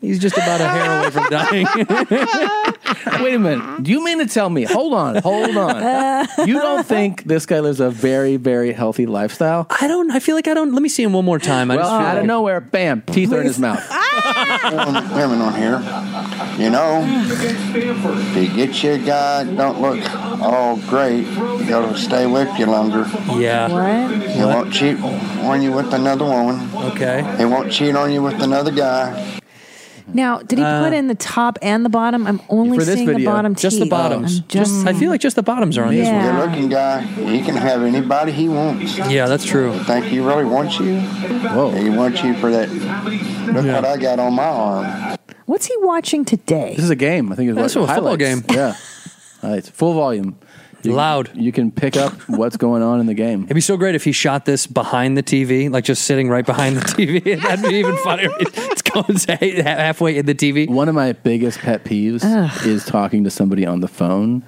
[SPEAKER 11] he's just about a hair away from dying.
[SPEAKER 1] Wait a minute. Do you mean to tell me? Hold on. Hold on. you don't think this guy lives a very, very healthy lifestyle?
[SPEAKER 11] I don't. I feel like I don't. Let me see him one more time. I
[SPEAKER 1] well,
[SPEAKER 11] just feel
[SPEAKER 1] out
[SPEAKER 11] like-
[SPEAKER 1] of nowhere, bam, teeth are in his mouth.
[SPEAKER 13] women, women on here. You know, if you get you a guy that don't look all great, he'll stay with you longer.
[SPEAKER 11] Yeah.
[SPEAKER 13] He won't cheat on you with another woman.
[SPEAKER 11] Okay.
[SPEAKER 13] He won't cheat on you with another guy.
[SPEAKER 2] Now, did he
[SPEAKER 11] Uh,
[SPEAKER 2] put in the top and the bottom? I'm only
[SPEAKER 11] for this
[SPEAKER 2] seeing the
[SPEAKER 11] video,
[SPEAKER 2] bottom
[SPEAKER 11] just the
[SPEAKER 2] teeth.
[SPEAKER 11] bottoms.
[SPEAKER 2] I'm just,
[SPEAKER 11] Just- I feel like just the bottoms are on this one.
[SPEAKER 13] Good looking guy. He can have anybody he wants.
[SPEAKER 11] Yeah, that's true.
[SPEAKER 13] Think he really wants you? Whoa. He wants you for that. Look what I got on my arm.
[SPEAKER 2] what's he watching today?
[SPEAKER 1] This is a game. I think it's
[SPEAKER 2] This
[SPEAKER 1] like
[SPEAKER 2] is a football
[SPEAKER 1] highlights. Yeah. Uh, it's full volume. You Loud. you can pick up what's going on in the game.
[SPEAKER 11] It'd be so great if he shot this behind the TV, like just sitting right behind the TV. That'd be even funnier. It's going say- halfway in the TV.
[SPEAKER 1] One of my biggest pet peeves
[SPEAKER 11] Ugh.
[SPEAKER 1] is talking to somebody on the phone,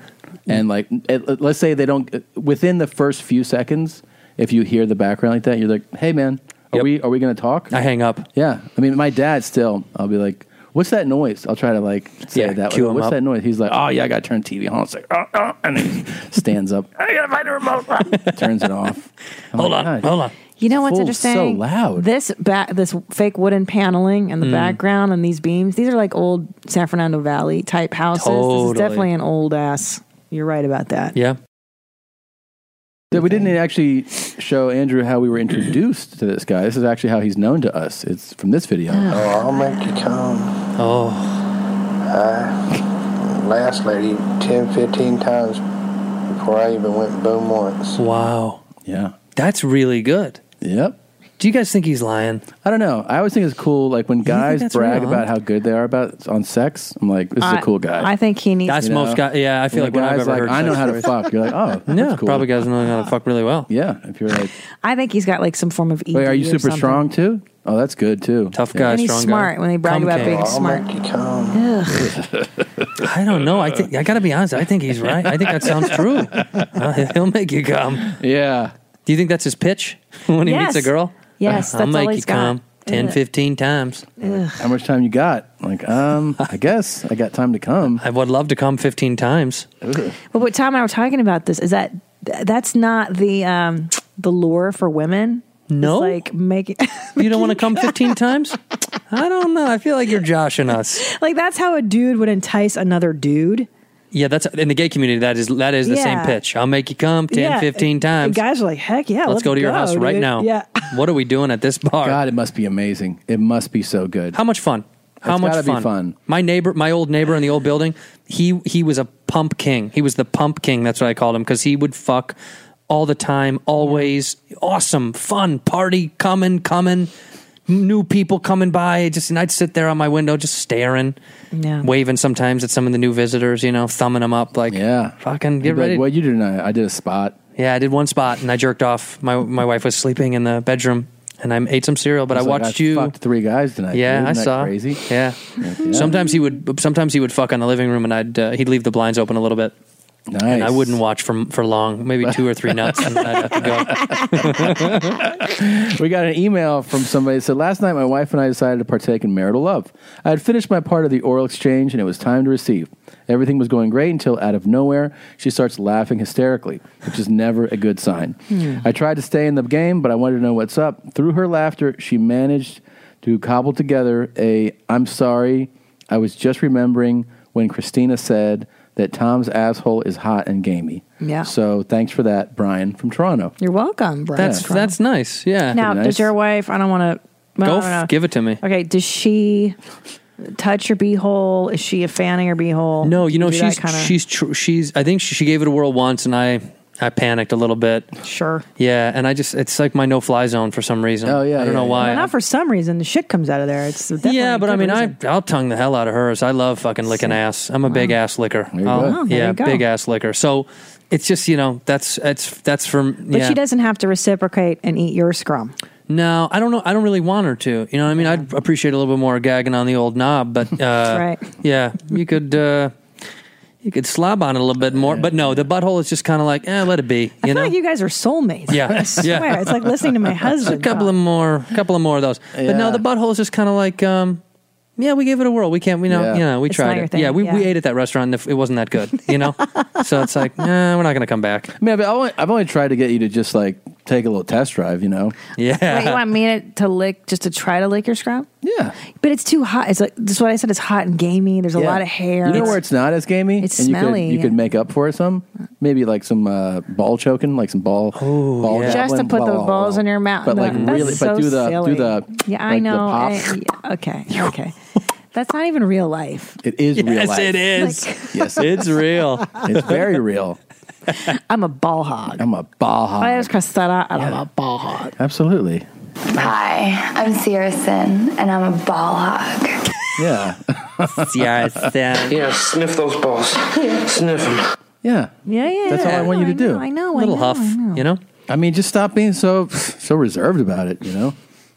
[SPEAKER 1] and like, it, let's say they don't within the first few seconds. If you hear the background like that, you're like, "Hey, man, are we are we going to talk?" I
[SPEAKER 11] hang up.
[SPEAKER 1] Yeah, I mean, my dad still. I'll be like, "What's that noise?" I'll try to like say
[SPEAKER 11] Yeah,
[SPEAKER 1] it that.
[SPEAKER 11] cue
[SPEAKER 1] way.
[SPEAKER 11] him
[SPEAKER 1] What's
[SPEAKER 11] up.
[SPEAKER 1] that noise? He's like, "Oh yeah, I got to turn TV on." It's like, "Oh," oh," and he stands up, I gotta find a remote. turns it off. hold on, hold
[SPEAKER 11] on.
[SPEAKER 2] You know what's
[SPEAKER 1] Full-
[SPEAKER 2] interesting?
[SPEAKER 1] So loud.
[SPEAKER 2] This ba- this fake wooden paneling and the
[SPEAKER 1] Mm.
[SPEAKER 2] background and these beams. These are like old San Fernando Valley type houses. This
[SPEAKER 1] Totally.
[SPEAKER 2] is definitely an old ass. You're right about that.
[SPEAKER 11] Yeah.
[SPEAKER 1] Yeah, we didn't actually show Andrew how we were introduced to this guy. This is actually how he's known to us. It's from this video.
[SPEAKER 13] Oh, I'll make you come.
[SPEAKER 11] Oh.
[SPEAKER 13] I last lady 10, 15 times before I even went boom once.
[SPEAKER 11] Wow.
[SPEAKER 1] Yeah.
[SPEAKER 11] That's really good.
[SPEAKER 1] Yep.
[SPEAKER 11] Do you guys think he's lying?
[SPEAKER 1] I don't know. I always think it's cool, like when guys
[SPEAKER 11] that's
[SPEAKER 1] brag
[SPEAKER 11] real, huh?
[SPEAKER 1] about how good they are about on sex. I'm like, this is a
[SPEAKER 2] I-
[SPEAKER 1] cool guy.
[SPEAKER 2] I think he needs- That's most guy-
[SPEAKER 11] yeah, I feel like when I've
[SPEAKER 1] guys
[SPEAKER 11] ever
[SPEAKER 1] like
[SPEAKER 11] heard
[SPEAKER 1] I know
[SPEAKER 11] sex
[SPEAKER 1] how to
[SPEAKER 11] stories.
[SPEAKER 1] fuck. You're like, oh,
[SPEAKER 11] Yeah,
[SPEAKER 1] that's cool.
[SPEAKER 11] probably guys know how to fuck really well.
[SPEAKER 1] Yeah, if you're like,
[SPEAKER 2] I think he's got like some form of. ED
[SPEAKER 1] wait, are you
[SPEAKER 2] or
[SPEAKER 1] super
[SPEAKER 2] something.
[SPEAKER 1] strong too? Oh, that's good too.
[SPEAKER 11] Tough
[SPEAKER 2] And he's smart when they brag
[SPEAKER 11] Cum
[SPEAKER 2] about
[SPEAKER 11] king.
[SPEAKER 2] being
[SPEAKER 11] Oh,
[SPEAKER 2] smart.
[SPEAKER 11] I don't know. I think I got to be honest. I think he's right. I think that sounds true. Uh, he'll make you come.
[SPEAKER 1] Yeah.
[SPEAKER 11] Do you think that's his pitch when he
[SPEAKER 2] Yes.
[SPEAKER 11] meets a girl? Uh,
[SPEAKER 2] Yes,
[SPEAKER 11] I'll
[SPEAKER 2] that's all
[SPEAKER 11] make
[SPEAKER 2] he's
[SPEAKER 11] you
[SPEAKER 2] got.
[SPEAKER 11] come 10,
[SPEAKER 2] Ugh.
[SPEAKER 11] 15 times.
[SPEAKER 2] Ugh.
[SPEAKER 1] How much time you got? I'm like, um, I guess I got time to come.
[SPEAKER 11] I would love to come fifteen times.
[SPEAKER 2] But what Tom and I were talking about this is that th- that's not the um, the lure for women.
[SPEAKER 11] No?
[SPEAKER 2] it's like making
[SPEAKER 11] You don't want to come fifteen times? I don't know. I feel like you're joshing us.
[SPEAKER 2] like that's how a dude would entice another dude.
[SPEAKER 11] Yeah, that's in the gay community. That is that is the
[SPEAKER 2] Yeah.
[SPEAKER 11] same pitch. I'll make you come 10,
[SPEAKER 2] Yeah,
[SPEAKER 11] 15
[SPEAKER 2] and
[SPEAKER 11] times.
[SPEAKER 2] Guys are like, heck yeah,
[SPEAKER 11] let's, go to your house right
[SPEAKER 2] dude.
[SPEAKER 11] now.
[SPEAKER 2] Yeah,
[SPEAKER 11] What are we doing at this bar?
[SPEAKER 1] God, it must be amazing. It must be so good.
[SPEAKER 11] How much fun? How
[SPEAKER 1] It's
[SPEAKER 11] much
[SPEAKER 1] gotta be
[SPEAKER 11] fun?
[SPEAKER 1] fun.
[SPEAKER 11] My neighbor, my old neighbor in the old building, he he was a pump king. He was the pump king. That's what I called him because he would fuck all the time, always awesome, fun party coming, coming, new people coming by. Just and I'd sit there on my window, just staring,
[SPEAKER 2] Yeah.
[SPEAKER 11] waving sometimes at some of the new visitors. You know, thumbing them up like,
[SPEAKER 1] yeah,
[SPEAKER 11] fucking
[SPEAKER 1] You'd
[SPEAKER 11] get
[SPEAKER 1] be
[SPEAKER 11] ready.
[SPEAKER 1] Like, what you did tonight? I did a spot.
[SPEAKER 11] Yeah, I did one spot and I jerked off. My my wife was sleeping in the bedroom and I ate some cereal, but I,
[SPEAKER 1] was like,
[SPEAKER 11] watched you.
[SPEAKER 1] fucked three guys tonight.
[SPEAKER 11] Yeah,
[SPEAKER 1] dude.
[SPEAKER 11] I
[SPEAKER 1] Isn't that
[SPEAKER 11] saw.
[SPEAKER 1] Crazy.
[SPEAKER 11] Yeah. Sometimes he would. Sometimes he would fuck on the living room, and I'd uh, he'd leave the blinds open a little bit.
[SPEAKER 1] Nice.
[SPEAKER 11] And I wouldn't watch for for long, maybe two or three nuts, and then I'd have to
[SPEAKER 1] we got an email from somebody that said, Last night, my wife and I decided to partake in marital love. I had finished my part of the oral exchange and it was time to receive. Everything was going great until, out of nowhere, she starts laughing hysterically, which is never a good sign.
[SPEAKER 14] Hmm.
[SPEAKER 1] I tried to stay in the game, but I wanted to know what's up. Through her laughter, she managed to cobble together a I'm sorry, I was just remembering when Christina said that Tom's asshole is hot and gamey.
[SPEAKER 2] Yeah.
[SPEAKER 1] So thanks for that, Brian from Toronto.
[SPEAKER 2] you're welcome, Brian.
[SPEAKER 1] That's-
[SPEAKER 2] Strong.
[SPEAKER 11] that's nice. Yeah.
[SPEAKER 2] Now,
[SPEAKER 1] Pretty nice.
[SPEAKER 2] does your wife? I don't want to.
[SPEAKER 11] go.
[SPEAKER 2] Well, I don't know.
[SPEAKER 11] F- give it to me.
[SPEAKER 2] Okay, does she touch your beehole? Is she a fan of your beehole?
[SPEAKER 11] No, you know
[SPEAKER 2] Do that
[SPEAKER 11] she's
[SPEAKER 2] kinda-
[SPEAKER 11] she's tr- she's. I think she, she gave it a whirl once, and I I panicked a little bit.
[SPEAKER 2] Sure.
[SPEAKER 11] Yeah, and I just it's like my no fly zone for some reason. Oh yeah, I don't know why.
[SPEAKER 2] Well, not for some reason, the shit comes out of there. It's definitely
[SPEAKER 11] yeah,
[SPEAKER 2] a
[SPEAKER 11] but I
[SPEAKER 2] good
[SPEAKER 11] mean,
[SPEAKER 2] reason.
[SPEAKER 11] I I'll tongue the hell out of hers. I love fucking licking ass. I'm a big ass licker.
[SPEAKER 2] you
[SPEAKER 11] I'll-
[SPEAKER 2] go. Wow, there
[SPEAKER 11] yeah,
[SPEAKER 2] you go.
[SPEAKER 11] big ass licker. So it's just you know that's that's that's from.
[SPEAKER 2] But
[SPEAKER 11] yeah.
[SPEAKER 2] she doesn't have to reciprocate and eat your scrum.
[SPEAKER 11] No, I don't know. I don't really want her to. You know, what I mean, I'd appreciate a little bit more gagging on the old knob, but uh,
[SPEAKER 2] right.
[SPEAKER 11] yeah, you could. Uh, you could slob on it a little bit more, but no, the butthole is just kind of like, eh, let it
[SPEAKER 2] I
[SPEAKER 11] be. You
[SPEAKER 2] feel
[SPEAKER 11] know,
[SPEAKER 2] like you guys are soulmates.
[SPEAKER 11] Yeah,
[SPEAKER 2] I swear.
[SPEAKER 11] yeah.
[SPEAKER 2] It's like listening to my
[SPEAKER 11] a
[SPEAKER 2] husband.
[SPEAKER 11] couple of more, a couple of more of those. But
[SPEAKER 2] Yeah.
[SPEAKER 11] no, the butthole is just kind of like, um, yeah, we gave it a whirl. We can't, we know,
[SPEAKER 2] Yeah.
[SPEAKER 11] you know, we
[SPEAKER 2] It's not
[SPEAKER 11] tried
[SPEAKER 2] your
[SPEAKER 11] it.
[SPEAKER 2] thing,
[SPEAKER 11] Yeah, we, we
[SPEAKER 2] yeah.
[SPEAKER 11] ate at that restaurant. And it wasn't that good, you know. so it's like, nah, we're not gonna come back.
[SPEAKER 1] I mean, I've only, I've only tried to get you to just like take a little test drive, you know?
[SPEAKER 2] Wait, you want me to, to lick just to try to lick your scrum?
[SPEAKER 1] Yeah,
[SPEAKER 2] but it's too hot. It's like that's what I said. It's hot and gamey. There's a
[SPEAKER 1] Yeah.
[SPEAKER 2] lot of hair.
[SPEAKER 1] You know where it's not as gamey?
[SPEAKER 2] It's
[SPEAKER 1] and you
[SPEAKER 2] smelly,
[SPEAKER 1] Could, you could
[SPEAKER 2] yeah.
[SPEAKER 1] make up for it some. Maybe like some uh, ball choking, like some ball. Oh, ball
[SPEAKER 2] just to
[SPEAKER 1] javelin,
[SPEAKER 2] put
[SPEAKER 1] blah,
[SPEAKER 2] the
[SPEAKER 1] blah, blah,
[SPEAKER 2] balls
[SPEAKER 1] blah.
[SPEAKER 2] in your mouth.
[SPEAKER 1] But like
[SPEAKER 2] That's
[SPEAKER 1] really,
[SPEAKER 2] so
[SPEAKER 1] but do the
[SPEAKER 2] silly.
[SPEAKER 1] do the
[SPEAKER 2] yeah. I
[SPEAKER 1] like the
[SPEAKER 2] know.
[SPEAKER 1] pop.
[SPEAKER 2] I- yeah, okay, okay. That's not even real life.
[SPEAKER 1] It is
[SPEAKER 11] yes,
[SPEAKER 1] real life.
[SPEAKER 11] it is.
[SPEAKER 2] Like-
[SPEAKER 11] yes, it's real.
[SPEAKER 1] It's very real.
[SPEAKER 2] I'm a ball hog.
[SPEAKER 1] I'm a ball hog.
[SPEAKER 2] My name's Cristela, and I'm a ball hog.
[SPEAKER 1] Absolutely.
[SPEAKER 14] Hi, I'm Sierra Sin, and I'm a ball hog.
[SPEAKER 1] Yeah.
[SPEAKER 11] yes,
[SPEAKER 6] Yeah, sniff those balls. Sniff them.
[SPEAKER 1] Yeah.
[SPEAKER 2] Yeah, yeah.
[SPEAKER 1] That's all I want you to do.
[SPEAKER 2] I know. I know.
[SPEAKER 11] you know?
[SPEAKER 1] I mean, just stop being so so reserved about it, you know?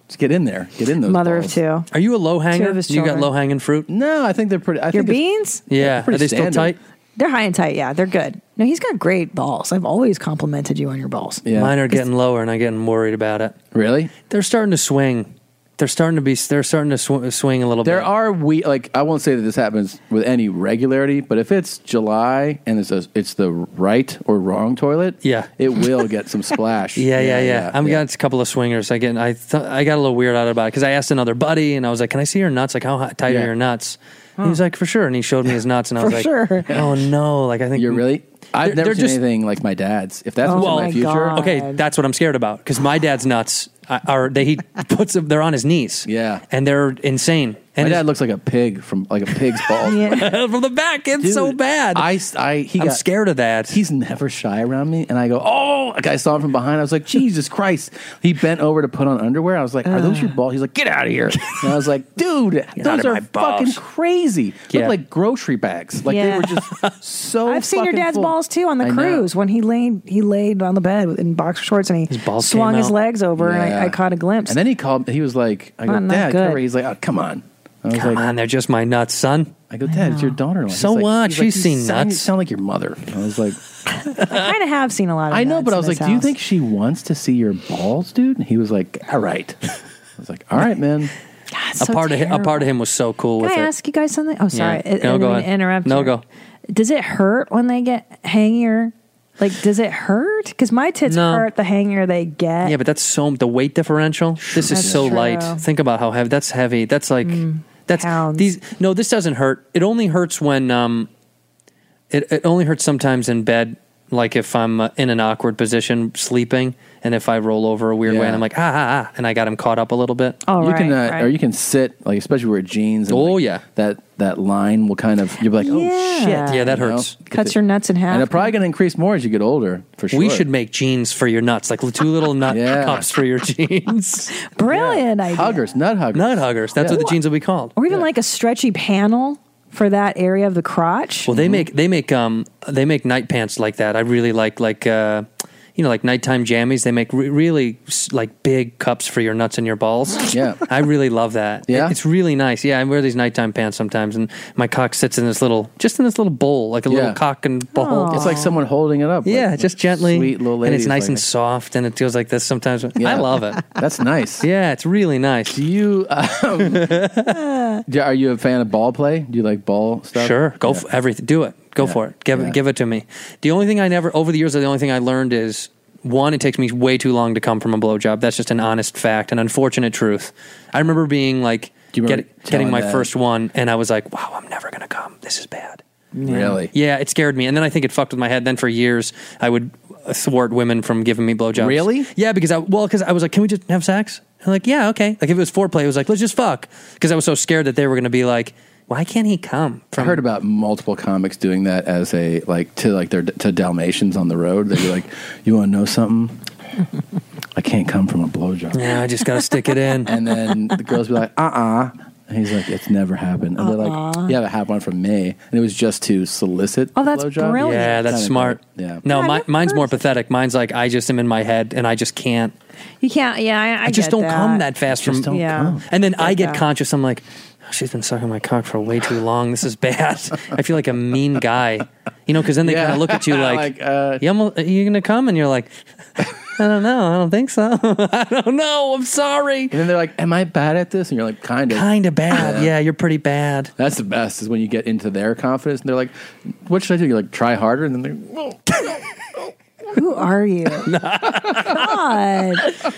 [SPEAKER 1] Just get in there. Get in those.
[SPEAKER 2] Mother of two.
[SPEAKER 11] Are you a low hanger?
[SPEAKER 2] his
[SPEAKER 11] You got
[SPEAKER 2] children.
[SPEAKER 11] low hanging fruit?
[SPEAKER 1] No, I think they're pretty. I
[SPEAKER 2] Your beans?
[SPEAKER 11] Yeah. Are they still tight?
[SPEAKER 2] They're high and tight. Yeah, they're good. No, he's got great balls. I've always complimented you on your balls.
[SPEAKER 11] Mine are getting lower, and I'm getting worried about it.
[SPEAKER 1] Really?
[SPEAKER 11] They're starting to swing. They're starting to be. They're starting to sw- swing a little
[SPEAKER 1] There
[SPEAKER 11] bit.
[SPEAKER 1] are we like I won't say that this happens with any regularity, but if it's July and it's a, it's the right or wrong toilet,
[SPEAKER 11] Yeah.
[SPEAKER 1] it will get some splash.
[SPEAKER 11] Yeah, yeah, yeah. I'm got a couple of swingers. I get. I th- I got a little weird out about it because I asked another buddy, and I was like, "Can I see your nuts? Like, how hot, tight
[SPEAKER 1] Yeah.
[SPEAKER 11] are your nuts?" And He was like, "For sure," and he showed me his nuts, and I was
[SPEAKER 1] For
[SPEAKER 11] like,
[SPEAKER 1] sure.
[SPEAKER 11] "Oh no!" Like, I think
[SPEAKER 1] You're really. I've
[SPEAKER 11] They're-
[SPEAKER 1] never
[SPEAKER 11] they're
[SPEAKER 1] seen
[SPEAKER 11] just-
[SPEAKER 1] anything like my dad's. If
[SPEAKER 2] Oh
[SPEAKER 1] that's what's in my future,
[SPEAKER 11] Okay, that's what I'm scared about because my dad's nuts are- are they he puts them they're on his knees. Yeah, and they're insane. And
[SPEAKER 1] my
[SPEAKER 11] it's-
[SPEAKER 1] dad looks like a pig from like a pig's balls.
[SPEAKER 11] from the back, it's
[SPEAKER 1] Dude,
[SPEAKER 11] so bad.
[SPEAKER 1] I, I, he
[SPEAKER 11] I'm
[SPEAKER 1] got,
[SPEAKER 11] scared of that.
[SPEAKER 1] He's never shy around me, and I go, "Oh!" Like I saw him from behind. I was like, "Jesus Christ!" He bent over to put on underwear. I was like, "Are those your balls?" He's like, "Get out of here!" And I was like, "Dude,
[SPEAKER 11] out
[SPEAKER 1] those
[SPEAKER 11] of
[SPEAKER 1] are
[SPEAKER 11] my
[SPEAKER 1] fucking
[SPEAKER 11] balls."
[SPEAKER 1] crazy.
[SPEAKER 11] Yeah.
[SPEAKER 1] Look like grocery bags. Like they
[SPEAKER 2] Yeah.
[SPEAKER 1] were just so."
[SPEAKER 2] I've seen your
[SPEAKER 1] fucking
[SPEAKER 2] dad's
[SPEAKER 1] full.
[SPEAKER 2] balls too on the
[SPEAKER 1] I know.
[SPEAKER 2] cruise when he laid he laid on the bed with- in boxer shorts and he
[SPEAKER 1] balls
[SPEAKER 2] swung
[SPEAKER 1] came
[SPEAKER 2] his
[SPEAKER 1] out.
[SPEAKER 2] legs over and
[SPEAKER 1] Yeah.
[SPEAKER 2] I, I caught a glimpse.
[SPEAKER 1] And then he called. He was like, "I go,
[SPEAKER 2] Oh, not
[SPEAKER 1] Dad,
[SPEAKER 2] good.
[SPEAKER 1] cover." He's like, "Oh, come on." I was
[SPEAKER 11] Come
[SPEAKER 1] like,
[SPEAKER 11] on, they're just my nuts, son.
[SPEAKER 1] I go, Dad, it's your daughter.
[SPEAKER 11] So what? She's seen nuts."
[SPEAKER 1] Sound like your mother. I was like,
[SPEAKER 2] I kind of have seen a lot. of
[SPEAKER 1] I know,
[SPEAKER 2] nuts
[SPEAKER 1] but I
[SPEAKER 2] in
[SPEAKER 1] was like,
[SPEAKER 2] this
[SPEAKER 1] "Do you
[SPEAKER 2] house.
[SPEAKER 1] think she wants to see your balls, dude?" And he was like, "All right." I was like, "All right, man."
[SPEAKER 11] a
[SPEAKER 2] so
[SPEAKER 11] part of him, a part of him was so cool
[SPEAKER 2] Can
[SPEAKER 11] with
[SPEAKER 2] I
[SPEAKER 11] it.
[SPEAKER 2] ask you guys something? Oh, sorry. I- I
[SPEAKER 11] Yeah. No,
[SPEAKER 2] didn't
[SPEAKER 11] go
[SPEAKER 2] mean to
[SPEAKER 11] ahead.
[SPEAKER 2] Interrupt.
[SPEAKER 11] No,
[SPEAKER 2] you.
[SPEAKER 11] go.
[SPEAKER 2] Does it hurt when they get hangier? Like, does it hurt? Because my tits
[SPEAKER 11] No.
[SPEAKER 2] hurt the hangier they get.
[SPEAKER 11] Yeah, but that's so the weight differential. This
[SPEAKER 2] That's
[SPEAKER 11] is so
[SPEAKER 2] true. Mm,
[SPEAKER 11] light. Think about how heavy. That's heavy. That's like that's these. No, this doesn't hurt. It only hurts when um, it it only hurts sometimes in bed. Like if I'm uh, in an awkward position sleeping, and if I roll over a weird way,
[SPEAKER 1] Yeah.
[SPEAKER 11] and I'm like ah, ah ah, and I got him caught up a little bit.
[SPEAKER 2] Oh,
[SPEAKER 1] you can, uh, or you can sit like, especially wear jeans. And, oh yeah, that that line will kind of you'll be like, oh
[SPEAKER 2] Yeah.
[SPEAKER 1] shit,
[SPEAKER 11] Yeah, that
[SPEAKER 1] You know?
[SPEAKER 11] hurts.
[SPEAKER 1] Get
[SPEAKER 2] Cuts
[SPEAKER 1] the-
[SPEAKER 2] your nuts in half.
[SPEAKER 1] and it's probably going to increase more as you get older for sure.
[SPEAKER 11] We should make jeans for your nuts, like two little nut cups for your jeans.
[SPEAKER 2] Brilliant idea.
[SPEAKER 1] huggers, nut huggers,
[SPEAKER 11] nut huggers. That's what the jeans will be called.
[SPEAKER 2] Or even like a stretchy panel for that area of the crotch.
[SPEAKER 11] Well,
[SPEAKER 1] Mm-hmm.
[SPEAKER 11] they make they make um they make night pants like that. I really like like uh you know like nighttime jammies. They make re- really s- like big cups for your nuts and your balls.
[SPEAKER 1] Yeah.
[SPEAKER 11] I really love that. Yeah, it's really nice. Yeah, I wear these nighttime pants sometimes, and my cock sits in this little just in this little bowl, like a
[SPEAKER 1] Yeah.
[SPEAKER 11] little cock and bowl.
[SPEAKER 1] It's like someone holding it up.
[SPEAKER 11] Yeah,
[SPEAKER 1] like,
[SPEAKER 11] just gently,
[SPEAKER 1] Sweet little
[SPEAKER 11] and
[SPEAKER 1] lady.
[SPEAKER 11] it's nice and soft, and it feels like this sometimes. I love it.
[SPEAKER 1] That's nice.
[SPEAKER 11] Yeah, it's really nice.
[SPEAKER 1] Do you? Um, do- are you a fan of ball play? Do you like ball stuff?
[SPEAKER 11] Sure, go
[SPEAKER 1] Yeah.
[SPEAKER 11] for everything. Do it. Go
[SPEAKER 1] Yeah.
[SPEAKER 11] for it. Give
[SPEAKER 1] Yeah.
[SPEAKER 11] it. Give it to me. The only thing I never over the years, the only thing I learned is one, it takes me way too long to come from a blowjob. That's just an honest fact, an unfortunate truth. I remember being like
[SPEAKER 1] remember
[SPEAKER 11] get, getting
[SPEAKER 1] telling
[SPEAKER 11] my
[SPEAKER 1] that?
[SPEAKER 11] first one, and I was like, wow, I'm never gonna come. This is bad.
[SPEAKER 1] Really?
[SPEAKER 11] Yeah, it scared me, and then I think it fucked with my head. Then for years, I would thwart women from giving me blowjobs.
[SPEAKER 1] Really?
[SPEAKER 11] Yeah, because I well, because I was like, can we just have sex? And like, yeah, okay. Like if it was foreplay, it was like, let's just fuck, because I was so scared that they were gonna be like, why can't he come?
[SPEAKER 1] I heard about multiple comics doing that as a like to like their to Dalmatians on the road. They'd be like, "You want to know something? I can't come from a blowjob."
[SPEAKER 11] Yeah, I just gotta stick it in.
[SPEAKER 1] And then the girls be like, "Uh uh And he's like, "It's never happened." And they're
[SPEAKER 11] Uh-uh.
[SPEAKER 1] like, "Yeah, it happened one from me." And it was just to solicit.
[SPEAKER 2] Oh, that's
[SPEAKER 1] the blowjob.
[SPEAKER 2] brilliant.
[SPEAKER 11] Yeah, that's
[SPEAKER 1] Kinda
[SPEAKER 11] smart.
[SPEAKER 1] great. Yeah.
[SPEAKER 11] No, mi- mine's more pathetic. Mine's like I just am in my head and I just can't.
[SPEAKER 2] You can't. Yeah, I, I,
[SPEAKER 11] I, just
[SPEAKER 2] get
[SPEAKER 11] don't come that fast from.
[SPEAKER 2] yeah.
[SPEAKER 11] And then I get
[SPEAKER 2] that.
[SPEAKER 11] conscious. I'm like, "Oh, she's been sucking my cock for way too long. This is bad. I feel like a mean guy. You know, because then they
[SPEAKER 1] Yeah.
[SPEAKER 11] kind of look at you like,
[SPEAKER 1] Like, uh,
[SPEAKER 11] you almo- are you going to come? And you're like, I don't know. I don't think so. I don't know. I'm sorry. And
[SPEAKER 1] then they're like, "Am I bad at this?" And you're like, "Kind of."
[SPEAKER 11] kind of bad. Yeah. you're pretty bad.
[SPEAKER 1] That's the best is when you get into their confidence and they're like, "What should I do?" You're like, "Try harder." And then they're,
[SPEAKER 2] Who are you? God.
[SPEAKER 1] Oh.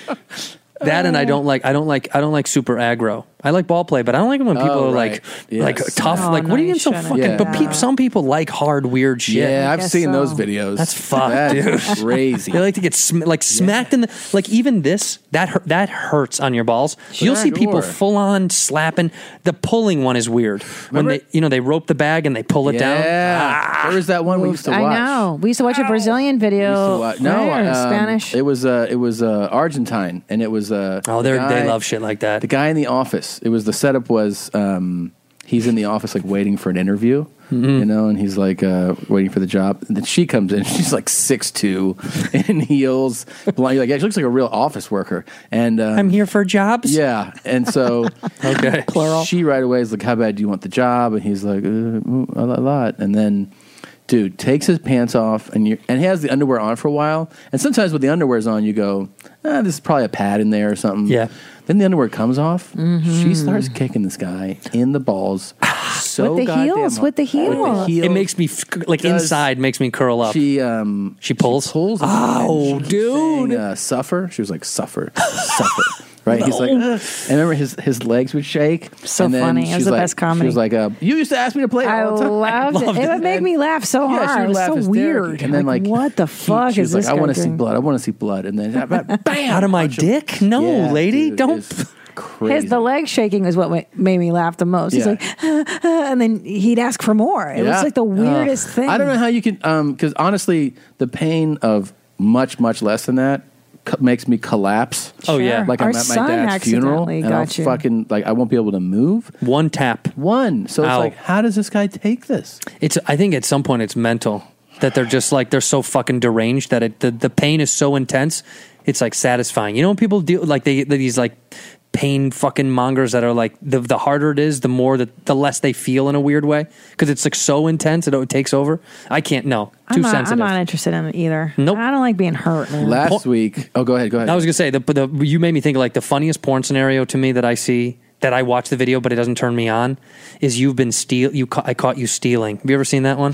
[SPEAKER 11] That and I don't like I don't like I don't like super aggro. I like ball play, but I don't like it when people
[SPEAKER 1] Oh,
[SPEAKER 11] are
[SPEAKER 1] right.
[SPEAKER 11] like
[SPEAKER 1] Yes.
[SPEAKER 11] like tough.
[SPEAKER 1] Oh,
[SPEAKER 11] like
[SPEAKER 1] no,
[SPEAKER 11] what are you
[SPEAKER 1] you
[SPEAKER 11] in so
[SPEAKER 1] shouldn't
[SPEAKER 11] fucking?
[SPEAKER 1] do
[SPEAKER 11] But peep,
[SPEAKER 1] that.
[SPEAKER 11] some people like hard weird shit.
[SPEAKER 1] Yeah, I I've guess seen those so. videos.
[SPEAKER 11] That's fucked,
[SPEAKER 1] That's
[SPEAKER 11] dude.
[SPEAKER 1] crazy.
[SPEAKER 11] they like to get sm- like smacked in the like even this that hurt, that hurts on your balls. You'll see people
[SPEAKER 1] Sure.
[SPEAKER 11] full on slapping. The pulling one is weird when they you know they rope the bag and they pull it down. Ah.
[SPEAKER 1] Yeah. There was that one we used to watch.
[SPEAKER 2] I know. We used to watch a Brazilian video.
[SPEAKER 1] Used to wa- no,
[SPEAKER 2] Where?
[SPEAKER 1] um,
[SPEAKER 2] Spanish.
[SPEAKER 1] It was uh, it was uh, Argentine, and it was uh, oh,
[SPEAKER 11] they're- they love shit like that.
[SPEAKER 1] The guy in the office. It was the setup was um, he's in the office like waiting for an interview,
[SPEAKER 11] Mm-hmm.
[SPEAKER 1] you know, and he's like uh, waiting for the job. And then she comes in. She's like six two in heels, blonde. Like yeah, she looks like a real office worker. And um,
[SPEAKER 11] I'm here for jobs.
[SPEAKER 1] Yeah, and so
[SPEAKER 11] okay,
[SPEAKER 1] plural. She right away is like, "How bad do you want the job?" And he's like, uh, mm, "A lot- lot." And then, dude takes his pants off and you and he has the underwear on for a while. And sometimes with the underwear's on, you go, ah, "This is probably a pad in there or something." Yeah. Then the underwear comes off. She starts kicking this guy in the balls. So
[SPEAKER 2] with the
[SPEAKER 1] goddamn
[SPEAKER 2] heels,
[SPEAKER 1] hard.
[SPEAKER 2] with the heels.
[SPEAKER 11] It makes me f- like
[SPEAKER 1] Does-
[SPEAKER 11] inside makes me curl up.
[SPEAKER 1] She um
[SPEAKER 11] she pulls
[SPEAKER 1] pulls.
[SPEAKER 11] Oh,
[SPEAKER 1] dude, uh, suffer. She was like suffer, suffer. Right? He's like, "Ugh." and remember his his legs would shake.
[SPEAKER 2] So
[SPEAKER 1] and then
[SPEAKER 2] funny. It was
[SPEAKER 1] she's
[SPEAKER 2] the
[SPEAKER 1] like-
[SPEAKER 2] best comedy.
[SPEAKER 1] She was like, uh, you used to ask me to play.
[SPEAKER 2] I
[SPEAKER 1] all the time.
[SPEAKER 2] loved, it. It would make me laugh so
[SPEAKER 1] Yeah, she
[SPEAKER 2] hard.
[SPEAKER 1] would
[SPEAKER 2] it was
[SPEAKER 1] laugh
[SPEAKER 2] so
[SPEAKER 1] hysterically.
[SPEAKER 2] weird.
[SPEAKER 1] And then, like,
[SPEAKER 2] what the
[SPEAKER 1] He-
[SPEAKER 2] fuck
[SPEAKER 1] she
[SPEAKER 2] is
[SPEAKER 1] was
[SPEAKER 2] this?
[SPEAKER 1] like, I
[SPEAKER 2] guy
[SPEAKER 1] want to see
[SPEAKER 2] doing?"
[SPEAKER 1] blood. I want to see blood. And then bam,
[SPEAKER 11] out of my dick. No,
[SPEAKER 1] Yeah,
[SPEAKER 11] lady,
[SPEAKER 1] dude,
[SPEAKER 11] don't.
[SPEAKER 1] it's
[SPEAKER 2] His
[SPEAKER 1] Crazy.
[SPEAKER 2] the leg shaking was what wa- made me laugh the most. He's
[SPEAKER 1] Yeah.
[SPEAKER 2] like, and then he'd ask for more. It
[SPEAKER 1] Yeah.
[SPEAKER 2] was like the weirdest
[SPEAKER 1] Ugh.
[SPEAKER 2] thing.
[SPEAKER 1] I don't know how you can, um, because honestly, the pain of much, much less than that co- makes me collapse.
[SPEAKER 11] Oh, yeah. Sure.
[SPEAKER 1] uh, like
[SPEAKER 11] Our
[SPEAKER 1] I'm at my
[SPEAKER 11] son
[SPEAKER 1] dad's funeral
[SPEAKER 11] accidentally
[SPEAKER 1] and I'll
[SPEAKER 11] got you.
[SPEAKER 1] fucking like I won't be able to move.
[SPEAKER 11] One tap,
[SPEAKER 1] one. So it's
[SPEAKER 11] Ow.
[SPEAKER 1] like, how does this guy take this?
[SPEAKER 11] It's. I think at some point it's mental that they're just like they're so fucking deranged that it the, the pain is so intense. It's like satisfying. You know when people do like they these like pain fucking mongers that are like the the harder it is, the more that the less they feel in a weird way because it's like so intense that it takes over. I can't. No,
[SPEAKER 2] I'm
[SPEAKER 11] too
[SPEAKER 2] not,
[SPEAKER 11] sensitive.
[SPEAKER 2] I'm not interested in it either.
[SPEAKER 11] Nope.
[SPEAKER 2] I don't like being hurt, man.
[SPEAKER 1] Last week, oh, go ahead, go ahead.
[SPEAKER 11] I was gonna say the, the you made me think like the funniest porn scenario to me that I see that I watch the video but it doesn't turn me on is you've been steal you ca- I caught you stealing. Have you ever seen that one?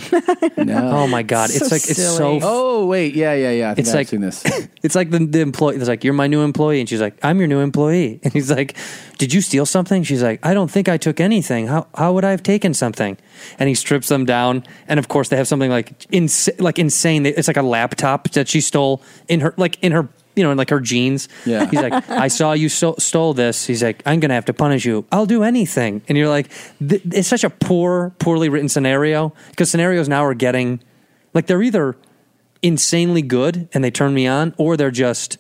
[SPEAKER 11] Oh my god, it's, like it's so.
[SPEAKER 1] Oh wait, yeah, yeah, yeah. I think
[SPEAKER 11] it's
[SPEAKER 1] I've
[SPEAKER 11] like
[SPEAKER 1] seen this.
[SPEAKER 11] it's like the, the employee. It's like you're my new employee, and she's like, "I'm your new employee," and he's like, "Did you steal something?" She's like, "I don't think I took anything. How how would I have taken something?" And he strips them down, and of course they have something like ins- like insane. It's like a laptop that she stole in her like in her you know in like her jeans.
[SPEAKER 1] Yeah.
[SPEAKER 11] he's like, "I saw you so- stole this." He's like, "I'm gonna have to punish you. I'll do anything." And you're like, th- "It's such a poor, poorly written scenario because scenarios now are getting like they're either." insanely good and they turn me on, or they're just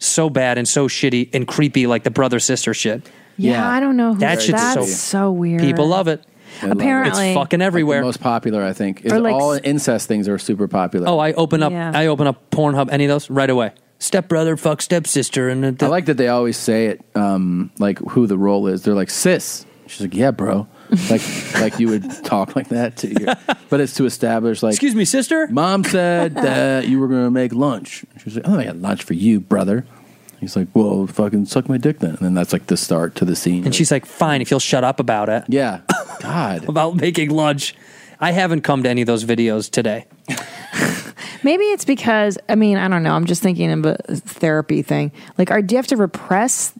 [SPEAKER 11] so bad and so shitty and creepy, like the brother sister shit.
[SPEAKER 2] Yeah, I don't know. Who,
[SPEAKER 11] That shit's so-
[SPEAKER 2] that's so weird.
[SPEAKER 11] People love it.
[SPEAKER 1] I love it.
[SPEAKER 2] Apparently- It's fucking
[SPEAKER 11] everywhere.
[SPEAKER 1] Like the most popular, I think, is
[SPEAKER 2] Or like
[SPEAKER 1] all
[SPEAKER 2] s-
[SPEAKER 1] incest things are super popular.
[SPEAKER 11] Oh, I open up,
[SPEAKER 1] Yeah.
[SPEAKER 11] I open up Pornhub, any of those right away. Step brother, fuck step sister, and the,
[SPEAKER 1] I like that they always say it, um, like who the role is. They're like sis. She's like, yeah, bro. Like, like you would talk like that to your, but it's to establish like,
[SPEAKER 11] excuse me, sister.
[SPEAKER 1] Mom said that you were going to make lunch. She's like, oh, I got lunch for you, brother. He's like, well, fucking suck my dick then. And then that's like the start to the scene.
[SPEAKER 11] and she's like, "Fine, if you'll shut up about it."
[SPEAKER 1] Yeah,
[SPEAKER 2] Oh,
[SPEAKER 1] God,
[SPEAKER 11] about making lunch. I haven't come to any of those videos today.
[SPEAKER 2] Maybe it's because I mean I don't know. I'm just thinking of a therapy thing. Like, are do you have to repress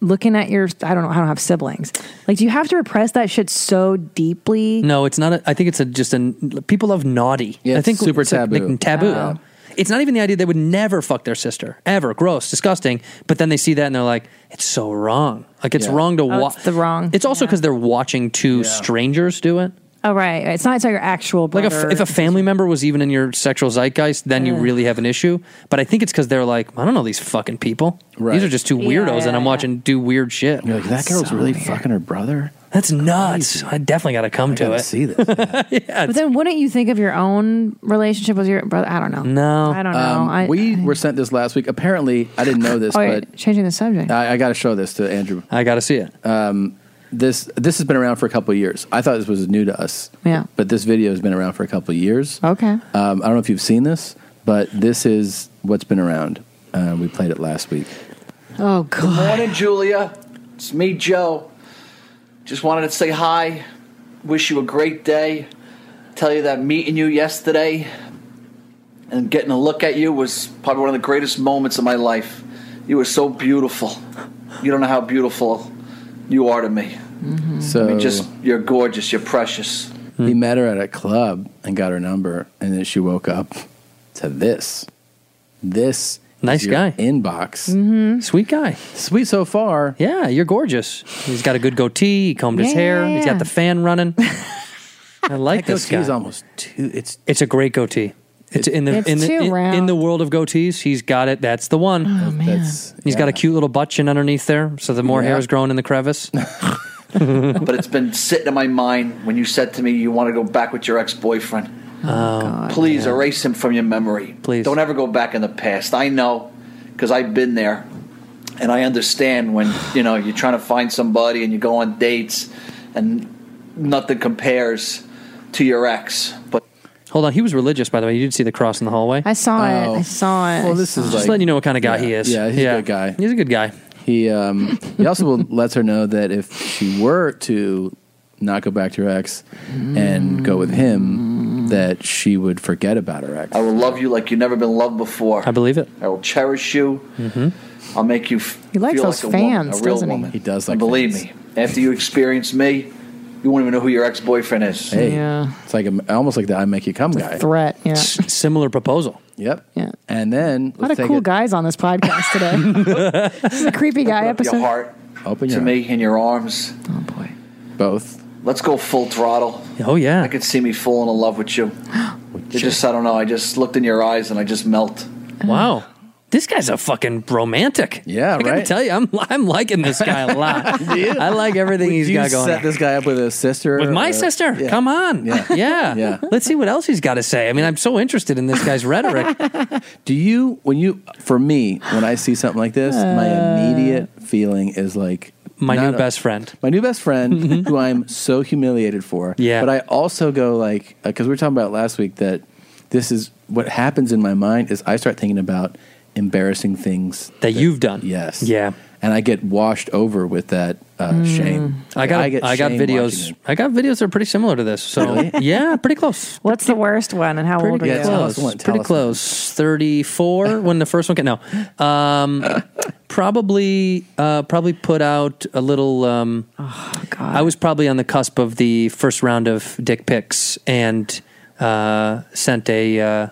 [SPEAKER 2] looking at your? I don't know. I don't have siblings. Like, do you have to repress that shit so deeply?
[SPEAKER 11] No, it's not. A, I think it's a, just a people love naughty.
[SPEAKER 1] Yeah,
[SPEAKER 11] I
[SPEAKER 1] it's
[SPEAKER 11] think
[SPEAKER 1] super
[SPEAKER 11] it's like-
[SPEAKER 1] taboo.
[SPEAKER 11] like taboo.
[SPEAKER 1] Oh.
[SPEAKER 11] It's not even the idea they would never fuck their sister ever. Gross, disgusting. But then they see that and they're like, it's so wrong. Like it's
[SPEAKER 2] Yeah.
[SPEAKER 11] wrong to
[SPEAKER 2] Oh,
[SPEAKER 11] watch.
[SPEAKER 2] it's the wrong-
[SPEAKER 11] It's also because they're watching two strangers do it.
[SPEAKER 2] Oh right, it's not. It's not your actual
[SPEAKER 11] Like
[SPEAKER 2] brother.
[SPEAKER 11] if, if a family member was even in your sexual zeitgeist, then you
[SPEAKER 2] Ugh.
[SPEAKER 11] really have an issue. But I think it's because they're like, I don't know these fucking people. These are just two
[SPEAKER 1] Yeah,
[SPEAKER 11] weirdos,
[SPEAKER 1] yeah,
[SPEAKER 11] and I'm watching do weird shit.
[SPEAKER 1] You're like, that girl's really fucking her brother.
[SPEAKER 11] That's nuts. I definitely got to come to
[SPEAKER 1] gotta
[SPEAKER 11] it.
[SPEAKER 1] see this.
[SPEAKER 2] but then wouldn't you think of your own relationship with your brother? I don't know.
[SPEAKER 11] No,
[SPEAKER 2] I don't know.
[SPEAKER 1] Um,
[SPEAKER 2] I,
[SPEAKER 1] we were sent this last week. Apparently, I didn't know this,
[SPEAKER 2] oh,
[SPEAKER 1] but
[SPEAKER 2] wait, changing the subject.
[SPEAKER 1] I, I got to show this to Andrew.
[SPEAKER 11] I got to see it.
[SPEAKER 1] Um, this this has been around for a couple of years. I thought this was new to us.
[SPEAKER 2] Yeah.
[SPEAKER 1] But this video has been around for a couple of years.
[SPEAKER 2] Okay.
[SPEAKER 1] Um, I don't know if you've seen this, but this is what's been around. Uh, we played it last week.
[SPEAKER 2] Oh, God.
[SPEAKER 15] Good morning, Julia. It's me, Joe. Just wanted to say hi. Wish you a great day. Tell you that meeting you yesterday and getting a look at you was probably one of the greatest moments of my life. You were so beautiful. You don't know how beautiful you are to me.
[SPEAKER 1] So
[SPEAKER 15] I mean, just you're gorgeous. You're precious.
[SPEAKER 1] he met her at a club and got her number, and then she woke up to this. This nice guy inbox.
[SPEAKER 11] Mm-hmm. Sweet guy.
[SPEAKER 1] Sweet so far.
[SPEAKER 11] Yeah, you're gorgeous. He's got a good goatee. He combed his
[SPEAKER 1] Yeah,
[SPEAKER 11] hair.
[SPEAKER 1] yeah,
[SPEAKER 11] He's got
[SPEAKER 1] yeah.
[SPEAKER 11] the fan running. I like
[SPEAKER 1] That
[SPEAKER 11] this guy.
[SPEAKER 1] goatee's almost too. It's
[SPEAKER 11] it's a great goatee. It's in the
[SPEAKER 1] It's
[SPEAKER 11] in the
[SPEAKER 1] too
[SPEAKER 11] in,
[SPEAKER 1] round.
[SPEAKER 11] in the world of goatees. He's got it. That's the one. Oh man.
[SPEAKER 1] That's,
[SPEAKER 11] He's got a cute little butchin underneath there, so the more
[SPEAKER 15] Yeah.
[SPEAKER 11] hair is growing in the crevice.
[SPEAKER 15] but it's been sitting in my mind when you said to me you want to go back with your ex-boyfriend.
[SPEAKER 1] Oh,
[SPEAKER 15] Please erase him from your memory. Please. Don't ever go back in the past. I know because I've been there and I understand when, you know, you're trying to find somebody and you go on dates and nothing compares to your ex. But
[SPEAKER 11] Hold on, he was religious, by the way. You did see the cross in the hallway.
[SPEAKER 2] I saw it. I saw it.
[SPEAKER 11] Oh. Well,
[SPEAKER 1] this is
[SPEAKER 11] just
[SPEAKER 1] like-
[SPEAKER 11] letting you know what kind of guy he is.
[SPEAKER 1] Yeah, he's a good guy.
[SPEAKER 11] He's a good guy.
[SPEAKER 1] He um he also will lets her know that if she were to not go back to her ex and go with him, that she would forget about her ex.
[SPEAKER 15] I will love you like you've never been loved before. I
[SPEAKER 11] believe it.
[SPEAKER 15] I will cherish you. Mm-hmm. I'll make you f-
[SPEAKER 2] He likes
[SPEAKER 15] feel
[SPEAKER 2] those
[SPEAKER 15] like a woman,
[SPEAKER 2] fans,
[SPEAKER 15] a real
[SPEAKER 2] doesn't he?
[SPEAKER 15] woman.
[SPEAKER 2] He
[SPEAKER 1] does
[SPEAKER 15] like Believe me, after you experience me, you won't even know who your ex-boyfriend is.
[SPEAKER 1] Hey, it's like a, almost like the I make you come guy
[SPEAKER 2] threat. Yeah.
[SPEAKER 11] similar proposal.
[SPEAKER 1] Yep. Yeah. And then
[SPEAKER 2] A lot of
[SPEAKER 1] let's take
[SPEAKER 2] cool
[SPEAKER 1] it-
[SPEAKER 2] guys on this podcast today. this is a creepy guy
[SPEAKER 15] Open up
[SPEAKER 2] episode.
[SPEAKER 15] your heart
[SPEAKER 1] Open
[SPEAKER 15] to
[SPEAKER 1] your
[SPEAKER 15] me in your arms. Oh boy.
[SPEAKER 1] Both.
[SPEAKER 15] Let's go full throttle.
[SPEAKER 11] Oh yeah.
[SPEAKER 15] I could see me falling in love with you. It just I don't know. I just looked in your eyes and I just melt.
[SPEAKER 11] Wow. This guy's a fucking romantic.
[SPEAKER 1] Yeah,
[SPEAKER 11] I gotta
[SPEAKER 1] right?
[SPEAKER 11] tell you, I'm I'm liking this guy a lot.
[SPEAKER 1] Do you?
[SPEAKER 11] I like everything
[SPEAKER 1] Would
[SPEAKER 11] he's
[SPEAKER 1] you
[SPEAKER 11] got going.
[SPEAKER 1] Set
[SPEAKER 11] on.
[SPEAKER 1] this guy up with a sister.
[SPEAKER 11] With my
[SPEAKER 1] or-
[SPEAKER 11] sister,
[SPEAKER 1] Yeah.
[SPEAKER 11] come on, yeah. yeah, Let's see what else he's got to say. I mean, I'm so interested in this guy's rhetoric.
[SPEAKER 1] Do you when you for me when I see something like this, my immediate feeling is like
[SPEAKER 11] Uh, My new
[SPEAKER 1] not-
[SPEAKER 11] best friend.
[SPEAKER 1] my new best friend who I'm so humiliated for.
[SPEAKER 11] Yeah.
[SPEAKER 1] But I also go like because we were talking about last week that this is what happens in my mind is I start thinking about embarrassing things
[SPEAKER 11] that, you've done.
[SPEAKER 1] Yes.
[SPEAKER 11] Yeah. Mm.
[SPEAKER 1] And I get washed over with that uh, shame.
[SPEAKER 11] I got I,
[SPEAKER 1] get
[SPEAKER 11] got
[SPEAKER 1] shame
[SPEAKER 11] videos. I got videos that are pretty similar to this. So yeah, pretty close.
[SPEAKER 2] What's the worst one and how old were
[SPEAKER 11] pretty
[SPEAKER 2] you?
[SPEAKER 11] close. pretty close. Thirty-four when the first one came. No, um, probably uh, probably put out a little. Um,
[SPEAKER 2] Oh,
[SPEAKER 11] I was probably on the cusp of the first round of dick pics and uh, sent a. Uh,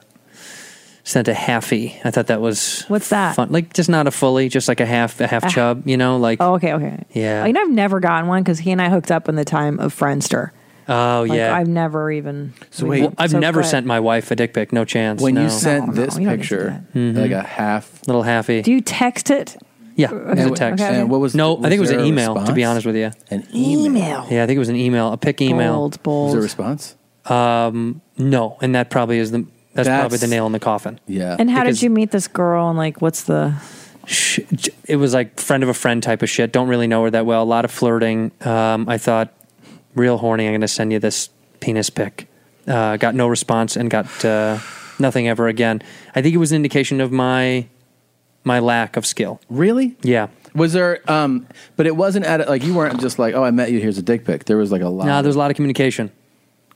[SPEAKER 11] Sent a halfie. I thought that was
[SPEAKER 2] What's that?
[SPEAKER 11] Fun. Like just not a fully, just like a half, a half
[SPEAKER 2] Ah.
[SPEAKER 11] chub. You know, like
[SPEAKER 2] Oh, okay, okay.
[SPEAKER 11] yeah.
[SPEAKER 2] You know, I've never gotten one because he and I hooked up in the time of Friendster.
[SPEAKER 11] Oh
[SPEAKER 2] Like,
[SPEAKER 11] yeah.
[SPEAKER 2] I've never even.
[SPEAKER 11] So wait,
[SPEAKER 2] Well,
[SPEAKER 11] I've never
[SPEAKER 2] but-
[SPEAKER 11] sent my wife a dick pic. No chance.
[SPEAKER 1] When you
[SPEAKER 11] no.
[SPEAKER 1] sent No, no, this you don't need to do picture, like a half
[SPEAKER 11] little halfie.
[SPEAKER 2] Do you text it?
[SPEAKER 11] yeah,
[SPEAKER 2] Okay,
[SPEAKER 11] it was a
[SPEAKER 2] okay,
[SPEAKER 11] text.
[SPEAKER 2] okay. And what
[SPEAKER 1] was-
[SPEAKER 11] no?
[SPEAKER 1] was
[SPEAKER 11] I think it was
[SPEAKER 1] there
[SPEAKER 11] an
[SPEAKER 1] a
[SPEAKER 11] email. To be
[SPEAKER 1] response?
[SPEAKER 11] honest with you,
[SPEAKER 1] an
[SPEAKER 2] Email.
[SPEAKER 11] Yeah, I think it was an email, a pic email.
[SPEAKER 2] Bold, bold. Was there a
[SPEAKER 1] response?
[SPEAKER 11] Um, no, and that probably is the that's,
[SPEAKER 2] That's-
[SPEAKER 11] probably the nail in the coffin.
[SPEAKER 1] Yeah.
[SPEAKER 2] And how did you meet this girl? And like, what's the?
[SPEAKER 11] you? It was like friend of a friend type of shit. Don't really know her that well. A lot of flirting. Um, I thought real horny. I'm going to send you this penis pic. Uh, got no response and got uh, nothing ever again. I think it was an indication of my my lack of skill.
[SPEAKER 1] Really?
[SPEAKER 11] Yeah.
[SPEAKER 1] Was there? Um, but it wasn't at like you weren't just like, oh, I met you. Here's a dick pic. There was like a lot.
[SPEAKER 11] No, there's a lot of communication.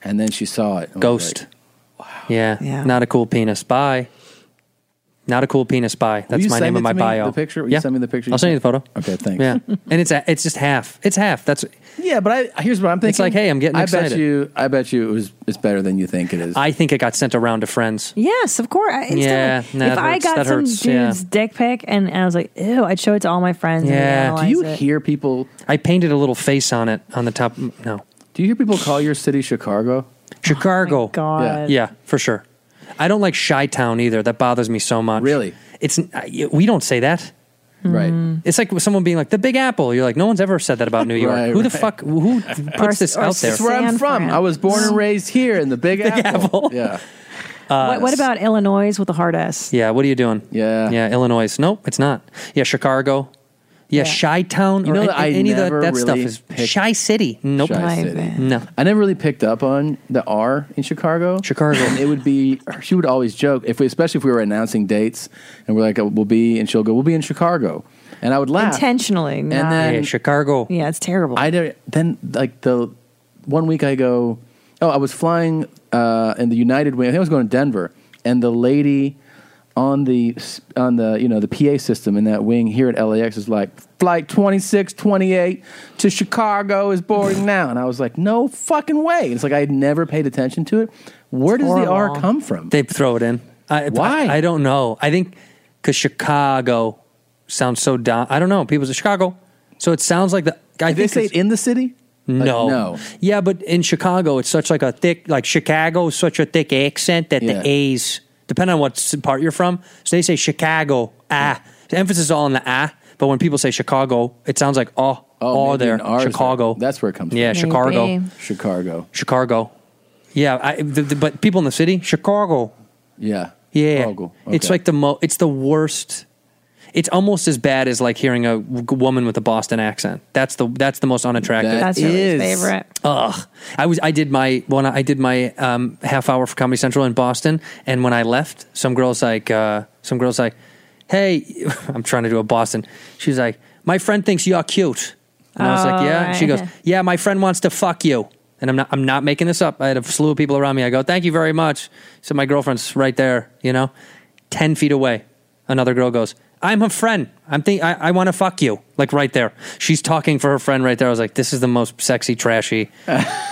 [SPEAKER 1] And then she saw it. and was
[SPEAKER 11] Ghost. Yeah.
[SPEAKER 1] Yeah.
[SPEAKER 11] Not a cool penis. Bye. Not a cool penis. Bye.
[SPEAKER 1] Will
[SPEAKER 11] That's
[SPEAKER 1] you
[SPEAKER 11] my
[SPEAKER 1] send
[SPEAKER 11] name
[SPEAKER 1] it
[SPEAKER 11] of my
[SPEAKER 1] to me,
[SPEAKER 11] bio.
[SPEAKER 1] the picture? Will you
[SPEAKER 11] yeah.
[SPEAKER 1] send me the picture you
[SPEAKER 11] I'll send you the photo.
[SPEAKER 1] Okay. Thanks.
[SPEAKER 11] Yeah. and it's a, it's just half. It's half. That's
[SPEAKER 1] like, yeah, but I here's what I'm thinking.
[SPEAKER 11] It's like, hey, I'm getting
[SPEAKER 1] I
[SPEAKER 11] excited.
[SPEAKER 1] bet you. I bet you it was. It's better than you think it is.
[SPEAKER 11] I think it got sent around to friends.
[SPEAKER 2] Yes, of course. I, instantly-
[SPEAKER 11] Yeah, nah,
[SPEAKER 2] if
[SPEAKER 11] that
[SPEAKER 2] I
[SPEAKER 11] hurts.
[SPEAKER 2] got
[SPEAKER 11] That
[SPEAKER 2] some
[SPEAKER 11] hurts, yeah.
[SPEAKER 2] dude's dick pic and, and I was like, ew, I'd show it to all my friends.
[SPEAKER 11] Yeah.
[SPEAKER 2] And
[SPEAKER 11] Do
[SPEAKER 2] we'd
[SPEAKER 11] you
[SPEAKER 2] analyze it.
[SPEAKER 1] hear people?
[SPEAKER 11] I painted a little face on it on the top. Mm, No.
[SPEAKER 1] Do you hear people call your city Chicago?
[SPEAKER 11] Chicago.
[SPEAKER 2] Oh God.
[SPEAKER 11] Yeah. yeah, for sure. I don't like Chi Town either. That bothers me so much. Really? It's I- we don't say that.
[SPEAKER 1] Right.
[SPEAKER 11] It's like someone being like the Big Apple. You're like, no one's ever said that about New York.
[SPEAKER 1] Right,
[SPEAKER 11] who the
[SPEAKER 1] right.
[SPEAKER 11] fuck? Who puts this out there?
[SPEAKER 1] It's where I'm from. I was born and raised here in the Big, Apple. Yeah.
[SPEAKER 11] Uh,
[SPEAKER 2] What, what about Illinois with a hard S?
[SPEAKER 11] Yeah, what are you doing?
[SPEAKER 1] Yeah.
[SPEAKER 11] Yeah, Illinois. Nope, it's not. Yeah, Chicago. Yeah, Chi Town.
[SPEAKER 1] You know that I
[SPEAKER 11] any
[SPEAKER 1] never
[SPEAKER 11] of that, that stuff
[SPEAKER 1] really
[SPEAKER 11] is Chi City. Nope.
[SPEAKER 1] Shy City.
[SPEAKER 11] No.
[SPEAKER 1] I never really picked up on the R in Chicago.
[SPEAKER 11] Chicago.
[SPEAKER 1] And it would be she would always joke if we, especially if we were announcing dates and we're like oh, we'll be and she'll go we'll be in Chicago, and I would laugh
[SPEAKER 2] Intentionally.
[SPEAKER 1] And
[SPEAKER 2] not-
[SPEAKER 1] then
[SPEAKER 11] Chicago.
[SPEAKER 2] Yeah, it's terrible.
[SPEAKER 1] I did, then like the one week I go, oh I was flying uh, in the United way I think I was going to Denver, and the lady on the s- on the you know the PA system in that wing here at LAX is like flight 2628 to Chicago is boarding now, and I was like, no fucking way. It's like I had never paid attention to it. Where does the R
[SPEAKER 11] horrible.
[SPEAKER 1] come from?
[SPEAKER 11] They throw it in. I, Why? I, I don't know. I think because Chicago sounds so down. I don't know. People say Chicago, so it sounds like the.
[SPEAKER 1] Did
[SPEAKER 11] I
[SPEAKER 1] they
[SPEAKER 11] think
[SPEAKER 1] say it
[SPEAKER 11] it's-
[SPEAKER 1] in the city? Like,
[SPEAKER 11] No,
[SPEAKER 1] no.
[SPEAKER 11] Yeah, but in Chicago, it's such like a thick, like Chicago, is such a thick accent that
[SPEAKER 1] Yeah.
[SPEAKER 11] the A's, depending on what s- part you're from, so they say Chicago. Ah, the emphasis is all on the ah. But when people say Chicago, it sounds like oh, oh,
[SPEAKER 1] maybe
[SPEAKER 11] there,
[SPEAKER 1] an R is
[SPEAKER 11] Chicago.
[SPEAKER 1] That's where it comes
[SPEAKER 11] Yeah,
[SPEAKER 1] from.
[SPEAKER 11] Chicago,
[SPEAKER 1] Chicago,
[SPEAKER 11] Chicago. Yeah, I, the, the, but people in the city, Chicago.
[SPEAKER 1] Yeah.
[SPEAKER 11] Yeah.
[SPEAKER 2] Oh,
[SPEAKER 11] It's
[SPEAKER 1] Okay.
[SPEAKER 11] like the mo. It's the worst. It's almost as bad as like hearing a w- woman with a Boston accent. That's the that's the most unattractive.
[SPEAKER 2] That That's Hillary is. favorite.
[SPEAKER 11] Ugh. I was I did my when I did my um, half hour for Comedy Central in Boston, and when I left, some girls like uh, some girls like, hey, I'm trying to do a Boston. She's like, my friend thinks you're cute, and I was like,
[SPEAKER 16] Oh,
[SPEAKER 11] yeah. She
[SPEAKER 16] right.
[SPEAKER 11] goes, yeah, my friend wants to fuck you. And I'm not, I'm not making this up. I had a slew of people around me. I go, thank you very much. So my girlfriend's right there, you know, 10 feet away. Another girl goes, I'm her friend. I'm think I, I want to fuck you. Like right there. She's talking for her friend right there. I was like, this is the most sexy, trashy.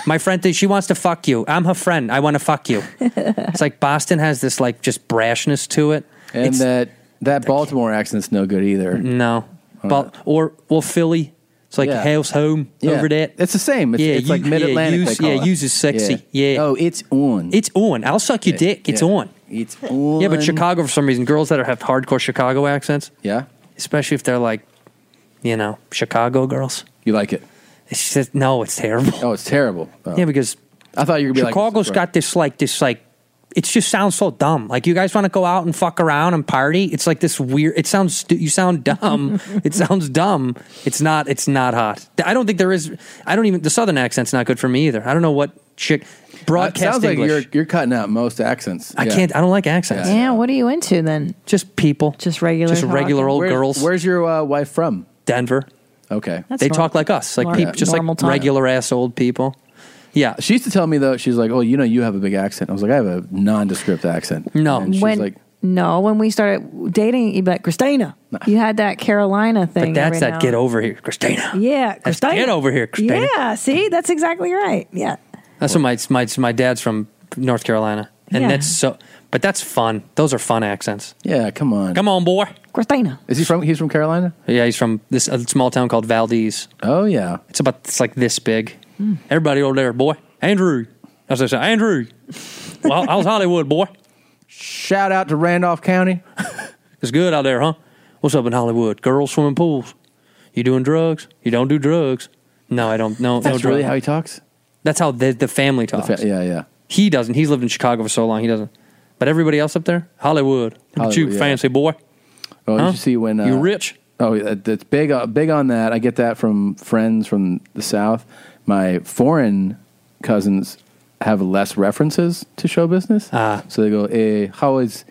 [SPEAKER 11] my friend thinks she wants to fuck you. I'm her friend. I want to fuck you. it's like Boston has this like just brashness to it.
[SPEAKER 1] And
[SPEAKER 11] It's-
[SPEAKER 1] that that Baltimore accent's no good either.
[SPEAKER 11] No. Bal- or, well, Philly. It's like
[SPEAKER 1] Yeah.
[SPEAKER 11] house home
[SPEAKER 1] Yeah.
[SPEAKER 11] over there.
[SPEAKER 1] It's the same. It's, it's like
[SPEAKER 11] you-
[SPEAKER 1] mid Atlantic.
[SPEAKER 11] Yeah, use, yeah, use is sexy. Yeah.
[SPEAKER 1] Oh, it's on.
[SPEAKER 11] It's on. I'll suck your
[SPEAKER 1] Yeah,
[SPEAKER 11] dick. It's
[SPEAKER 1] yeah.
[SPEAKER 11] on.
[SPEAKER 1] It's on.
[SPEAKER 11] Yeah, but Chicago for some reason, girls that are, have hardcore Chicago accents.
[SPEAKER 1] Yeah.
[SPEAKER 11] Especially if they're like, you know, Chicago girls.
[SPEAKER 1] You like it?
[SPEAKER 11] It's just no, it's terrible.
[SPEAKER 1] Oh, it's terrible. Oh.
[SPEAKER 11] Yeah, because
[SPEAKER 1] I thought you were gonna be like,
[SPEAKER 11] Chicago's
[SPEAKER 1] right.
[SPEAKER 11] got this like this like it just sounds so dumb. Like you guys want to go out and fuck around and party. It's like this weird. It sounds stu- you sound dumb. it sounds dumb. It's not. It's not hot. I don't think there is. I don't even. The southern accent's not good for me either. I don't know what chick broadcast
[SPEAKER 1] It sounds like
[SPEAKER 11] English.
[SPEAKER 1] you're you're cutting out most accents.
[SPEAKER 11] I can't. I don't like accents.
[SPEAKER 2] Yeah, what are you into then?
[SPEAKER 11] Just people.
[SPEAKER 2] Just regular.
[SPEAKER 11] Just regular old
[SPEAKER 2] talking.
[SPEAKER 11] girls. Where's
[SPEAKER 1] your uh, wife from?
[SPEAKER 11] Denver.
[SPEAKER 1] Okay.
[SPEAKER 11] they talk like us, like
[SPEAKER 1] Nor-
[SPEAKER 11] people, just
[SPEAKER 1] normal
[SPEAKER 11] like
[SPEAKER 1] time.
[SPEAKER 11] regular ass old people. Yeah.
[SPEAKER 1] She used to tell me though, she's like, "Oh, you know, you have a big accent." I was like, "I have a nondescript accent."
[SPEAKER 11] No.
[SPEAKER 1] And she's
[SPEAKER 2] when
[SPEAKER 1] like,
[SPEAKER 2] no, when we started dating, you'd be like Christina. You had that Carolina thing.
[SPEAKER 11] But that's
[SPEAKER 2] every
[SPEAKER 11] that
[SPEAKER 2] now
[SPEAKER 11] get over here, Christina.
[SPEAKER 2] and- Yeah,
[SPEAKER 11] That's
[SPEAKER 2] Christina.
[SPEAKER 11] get over here, Christina.
[SPEAKER 2] Yeah, see, that's exactly right. Yeah,
[SPEAKER 11] That's what my my my dad's from North Carolina, and
[SPEAKER 2] Yeah.
[SPEAKER 11] that's so. But that's fun. Those are fun accents.
[SPEAKER 1] "Yeah, come on,
[SPEAKER 11] Come on, boy."
[SPEAKER 2] Christina.
[SPEAKER 1] Is he from? He's from Carolina.
[SPEAKER 11] Yeah, he's from this uh, small town called Valdez.
[SPEAKER 1] Oh yeah,
[SPEAKER 11] it's about it's like this big. Hmm. Everybody over there, boy. Andrew, as I say, Andrew. well, how's Hollywood, boy?
[SPEAKER 1] Shout out to Randolph County.
[SPEAKER 11] it's good out there, huh? What's up in Hollywood? Girls swimming pools. You doing drugs? You don't do drugs? No, I don't. No, no
[SPEAKER 1] That's really
[SPEAKER 11] drugs.
[SPEAKER 1] how he talks.
[SPEAKER 11] That's how the the family
[SPEAKER 1] The
[SPEAKER 11] talks.
[SPEAKER 1] fa- yeah, yeah.
[SPEAKER 11] He doesn't. He's lived in Chicago for so long. He doesn't. But everybody else up there, Hollywood. Look at you
[SPEAKER 1] Hollywood, yeah.
[SPEAKER 11] fancy boy.
[SPEAKER 1] Oh,
[SPEAKER 11] Huh?
[SPEAKER 1] you see when uh,
[SPEAKER 11] You rich?
[SPEAKER 1] Oh, that- that's big. Uh, big on that. I get that from friends from the south. My foreign cousins have less references to show business,
[SPEAKER 11] Ah.
[SPEAKER 1] so they go, eh, "How is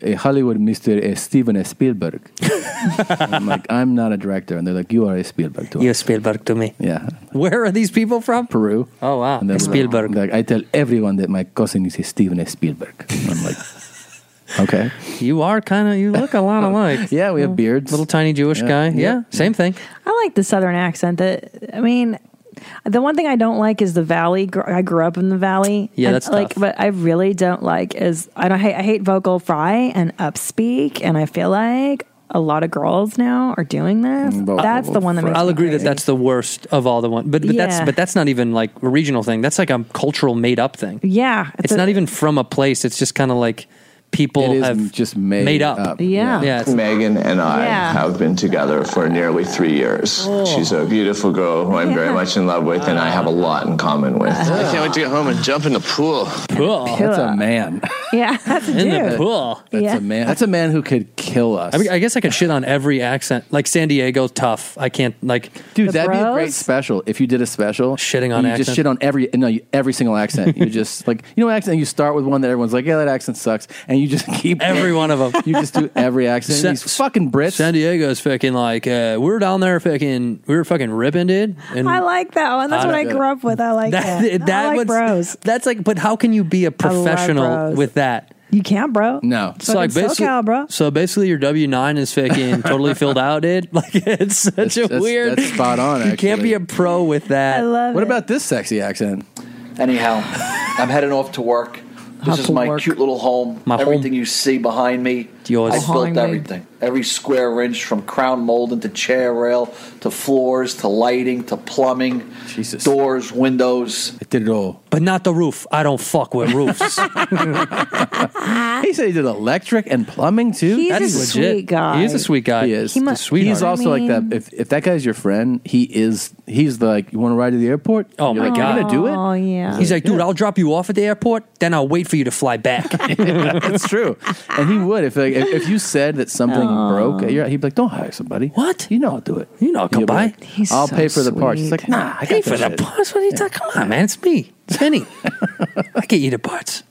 [SPEAKER 1] eh, Hollywood Mister eh, Steven Spielberg?" And I'm like, "I'm not a director," and they're like, "You are a Spielberg to me."
[SPEAKER 11] You're Spielberg to me.
[SPEAKER 1] Yeah.
[SPEAKER 11] Where are these people from?
[SPEAKER 1] Peru.
[SPEAKER 11] Oh wow,
[SPEAKER 1] And uh, they're like-
[SPEAKER 11] Spielberg.
[SPEAKER 1] Like, I tell everyone that my cousin is Steven Spielberg. And I'm like, okay.
[SPEAKER 11] You are kind of. You look a lot alike.
[SPEAKER 1] yeah, we have beards.
[SPEAKER 11] Little tiny Jewish
[SPEAKER 1] Yeah.
[SPEAKER 11] guy.
[SPEAKER 1] Yep.
[SPEAKER 11] Yeah, same thing.
[SPEAKER 2] I like the southern accent. That I mean, the one thing I don't like is the valley. Gr- I grew up in the valley.
[SPEAKER 11] Yeah,
[SPEAKER 2] and,
[SPEAKER 11] that's
[SPEAKER 2] like,
[SPEAKER 11] tough.
[SPEAKER 2] but I really don't like is I don't hate I hate vocal fry and upspeak, and I feel like a lot of girls now are doing this. that's the one that makes
[SPEAKER 11] I'll
[SPEAKER 2] me
[SPEAKER 11] agree that
[SPEAKER 2] crazy.
[SPEAKER 11] that's the worst of all the one. But, but
[SPEAKER 2] Yeah.
[SPEAKER 11] that's but that's not even like a regional thing. That's like a cultural made up thing.
[SPEAKER 2] yeah.
[SPEAKER 11] It's, not even from a place. It's just kind of like people
[SPEAKER 17] It is
[SPEAKER 11] have
[SPEAKER 1] just made,
[SPEAKER 11] up.
[SPEAKER 2] Yeah.
[SPEAKER 11] yeah. it's-
[SPEAKER 17] Megan and I
[SPEAKER 2] Yeah.
[SPEAKER 17] have been together for nearly three years.
[SPEAKER 2] Oh.
[SPEAKER 17] She's a beautiful girl who I'm very much in love with, and I have a lot in common with.
[SPEAKER 2] I
[SPEAKER 17] can't wait to get home and jump in the pool.
[SPEAKER 11] Pool.
[SPEAKER 1] That's a man.
[SPEAKER 2] yeah. That's a dude.
[SPEAKER 1] That's
[SPEAKER 2] yeah.
[SPEAKER 1] a man. That's a man who could kill us.
[SPEAKER 11] I, mean, I guess I could shit on every accent. Like San Diego, tough. I can't like.
[SPEAKER 1] Dude, that'd be a great special if you did a special shitting
[SPEAKER 11] on
[SPEAKER 1] you
[SPEAKER 11] accent?
[SPEAKER 1] Just shit on every no, you, every single accent. You just like you know accent. You start with one that everyone's like, yeah, that accent sucks, and you just keep
[SPEAKER 11] Every one of them.
[SPEAKER 1] You just do every accent.
[SPEAKER 11] Sa-
[SPEAKER 1] These fucking Brits.
[SPEAKER 11] San Diego's fucking like uh, we were down there fucking we were fucking ripping, dude. And
[SPEAKER 2] I like that one. That's
[SPEAKER 11] I
[SPEAKER 2] what I
[SPEAKER 11] don't get
[SPEAKER 2] grew
[SPEAKER 11] it.
[SPEAKER 2] up with. I like that.
[SPEAKER 11] that,
[SPEAKER 2] I like
[SPEAKER 11] was- That's like, but how can you be
[SPEAKER 2] I
[SPEAKER 11] a
[SPEAKER 2] love
[SPEAKER 11] professional
[SPEAKER 2] bros.
[SPEAKER 11] with that?
[SPEAKER 2] You can't, bro.
[SPEAKER 1] No.
[SPEAKER 2] It's like SoCal, bro.
[SPEAKER 11] So basically, your W nine is fucking totally filled out. Dude, like it's such a
[SPEAKER 1] that's-
[SPEAKER 11] weird.
[SPEAKER 1] that's spot on,
[SPEAKER 11] You can't be a pro with that.
[SPEAKER 2] I love
[SPEAKER 1] What about this sexy accent?
[SPEAKER 15] Anyhow, I'm heading off to work. This
[SPEAKER 1] Off
[SPEAKER 15] is
[SPEAKER 1] to
[SPEAKER 15] my
[SPEAKER 1] work.
[SPEAKER 15] cute little home.
[SPEAKER 1] My home.
[SPEAKER 15] everything you see behind me,
[SPEAKER 11] Yours.
[SPEAKER 15] I built
[SPEAKER 11] Behind me.
[SPEAKER 15] everything. Every square inch, from crown molding to chair rail to floors to lighting to plumbing, doors, windows.
[SPEAKER 1] I did it all.
[SPEAKER 11] But not the roof. I don't fuck with roofs.
[SPEAKER 1] he said he did electric and plumbing too.
[SPEAKER 2] He's That's a legit. sweet guy. He is a
[SPEAKER 11] sweet guy.
[SPEAKER 1] He is.
[SPEAKER 2] He mu-
[SPEAKER 1] He's he's
[SPEAKER 2] I
[SPEAKER 1] also like
[SPEAKER 2] mean-
[SPEAKER 1] that. If, if that guy's your friend, he is. He's the, like, you want to ride to the airport? Oh
[SPEAKER 11] my
[SPEAKER 1] like,
[SPEAKER 11] God.
[SPEAKER 1] you gonna do it?
[SPEAKER 2] Oh yeah.
[SPEAKER 11] He's like, dude, I'll drop you off at the airport, then I'll wait for you to fly back.
[SPEAKER 1] That's true. And he would if like, if, if you said that something broke, uh, you're, he'd be like, "Don't hire somebody. What? You know I'll do it.
[SPEAKER 11] You know I'll come
[SPEAKER 1] He'll be
[SPEAKER 11] by.
[SPEAKER 1] like,
[SPEAKER 11] He's
[SPEAKER 1] I'll
[SPEAKER 11] so
[SPEAKER 1] pay for the parts." He's
[SPEAKER 11] sweet.
[SPEAKER 1] like,
[SPEAKER 15] Ah,
[SPEAKER 1] "Nah, I
[SPEAKER 11] Pay
[SPEAKER 1] got
[SPEAKER 11] for the parts? What are you talking? Come on, man, it's me, it's Vinny. I get you the parts.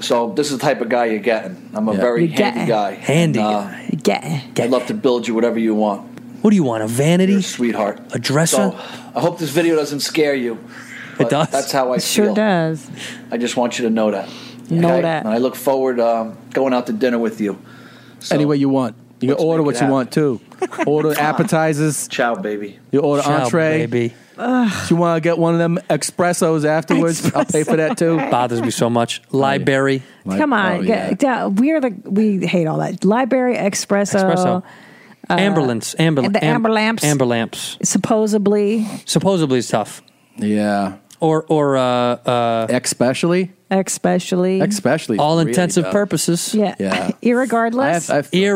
[SPEAKER 15] So this is the type of guy you're getting. I'm a
[SPEAKER 11] Yeah.
[SPEAKER 15] very handy
[SPEAKER 11] You're getting-
[SPEAKER 15] guy.
[SPEAKER 11] handy
[SPEAKER 15] guy.
[SPEAKER 2] Get.
[SPEAKER 15] I'd love to build you whatever you want,
[SPEAKER 11] What do you want? A vanity,
[SPEAKER 15] sweetheart,
[SPEAKER 11] a dresser?
[SPEAKER 15] So I hope this video doesn't scare you. but
[SPEAKER 11] does.
[SPEAKER 15] That's how I
[SPEAKER 2] It sure
[SPEAKER 15] feel.
[SPEAKER 2] does.
[SPEAKER 15] I just want you to know that.
[SPEAKER 2] Know that.
[SPEAKER 15] And I look forward um, going out to dinner with you.
[SPEAKER 1] Any way you want. You can order
[SPEAKER 15] make
[SPEAKER 1] what
[SPEAKER 15] it
[SPEAKER 1] you want too. Order appetizers.
[SPEAKER 15] Ciao, baby.
[SPEAKER 1] You order
[SPEAKER 15] Ciao,
[SPEAKER 1] entree.
[SPEAKER 11] baby.
[SPEAKER 1] If you want to get one of them espressos afterwards, I'll pay for that too. oh,
[SPEAKER 11] Bothers me so much. Library.
[SPEAKER 2] Come on, get, da- we are the we hate all that library espresso,
[SPEAKER 11] Espresso.
[SPEAKER 2] uh,
[SPEAKER 11] ambulance, ambulance,
[SPEAKER 2] and the amber lamps.
[SPEAKER 11] amber lamps.
[SPEAKER 2] supposedly
[SPEAKER 11] Supposedly it's tough.
[SPEAKER 1] Yeah.
[SPEAKER 11] Or or uh, uh,
[SPEAKER 1] especially
[SPEAKER 2] especially
[SPEAKER 1] especially
[SPEAKER 11] all intensive purposes.
[SPEAKER 2] Yeah,
[SPEAKER 1] Yeah.
[SPEAKER 2] irregardless.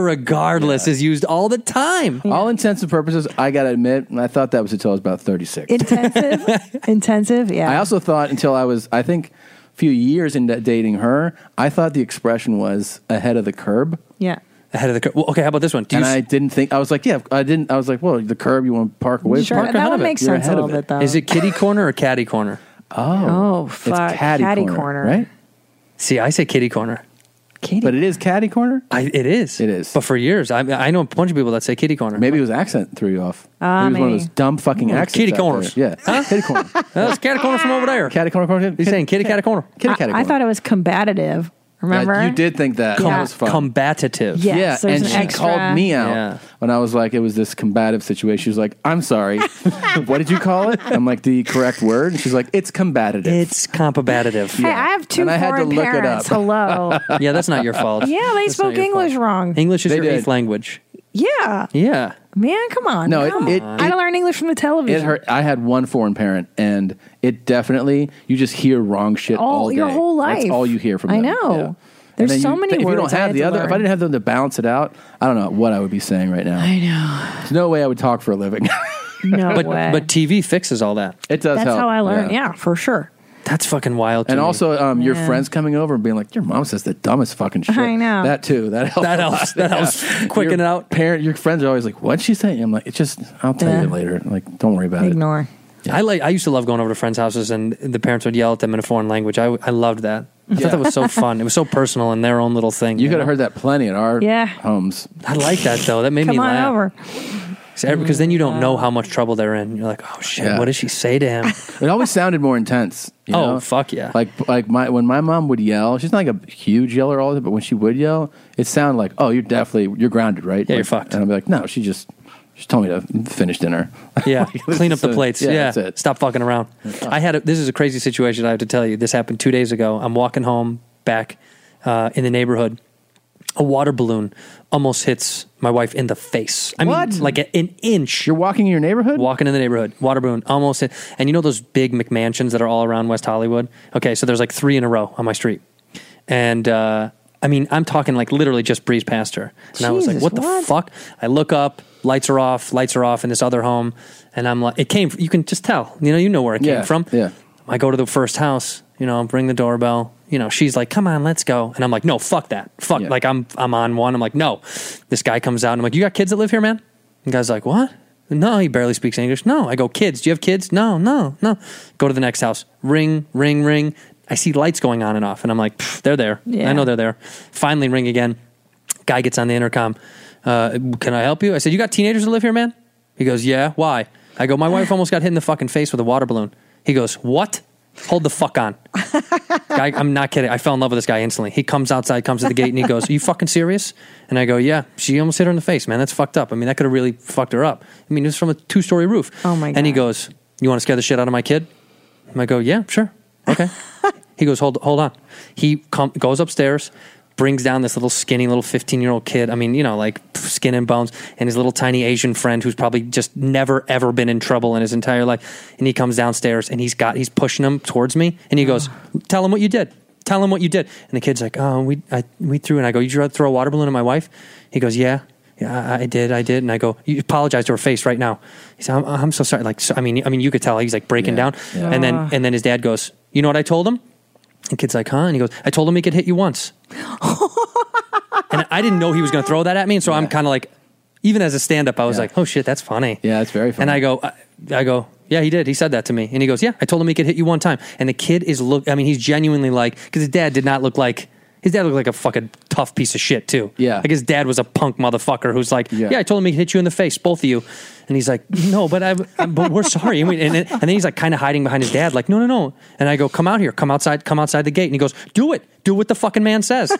[SPEAKER 11] Irregardless is used all the time.
[SPEAKER 1] All intents and purposes, I gotta admit, and I thought that was until I was about thirty six.
[SPEAKER 2] intensive, intensive. Yeah,
[SPEAKER 1] I also thought until I was, I think, a few years into dating her, I thought the expression was ahead of the curb.
[SPEAKER 2] yeah.
[SPEAKER 11] Ahead of the curb. Well, okay, how about this one?
[SPEAKER 1] and I didn't think I was like, yeah, I didn't. I was like, well, the curb, you want to park away?
[SPEAKER 2] Sure,
[SPEAKER 1] from it.
[SPEAKER 2] that
[SPEAKER 1] Park
[SPEAKER 2] would
[SPEAKER 1] ahead of it.
[SPEAKER 2] make
[SPEAKER 1] You're
[SPEAKER 2] sense a
[SPEAKER 1] ahead of
[SPEAKER 2] little
[SPEAKER 1] it.
[SPEAKER 2] bit, though.
[SPEAKER 11] Is it kitty corner or caddy corner?
[SPEAKER 1] Oh,
[SPEAKER 2] Oh, fuck. Catty corner.
[SPEAKER 11] See, I say kitty corner.
[SPEAKER 2] Kitty.
[SPEAKER 1] But it is catty corner.
[SPEAKER 11] I, it is. It
[SPEAKER 1] is.
[SPEAKER 11] But for years, I, I know a bunch of people that say kitty corner.
[SPEAKER 1] Maybe it was accent threw you off. Maybe it was one
[SPEAKER 11] Ah,
[SPEAKER 1] of
[SPEAKER 11] maybe.
[SPEAKER 1] those dumb fucking
[SPEAKER 11] Ooh,
[SPEAKER 1] accents.
[SPEAKER 11] kitty
[SPEAKER 1] out there.
[SPEAKER 11] corners.
[SPEAKER 1] Yeah, kitty corner.
[SPEAKER 11] That's Oh, catty corner from over there.
[SPEAKER 1] Catty corner. corner He's
[SPEAKER 11] saying kitty catty corner.
[SPEAKER 1] Kitty
[SPEAKER 2] I-
[SPEAKER 1] catty
[SPEAKER 2] I,
[SPEAKER 1] corner.
[SPEAKER 2] thought it was combative. Remember?
[SPEAKER 1] Yeah, you did think that.
[SPEAKER 2] Com-
[SPEAKER 1] That was fun.
[SPEAKER 2] Yes,
[SPEAKER 11] Combative.
[SPEAKER 1] yeah,
[SPEAKER 2] there's
[SPEAKER 1] and
[SPEAKER 2] an
[SPEAKER 1] she
[SPEAKER 2] extra-
[SPEAKER 1] called me out
[SPEAKER 11] Yeah.
[SPEAKER 1] when I was like, it was this combative situation. She was like, I'm sorry. what did you call it? I'm like, the correct word. And she's like, it's combative.
[SPEAKER 11] It's combative.
[SPEAKER 2] Hey, I have two
[SPEAKER 1] And I had
[SPEAKER 2] foreign
[SPEAKER 1] to look it
[SPEAKER 2] parents.
[SPEAKER 1] up.
[SPEAKER 2] Hello.
[SPEAKER 11] yeah, that's not your fault.
[SPEAKER 2] yeah, they
[SPEAKER 11] That's not
[SPEAKER 2] spoke
[SPEAKER 11] your
[SPEAKER 2] English wrong.
[SPEAKER 11] fault. English is
[SPEAKER 1] They
[SPEAKER 11] your
[SPEAKER 1] did.
[SPEAKER 11] eighth language.
[SPEAKER 2] Yeah.
[SPEAKER 11] Yeah.
[SPEAKER 2] Man, come on.
[SPEAKER 1] No, it-
[SPEAKER 2] Come
[SPEAKER 1] it-
[SPEAKER 2] on. I learned English from the television.
[SPEAKER 1] It hurt. I had one foreign parent, and it definitely you just hear wrong shit all,
[SPEAKER 2] All- your
[SPEAKER 1] day.
[SPEAKER 2] whole
[SPEAKER 1] That's
[SPEAKER 2] life.
[SPEAKER 1] all you hear from.
[SPEAKER 2] I
[SPEAKER 1] them.
[SPEAKER 2] know.
[SPEAKER 1] Yeah. And
[SPEAKER 2] There's
[SPEAKER 1] then
[SPEAKER 2] so
[SPEAKER 1] you-
[SPEAKER 2] many
[SPEAKER 1] If you
[SPEAKER 2] words
[SPEAKER 1] don't
[SPEAKER 2] I
[SPEAKER 1] have
[SPEAKER 2] had
[SPEAKER 1] the
[SPEAKER 2] to
[SPEAKER 1] other, if I
[SPEAKER 2] learn.
[SPEAKER 1] didn't have them to balance it out, I don't know what I would be saying right now. I
[SPEAKER 2] know.
[SPEAKER 1] There's no way I would talk for a living.
[SPEAKER 2] No
[SPEAKER 11] but
[SPEAKER 2] way.
[SPEAKER 11] but TV fixes all that.
[SPEAKER 1] It does.
[SPEAKER 2] That's
[SPEAKER 1] help.
[SPEAKER 2] how I learned. Yeah, for sure.
[SPEAKER 11] That's fucking wild. to
[SPEAKER 1] And
[SPEAKER 11] me.
[SPEAKER 1] also, um, your
[SPEAKER 2] Yeah.
[SPEAKER 1] friends coming over and being like, "Your mom says the dumbest fucking shit."
[SPEAKER 2] I know.
[SPEAKER 1] that too. That helps.
[SPEAKER 11] That
[SPEAKER 1] a lot.
[SPEAKER 11] helps- that helps quicken
[SPEAKER 1] your it out. Parent, your friends are always like, "What'd she say?" I'm like, "It's just, I'll tell
[SPEAKER 11] Yeah.
[SPEAKER 1] you later. Like, don't worry about it."
[SPEAKER 2] Ignore.
[SPEAKER 11] I like. I used to love going over to friends' houses, and the parents would yell at them in a foreign language. I, I loved that. I thought that was so fun. It was so personal in their own little thing.
[SPEAKER 1] You could have heard that plenty at our
[SPEAKER 2] Yeah.
[SPEAKER 1] homes.
[SPEAKER 11] I like that though. That made
[SPEAKER 2] Come
[SPEAKER 11] me
[SPEAKER 2] on
[SPEAKER 11] laugh.
[SPEAKER 2] over.
[SPEAKER 11] Because then you don't know how much trouble they're in. You're like, oh shit,
[SPEAKER 1] Yeah.
[SPEAKER 11] what does she say to him?
[SPEAKER 1] It always sounded more intense. you
[SPEAKER 11] Oh,
[SPEAKER 1] know?
[SPEAKER 11] fuck yeah.
[SPEAKER 1] Like like my when my mom would yell, she's not like a huge yeller all the time, but when she would yell, it sounded like, "Oh, you're definitely you're grounded, right?" Yeah, you're fucked. And I'd be like, "No, she just she told me to finish dinner."
[SPEAKER 11] Yeah, clean up the
[SPEAKER 1] So,
[SPEAKER 11] plates.
[SPEAKER 1] yeah,
[SPEAKER 11] Yeah,
[SPEAKER 1] that's it.
[SPEAKER 11] stop fucking around. I had a, this is a crazy situation. I have to tell you, this happened two days ago. I'm walking home back uh, in the neighborhood. A water balloon almost hits my wife in the face. I
[SPEAKER 1] What?
[SPEAKER 11] mean, like a, an inch. You're
[SPEAKER 1] walking in your neighborhood.
[SPEAKER 11] Walking in the neighborhood, water balloon almost hit. And you know those big McMansions that are all around West Hollywood. Okay, so there's like three in a row on my street, and uh, I mean, I'm talking like literally just breeze past her, and I was like,
[SPEAKER 2] Jesus,
[SPEAKER 11] what the
[SPEAKER 2] what?
[SPEAKER 11] fuck? I look up, lights are off, lights are off in this other home, and I'm like, it came. You can just tell, you know, you know where it
[SPEAKER 1] Yeah,
[SPEAKER 11] came from.
[SPEAKER 1] yeah.
[SPEAKER 11] I go to the first house, you know, bring the doorbell. You know, she's like, "Come on, let's go," and I'm like, "No, fuck that, fuck." Like I'm, I'm on one. I'm like, "No." This guy comes out. And I'm like, "You got kids that live here, man?" And guy's like, "What?" No, he barely speaks English. No, I go, "Kids? Do you have kids?" No, no, no. Go to the next house. Ring, ring, ring. I see lights going on and off, and I'm like, "Pff, "They're there.
[SPEAKER 2] Yeah.
[SPEAKER 11] I know they're there." Finally, ring again. Guy gets on the intercom. Uh, can I help you? I said, You got teenagers that live here, man? He goes, Yeah. Why? I go, My wife almost got hit in the fucking face with a water balloon. He goes, What? Hold the fuck on. Guy, I'm not kidding. I fell in love with this guy instantly. He comes outside, comes to the gate, and he goes, Are you fucking serious? And I go, Yeah. She almost hit her in the face, man. That's fucked up. I mean, that could have really fucked her up. I mean, it was from a two story roof.
[SPEAKER 2] Oh, my
[SPEAKER 11] And he goes, You want to scare the shit out of my kid? And I go, Yeah, sure. Okay. he goes, Hold hold on. He com- goes upstairs, brings down this little skinny little 15 year old kid. I mean, you know, like pff, skin and bones, and his little tiny Asian friend who's probably just never, ever been in trouble in his entire life. And he comes downstairs and he's got, he's pushing him towards me and he goes,
[SPEAKER 2] Ah.
[SPEAKER 11] Tell him what you did. Tell him what you did. And the kid's like, Oh, we, I, we threw, and I go, You tried to throw a water balloon at my wife? He goes, Yeah. Yeah, I I did, I did, and I go. You apologize to her face right now. He said, "I'm, I'm so sorry." Like, so, I mean, I mean, you could tell he's like breaking down,
[SPEAKER 2] yeah.
[SPEAKER 11] and then
[SPEAKER 2] Ah.
[SPEAKER 11] and then his dad goes, "You know what I told him?" And kid's like, "Huh?" And he goes, "I told him he could hit you once." and I didn't know he was going to throw that at me, and so I'm kind of like, even as a stand-up, I was like, "Oh shit, that's funny."
[SPEAKER 1] Yeah, that's very funny.
[SPEAKER 11] And I go, I, I go, yeah, he did. He said that to me, and he goes, "Yeah, I told him he could hit you one time." And the kid is look. I mean, he's genuinely like, because his dad did not look like. His dad looked like a fucking tough piece of shit too. Yeah, like his dad was a punk motherfucker who's like, yeah, I told him he could hit you in the face, both of you. And he's like, no, but I, but we're sorry. And, we, and, then, and then he's like, kind of hiding behind his dad, like, no, no, no. And I go, come out here, come outside, come outside the gate. And he goes, do it, do what the fucking man says.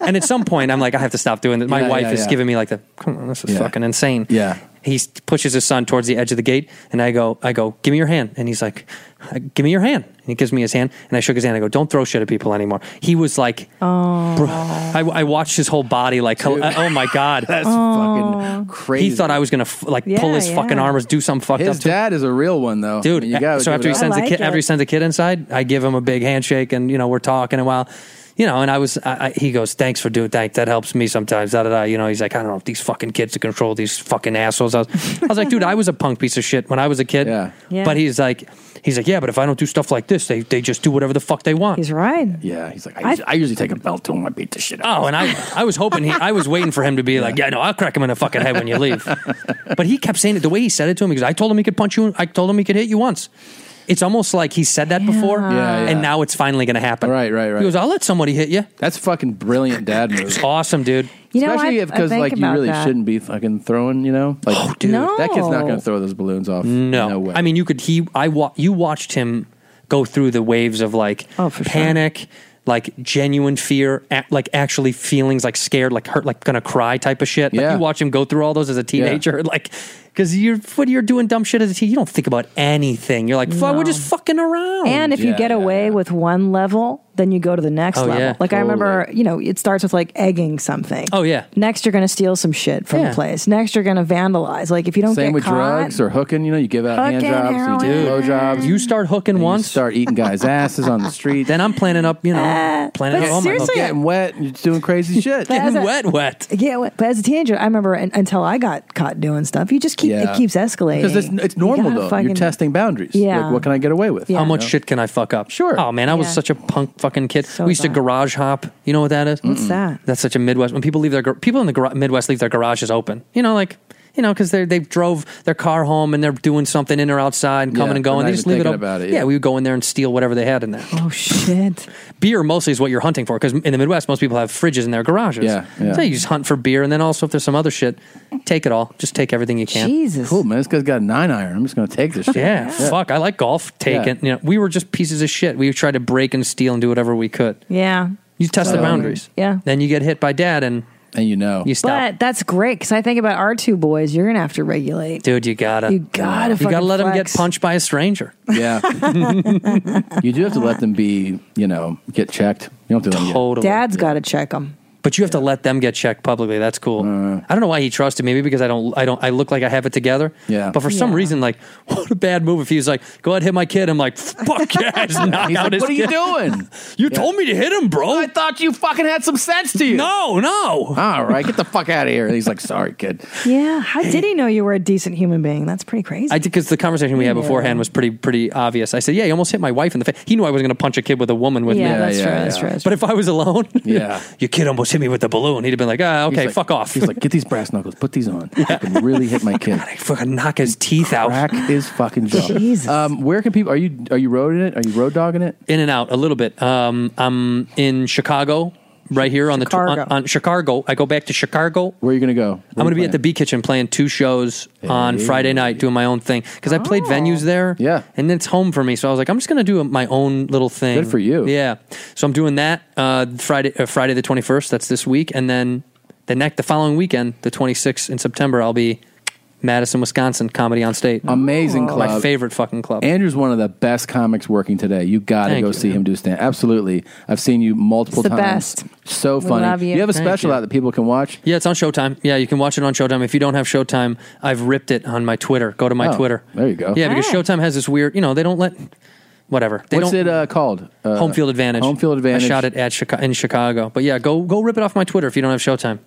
[SPEAKER 11] and at some point, I'm like, I have to stop doing this. My
[SPEAKER 1] Yeah,
[SPEAKER 11] wife
[SPEAKER 1] yeah,
[SPEAKER 11] is
[SPEAKER 1] yeah.
[SPEAKER 11] giving me like the, come on, this is
[SPEAKER 1] Yeah.
[SPEAKER 11] fucking insane.
[SPEAKER 1] Yeah.
[SPEAKER 11] He s- pushes his son towards the edge of the gate, and I go, I go, give me your hand. And he's like, "Uh, give me your hand. And he gives me his hand, and I shook his hand. I go, don't throw shit at people anymore. He was like,
[SPEAKER 2] Oh.
[SPEAKER 11] Bro, I, I watched his whole body like, col- oh my god, that's
[SPEAKER 1] fucking
[SPEAKER 11] crazy. He thought I was gonna f- like pull
[SPEAKER 1] Yeah,
[SPEAKER 11] his fucking
[SPEAKER 1] yeah.
[SPEAKER 11] arm or do something fucked
[SPEAKER 1] His
[SPEAKER 11] up. to him.
[SPEAKER 1] dad is a real one, though.
[SPEAKER 11] dude.
[SPEAKER 1] I mean, you gotta
[SPEAKER 11] so
[SPEAKER 1] give
[SPEAKER 11] after
[SPEAKER 1] it
[SPEAKER 11] he
[SPEAKER 1] up.
[SPEAKER 11] sends the kid, after he sends the kid inside, I give him a big handshake, and you know we're talking a while. You know, and I was, I, I, he goes, thanks for doing, thank, that helps me sometimes, da da da. You know, he's like, I don't know if these fucking kids to control these fucking assholes. I was, I was like, dude, I was a punk piece of shit when I was a kid. Yeah.
[SPEAKER 2] Yeah.
[SPEAKER 11] But he's like, he's like, yeah, but if I don't do stuff like this, they, they just do whatever the fuck they want.
[SPEAKER 2] He's right.
[SPEAKER 1] Yeah, he's like,
[SPEAKER 11] I
[SPEAKER 1] I, usually take a belt to him. I beat the shit out.
[SPEAKER 11] Oh, and I, I was hoping he, I was waiting for him to be like, yeah, no, I'll crack him in the fucking head when you leave. But he kept saying it the way he said it to him. He goes, I told him he could punch you. I told him he could hit you once. It's almost like he said that before,
[SPEAKER 1] Yeah, yeah.
[SPEAKER 11] and now it's finally going to happen. Right, right, right. He goes, I'll let somebody hit you.
[SPEAKER 1] That's fucking brilliant, dad move.
[SPEAKER 11] it's awesome, dude.
[SPEAKER 2] You know,
[SPEAKER 1] Especially
[SPEAKER 2] I-
[SPEAKER 1] if because
[SPEAKER 2] I think
[SPEAKER 1] like you
[SPEAKER 2] about
[SPEAKER 1] really
[SPEAKER 2] that.
[SPEAKER 1] shouldn't be fucking throwing, you know? Like, oh, dude, that kid's not
[SPEAKER 2] No.
[SPEAKER 1] gonna throw those balloons off.
[SPEAKER 11] No,
[SPEAKER 1] way.
[SPEAKER 11] I mean, you could. He, I, wa- you watched him go through the waves of like
[SPEAKER 2] Oh,
[SPEAKER 11] panic, like genuine fear, a- like actually feelings like scared, like hurt, like gonna cry type of shit. Like
[SPEAKER 1] Yeah.
[SPEAKER 11] you watch him go through all those as a
[SPEAKER 1] Yeah.
[SPEAKER 11] teenager, like because you're what you're doing dumb shit as a teen. You don't think about anything. You're like, fuck, we're just fucking around.
[SPEAKER 2] And if you
[SPEAKER 11] Yeah,
[SPEAKER 2] get
[SPEAKER 11] yeah,
[SPEAKER 2] away with one level, then you go to the next
[SPEAKER 11] Oh,
[SPEAKER 2] level.
[SPEAKER 11] yeah,
[SPEAKER 2] like I remember, you know, it starts with like egging something.
[SPEAKER 11] Oh, yeah.
[SPEAKER 2] Next, you're going to steal some shit from
[SPEAKER 1] Yeah.
[SPEAKER 2] the place. Next, you're going to vandalize. Like if you don't
[SPEAKER 1] Same
[SPEAKER 2] get
[SPEAKER 1] with
[SPEAKER 2] caught,
[SPEAKER 1] drugs or hooking. You know, you give out hand
[SPEAKER 2] Hooking,
[SPEAKER 1] jobs, you do blow jobs.
[SPEAKER 11] You start hooking
[SPEAKER 1] once, start eating guys' asses on the street.
[SPEAKER 11] Then I'm planning up, you know, planning
[SPEAKER 2] but
[SPEAKER 1] up.
[SPEAKER 2] up all my- seriously-
[SPEAKER 1] getting wet, and you're doing crazy shit,
[SPEAKER 2] But as a- Yeah, wet- but as a teenager, I remember un until I got caught doing stuff. You just keep
[SPEAKER 1] Yeah.
[SPEAKER 2] it keeps escalating
[SPEAKER 1] Because it's, it's
[SPEAKER 2] You
[SPEAKER 1] normal
[SPEAKER 2] gotta
[SPEAKER 1] though.
[SPEAKER 2] fucking-
[SPEAKER 1] You're testing boundaries.
[SPEAKER 2] Yeah.
[SPEAKER 1] Like, what can I get away with?
[SPEAKER 2] Yeah.
[SPEAKER 11] How much shit can I fuck up? Sure. Oh man, I was
[SPEAKER 2] Yeah.
[SPEAKER 11] such a punk fucking kid. we used to garage hop. You know what that is?
[SPEAKER 2] What's Mm-mm. that?
[SPEAKER 11] That's such a Midwest. When people leave their gar- people in the gar- Midwest leave their garages open. You know, like you know, because they they drove their car home and they're doing something in or outside and
[SPEAKER 1] Yeah,
[SPEAKER 11] coming and going.
[SPEAKER 1] they're
[SPEAKER 11] They
[SPEAKER 1] not
[SPEAKER 11] just
[SPEAKER 1] even
[SPEAKER 11] leave it
[SPEAKER 1] thinking
[SPEAKER 11] open.
[SPEAKER 1] about it,
[SPEAKER 11] yeah.
[SPEAKER 1] yeah.
[SPEAKER 11] we would go in there and steal whatever they had in there.
[SPEAKER 2] Oh shit!
[SPEAKER 11] Beer mostly is what you're hunting for because in the Midwest most people have fridges in their garages.
[SPEAKER 1] Yeah, yeah.
[SPEAKER 11] So you just hunt for beer and then also if there's some other shit, take it all. Just take everything you can.
[SPEAKER 1] Jesus. Cool, man. This guy's got a nine iron. I'm just going to take this shit.
[SPEAKER 11] Yeah, fuck. I like golf. Take
[SPEAKER 1] Yeah.
[SPEAKER 11] it. You know, we were just pieces of shit. We tried to break and steal and do whatever we could.
[SPEAKER 2] Yeah,
[SPEAKER 11] You test the
[SPEAKER 2] So-
[SPEAKER 11] boundaries.
[SPEAKER 2] Yeah.
[SPEAKER 11] Then you get hit by dad, and
[SPEAKER 1] and you know
[SPEAKER 11] you stop.
[SPEAKER 2] But that's great because I think about our two boys. You're going to have to regulate.
[SPEAKER 11] Dude, you gotta
[SPEAKER 2] You gotta
[SPEAKER 11] you gotta
[SPEAKER 2] fucking
[SPEAKER 11] let him get
[SPEAKER 2] flex.
[SPEAKER 11] punched by a stranger.
[SPEAKER 1] Yeah. you do have to let them be, you know, get checked. You don't do them
[SPEAKER 11] Totally.
[SPEAKER 2] Dad's got to check them.
[SPEAKER 11] But you have to let them get checked publicly. That's cool. I don't know why he trusted me. Maybe because I don't. I don't. I look like I have it together.
[SPEAKER 1] Yeah.
[SPEAKER 11] But for some
[SPEAKER 1] Yeah.
[SPEAKER 11] reason, like, what a bad move. If he was like, "Go ahead, hit my kid," I'm like, "Fuck yeah!" I just knock
[SPEAKER 1] He's
[SPEAKER 11] out
[SPEAKER 1] like,
[SPEAKER 11] his
[SPEAKER 1] "What are you
[SPEAKER 11] kid."
[SPEAKER 1] doing?
[SPEAKER 11] you told me to hit him, bro.
[SPEAKER 1] I thought you fucking had some sense to you.
[SPEAKER 11] No, no.
[SPEAKER 1] All right, get the fuck out of here. And he's like, sorry, kid.
[SPEAKER 2] Yeah. How did he know you were a decent human being? That's pretty crazy.
[SPEAKER 11] I did because the conversation we had beforehand was pretty pretty obvious. I said, "Yeah, you almost hit my wife in the face." He knew I was going to punch a kid with a woman with
[SPEAKER 2] Yeah,
[SPEAKER 11] me.
[SPEAKER 2] that's Yeah, true, yeah, that's yeah. true,
[SPEAKER 11] But if I was alone,
[SPEAKER 1] Yeah.
[SPEAKER 11] your kid almost hit me with the balloon. He'd have been like, "Ah,
[SPEAKER 1] He's
[SPEAKER 11] okay,
[SPEAKER 1] like-
[SPEAKER 11] fuck off."
[SPEAKER 1] He's like, get these brass knuckles, put these on. I can really hit my kid. I
[SPEAKER 11] fucking knock his teeth out.
[SPEAKER 1] Crack his fucking jaw.
[SPEAKER 11] Jesus.
[SPEAKER 1] Um, where can people? Are you are you roading it? Are you road dogging it?
[SPEAKER 11] in and out a little bit. Um, I'm in Chicago right here on the on, on Chicago. I go back to Chicago.
[SPEAKER 1] Where are you going to go?
[SPEAKER 11] I'm going to be at the Bee Kitchen playing two shows on
[SPEAKER 1] Hey. Oh.
[SPEAKER 11] Friday night, doing my own thing because I played venues there. Yeah, and then it's home for me, so I was like, I'm just going to do my own little thing.
[SPEAKER 1] Good for you.
[SPEAKER 11] Yeah, so I'm doing that uh, Friday, uh, Friday the 21st. That's this week, and then the next, the following weekend, the 26th in September, I'll be Madison, Wisconsin, comedy on state.
[SPEAKER 1] Amazing club.
[SPEAKER 11] my favorite fucking club.
[SPEAKER 1] Andrew's one of the best comics working today. You got to
[SPEAKER 11] Thank
[SPEAKER 1] go
[SPEAKER 11] you,
[SPEAKER 1] see him do stand. Absolutely, I've seen you multiple
[SPEAKER 11] It's the
[SPEAKER 1] times.
[SPEAKER 11] best.
[SPEAKER 1] So
[SPEAKER 11] We
[SPEAKER 1] funny.
[SPEAKER 11] love you.
[SPEAKER 1] have a
[SPEAKER 11] Thank
[SPEAKER 1] special
[SPEAKER 11] you.
[SPEAKER 1] out that people can watch.
[SPEAKER 11] Yeah, it's on Showtime. Yeah, you can watch it on Showtime. If you don't have Showtime, I've ripped it on my Twitter. Go to my
[SPEAKER 1] Oh,
[SPEAKER 11] Twitter.
[SPEAKER 1] there you go.
[SPEAKER 11] Yeah, because
[SPEAKER 1] Hey.
[SPEAKER 11] Showtime has this weird, you know, they don't let whatever. They
[SPEAKER 1] What's
[SPEAKER 11] don't
[SPEAKER 1] it uh, called? Uh,
[SPEAKER 11] home field advantage.
[SPEAKER 1] Home field advantage.
[SPEAKER 11] I shot it at Chica- in Chicago. But yeah, go go rip it off my Twitter if you don't have Showtime.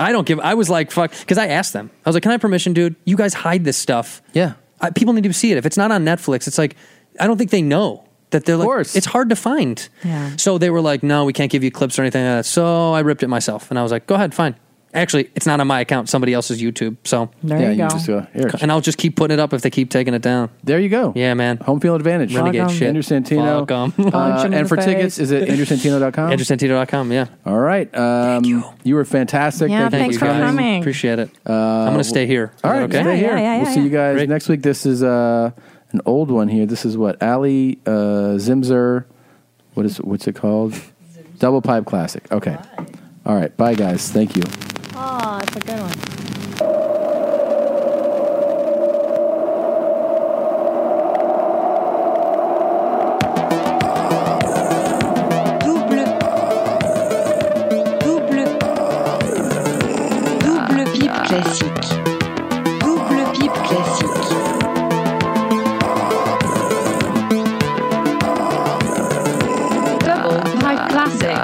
[SPEAKER 11] I don't give I was like fuck cuz I asked them. I was like, "Can I have permission, dude? You guys hide this stuff."
[SPEAKER 1] Yeah.
[SPEAKER 11] I, people need to see it. If it's not on Netflix, it's like I don't think they know that they're like it's hard to find.
[SPEAKER 2] Yeah.
[SPEAKER 11] So they were like, no, we can't give you clips or anything like that. So I ripped it myself. And I was like, go ahead, fine. Actually, it's not on my account, somebody else's YouTube. So
[SPEAKER 1] There Yeah, you you go. just go, "Here."
[SPEAKER 11] and I'll just keep putting it up if they keep taking it down.
[SPEAKER 1] There you go.
[SPEAKER 11] Yeah, man.
[SPEAKER 1] Home field advantage.
[SPEAKER 11] Renegade
[SPEAKER 1] Fuck 'em.
[SPEAKER 11] shit.
[SPEAKER 1] Andrew Santino.
[SPEAKER 11] Fuck 'em.
[SPEAKER 1] Uh,
[SPEAKER 11] Punch 'em in
[SPEAKER 1] and
[SPEAKER 11] the
[SPEAKER 1] for
[SPEAKER 11] face.
[SPEAKER 1] tickets, is it AndrewSantino.com?
[SPEAKER 11] AndrewSantino.com, yeah.
[SPEAKER 1] All right. Um, you. were fantastic.
[SPEAKER 11] Yeah,
[SPEAKER 1] Thank you
[SPEAKER 11] thanks for
[SPEAKER 1] guys.
[SPEAKER 11] coming. Appreciate it.
[SPEAKER 1] Uh,
[SPEAKER 11] I'm gonna stay here.
[SPEAKER 1] All
[SPEAKER 11] Is
[SPEAKER 1] right,
[SPEAKER 11] that okay?
[SPEAKER 1] stay
[SPEAKER 11] Yeah,
[SPEAKER 1] here.
[SPEAKER 11] yeah, yeah,
[SPEAKER 1] we'll see
[SPEAKER 11] yeah.
[SPEAKER 1] you guys next week. This is uh, an old one here. This is what Ali uh, Zimzer. What is what's it called? Double Pipe Classic. Okay. All right. Bye, guys. Thank you.
[SPEAKER 2] Oh, that's a good one.
[SPEAKER 16] Double pipe classique. Double pipe classique. Double pipe classic.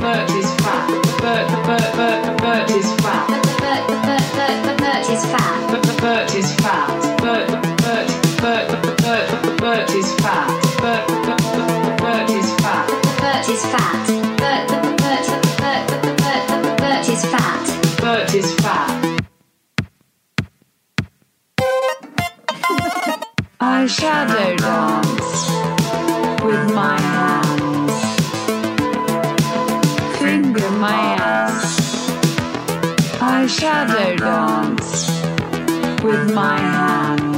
[SPEAKER 16] Bert is fat. Bert, Bert, Bert, Bert is fat. Bert, Bert, Bert, Bert is fat. Bert is fat. Bert, Bert, Bert, Bert, Bert is fat. Bert, Bert, Bert is fat. Bert is fat. Bert, Bert, Bert, Bert, Bert, Bert is fat. Bert is fat. I shadow dance with my hands. Finger my ass. I shadow dance with my hands.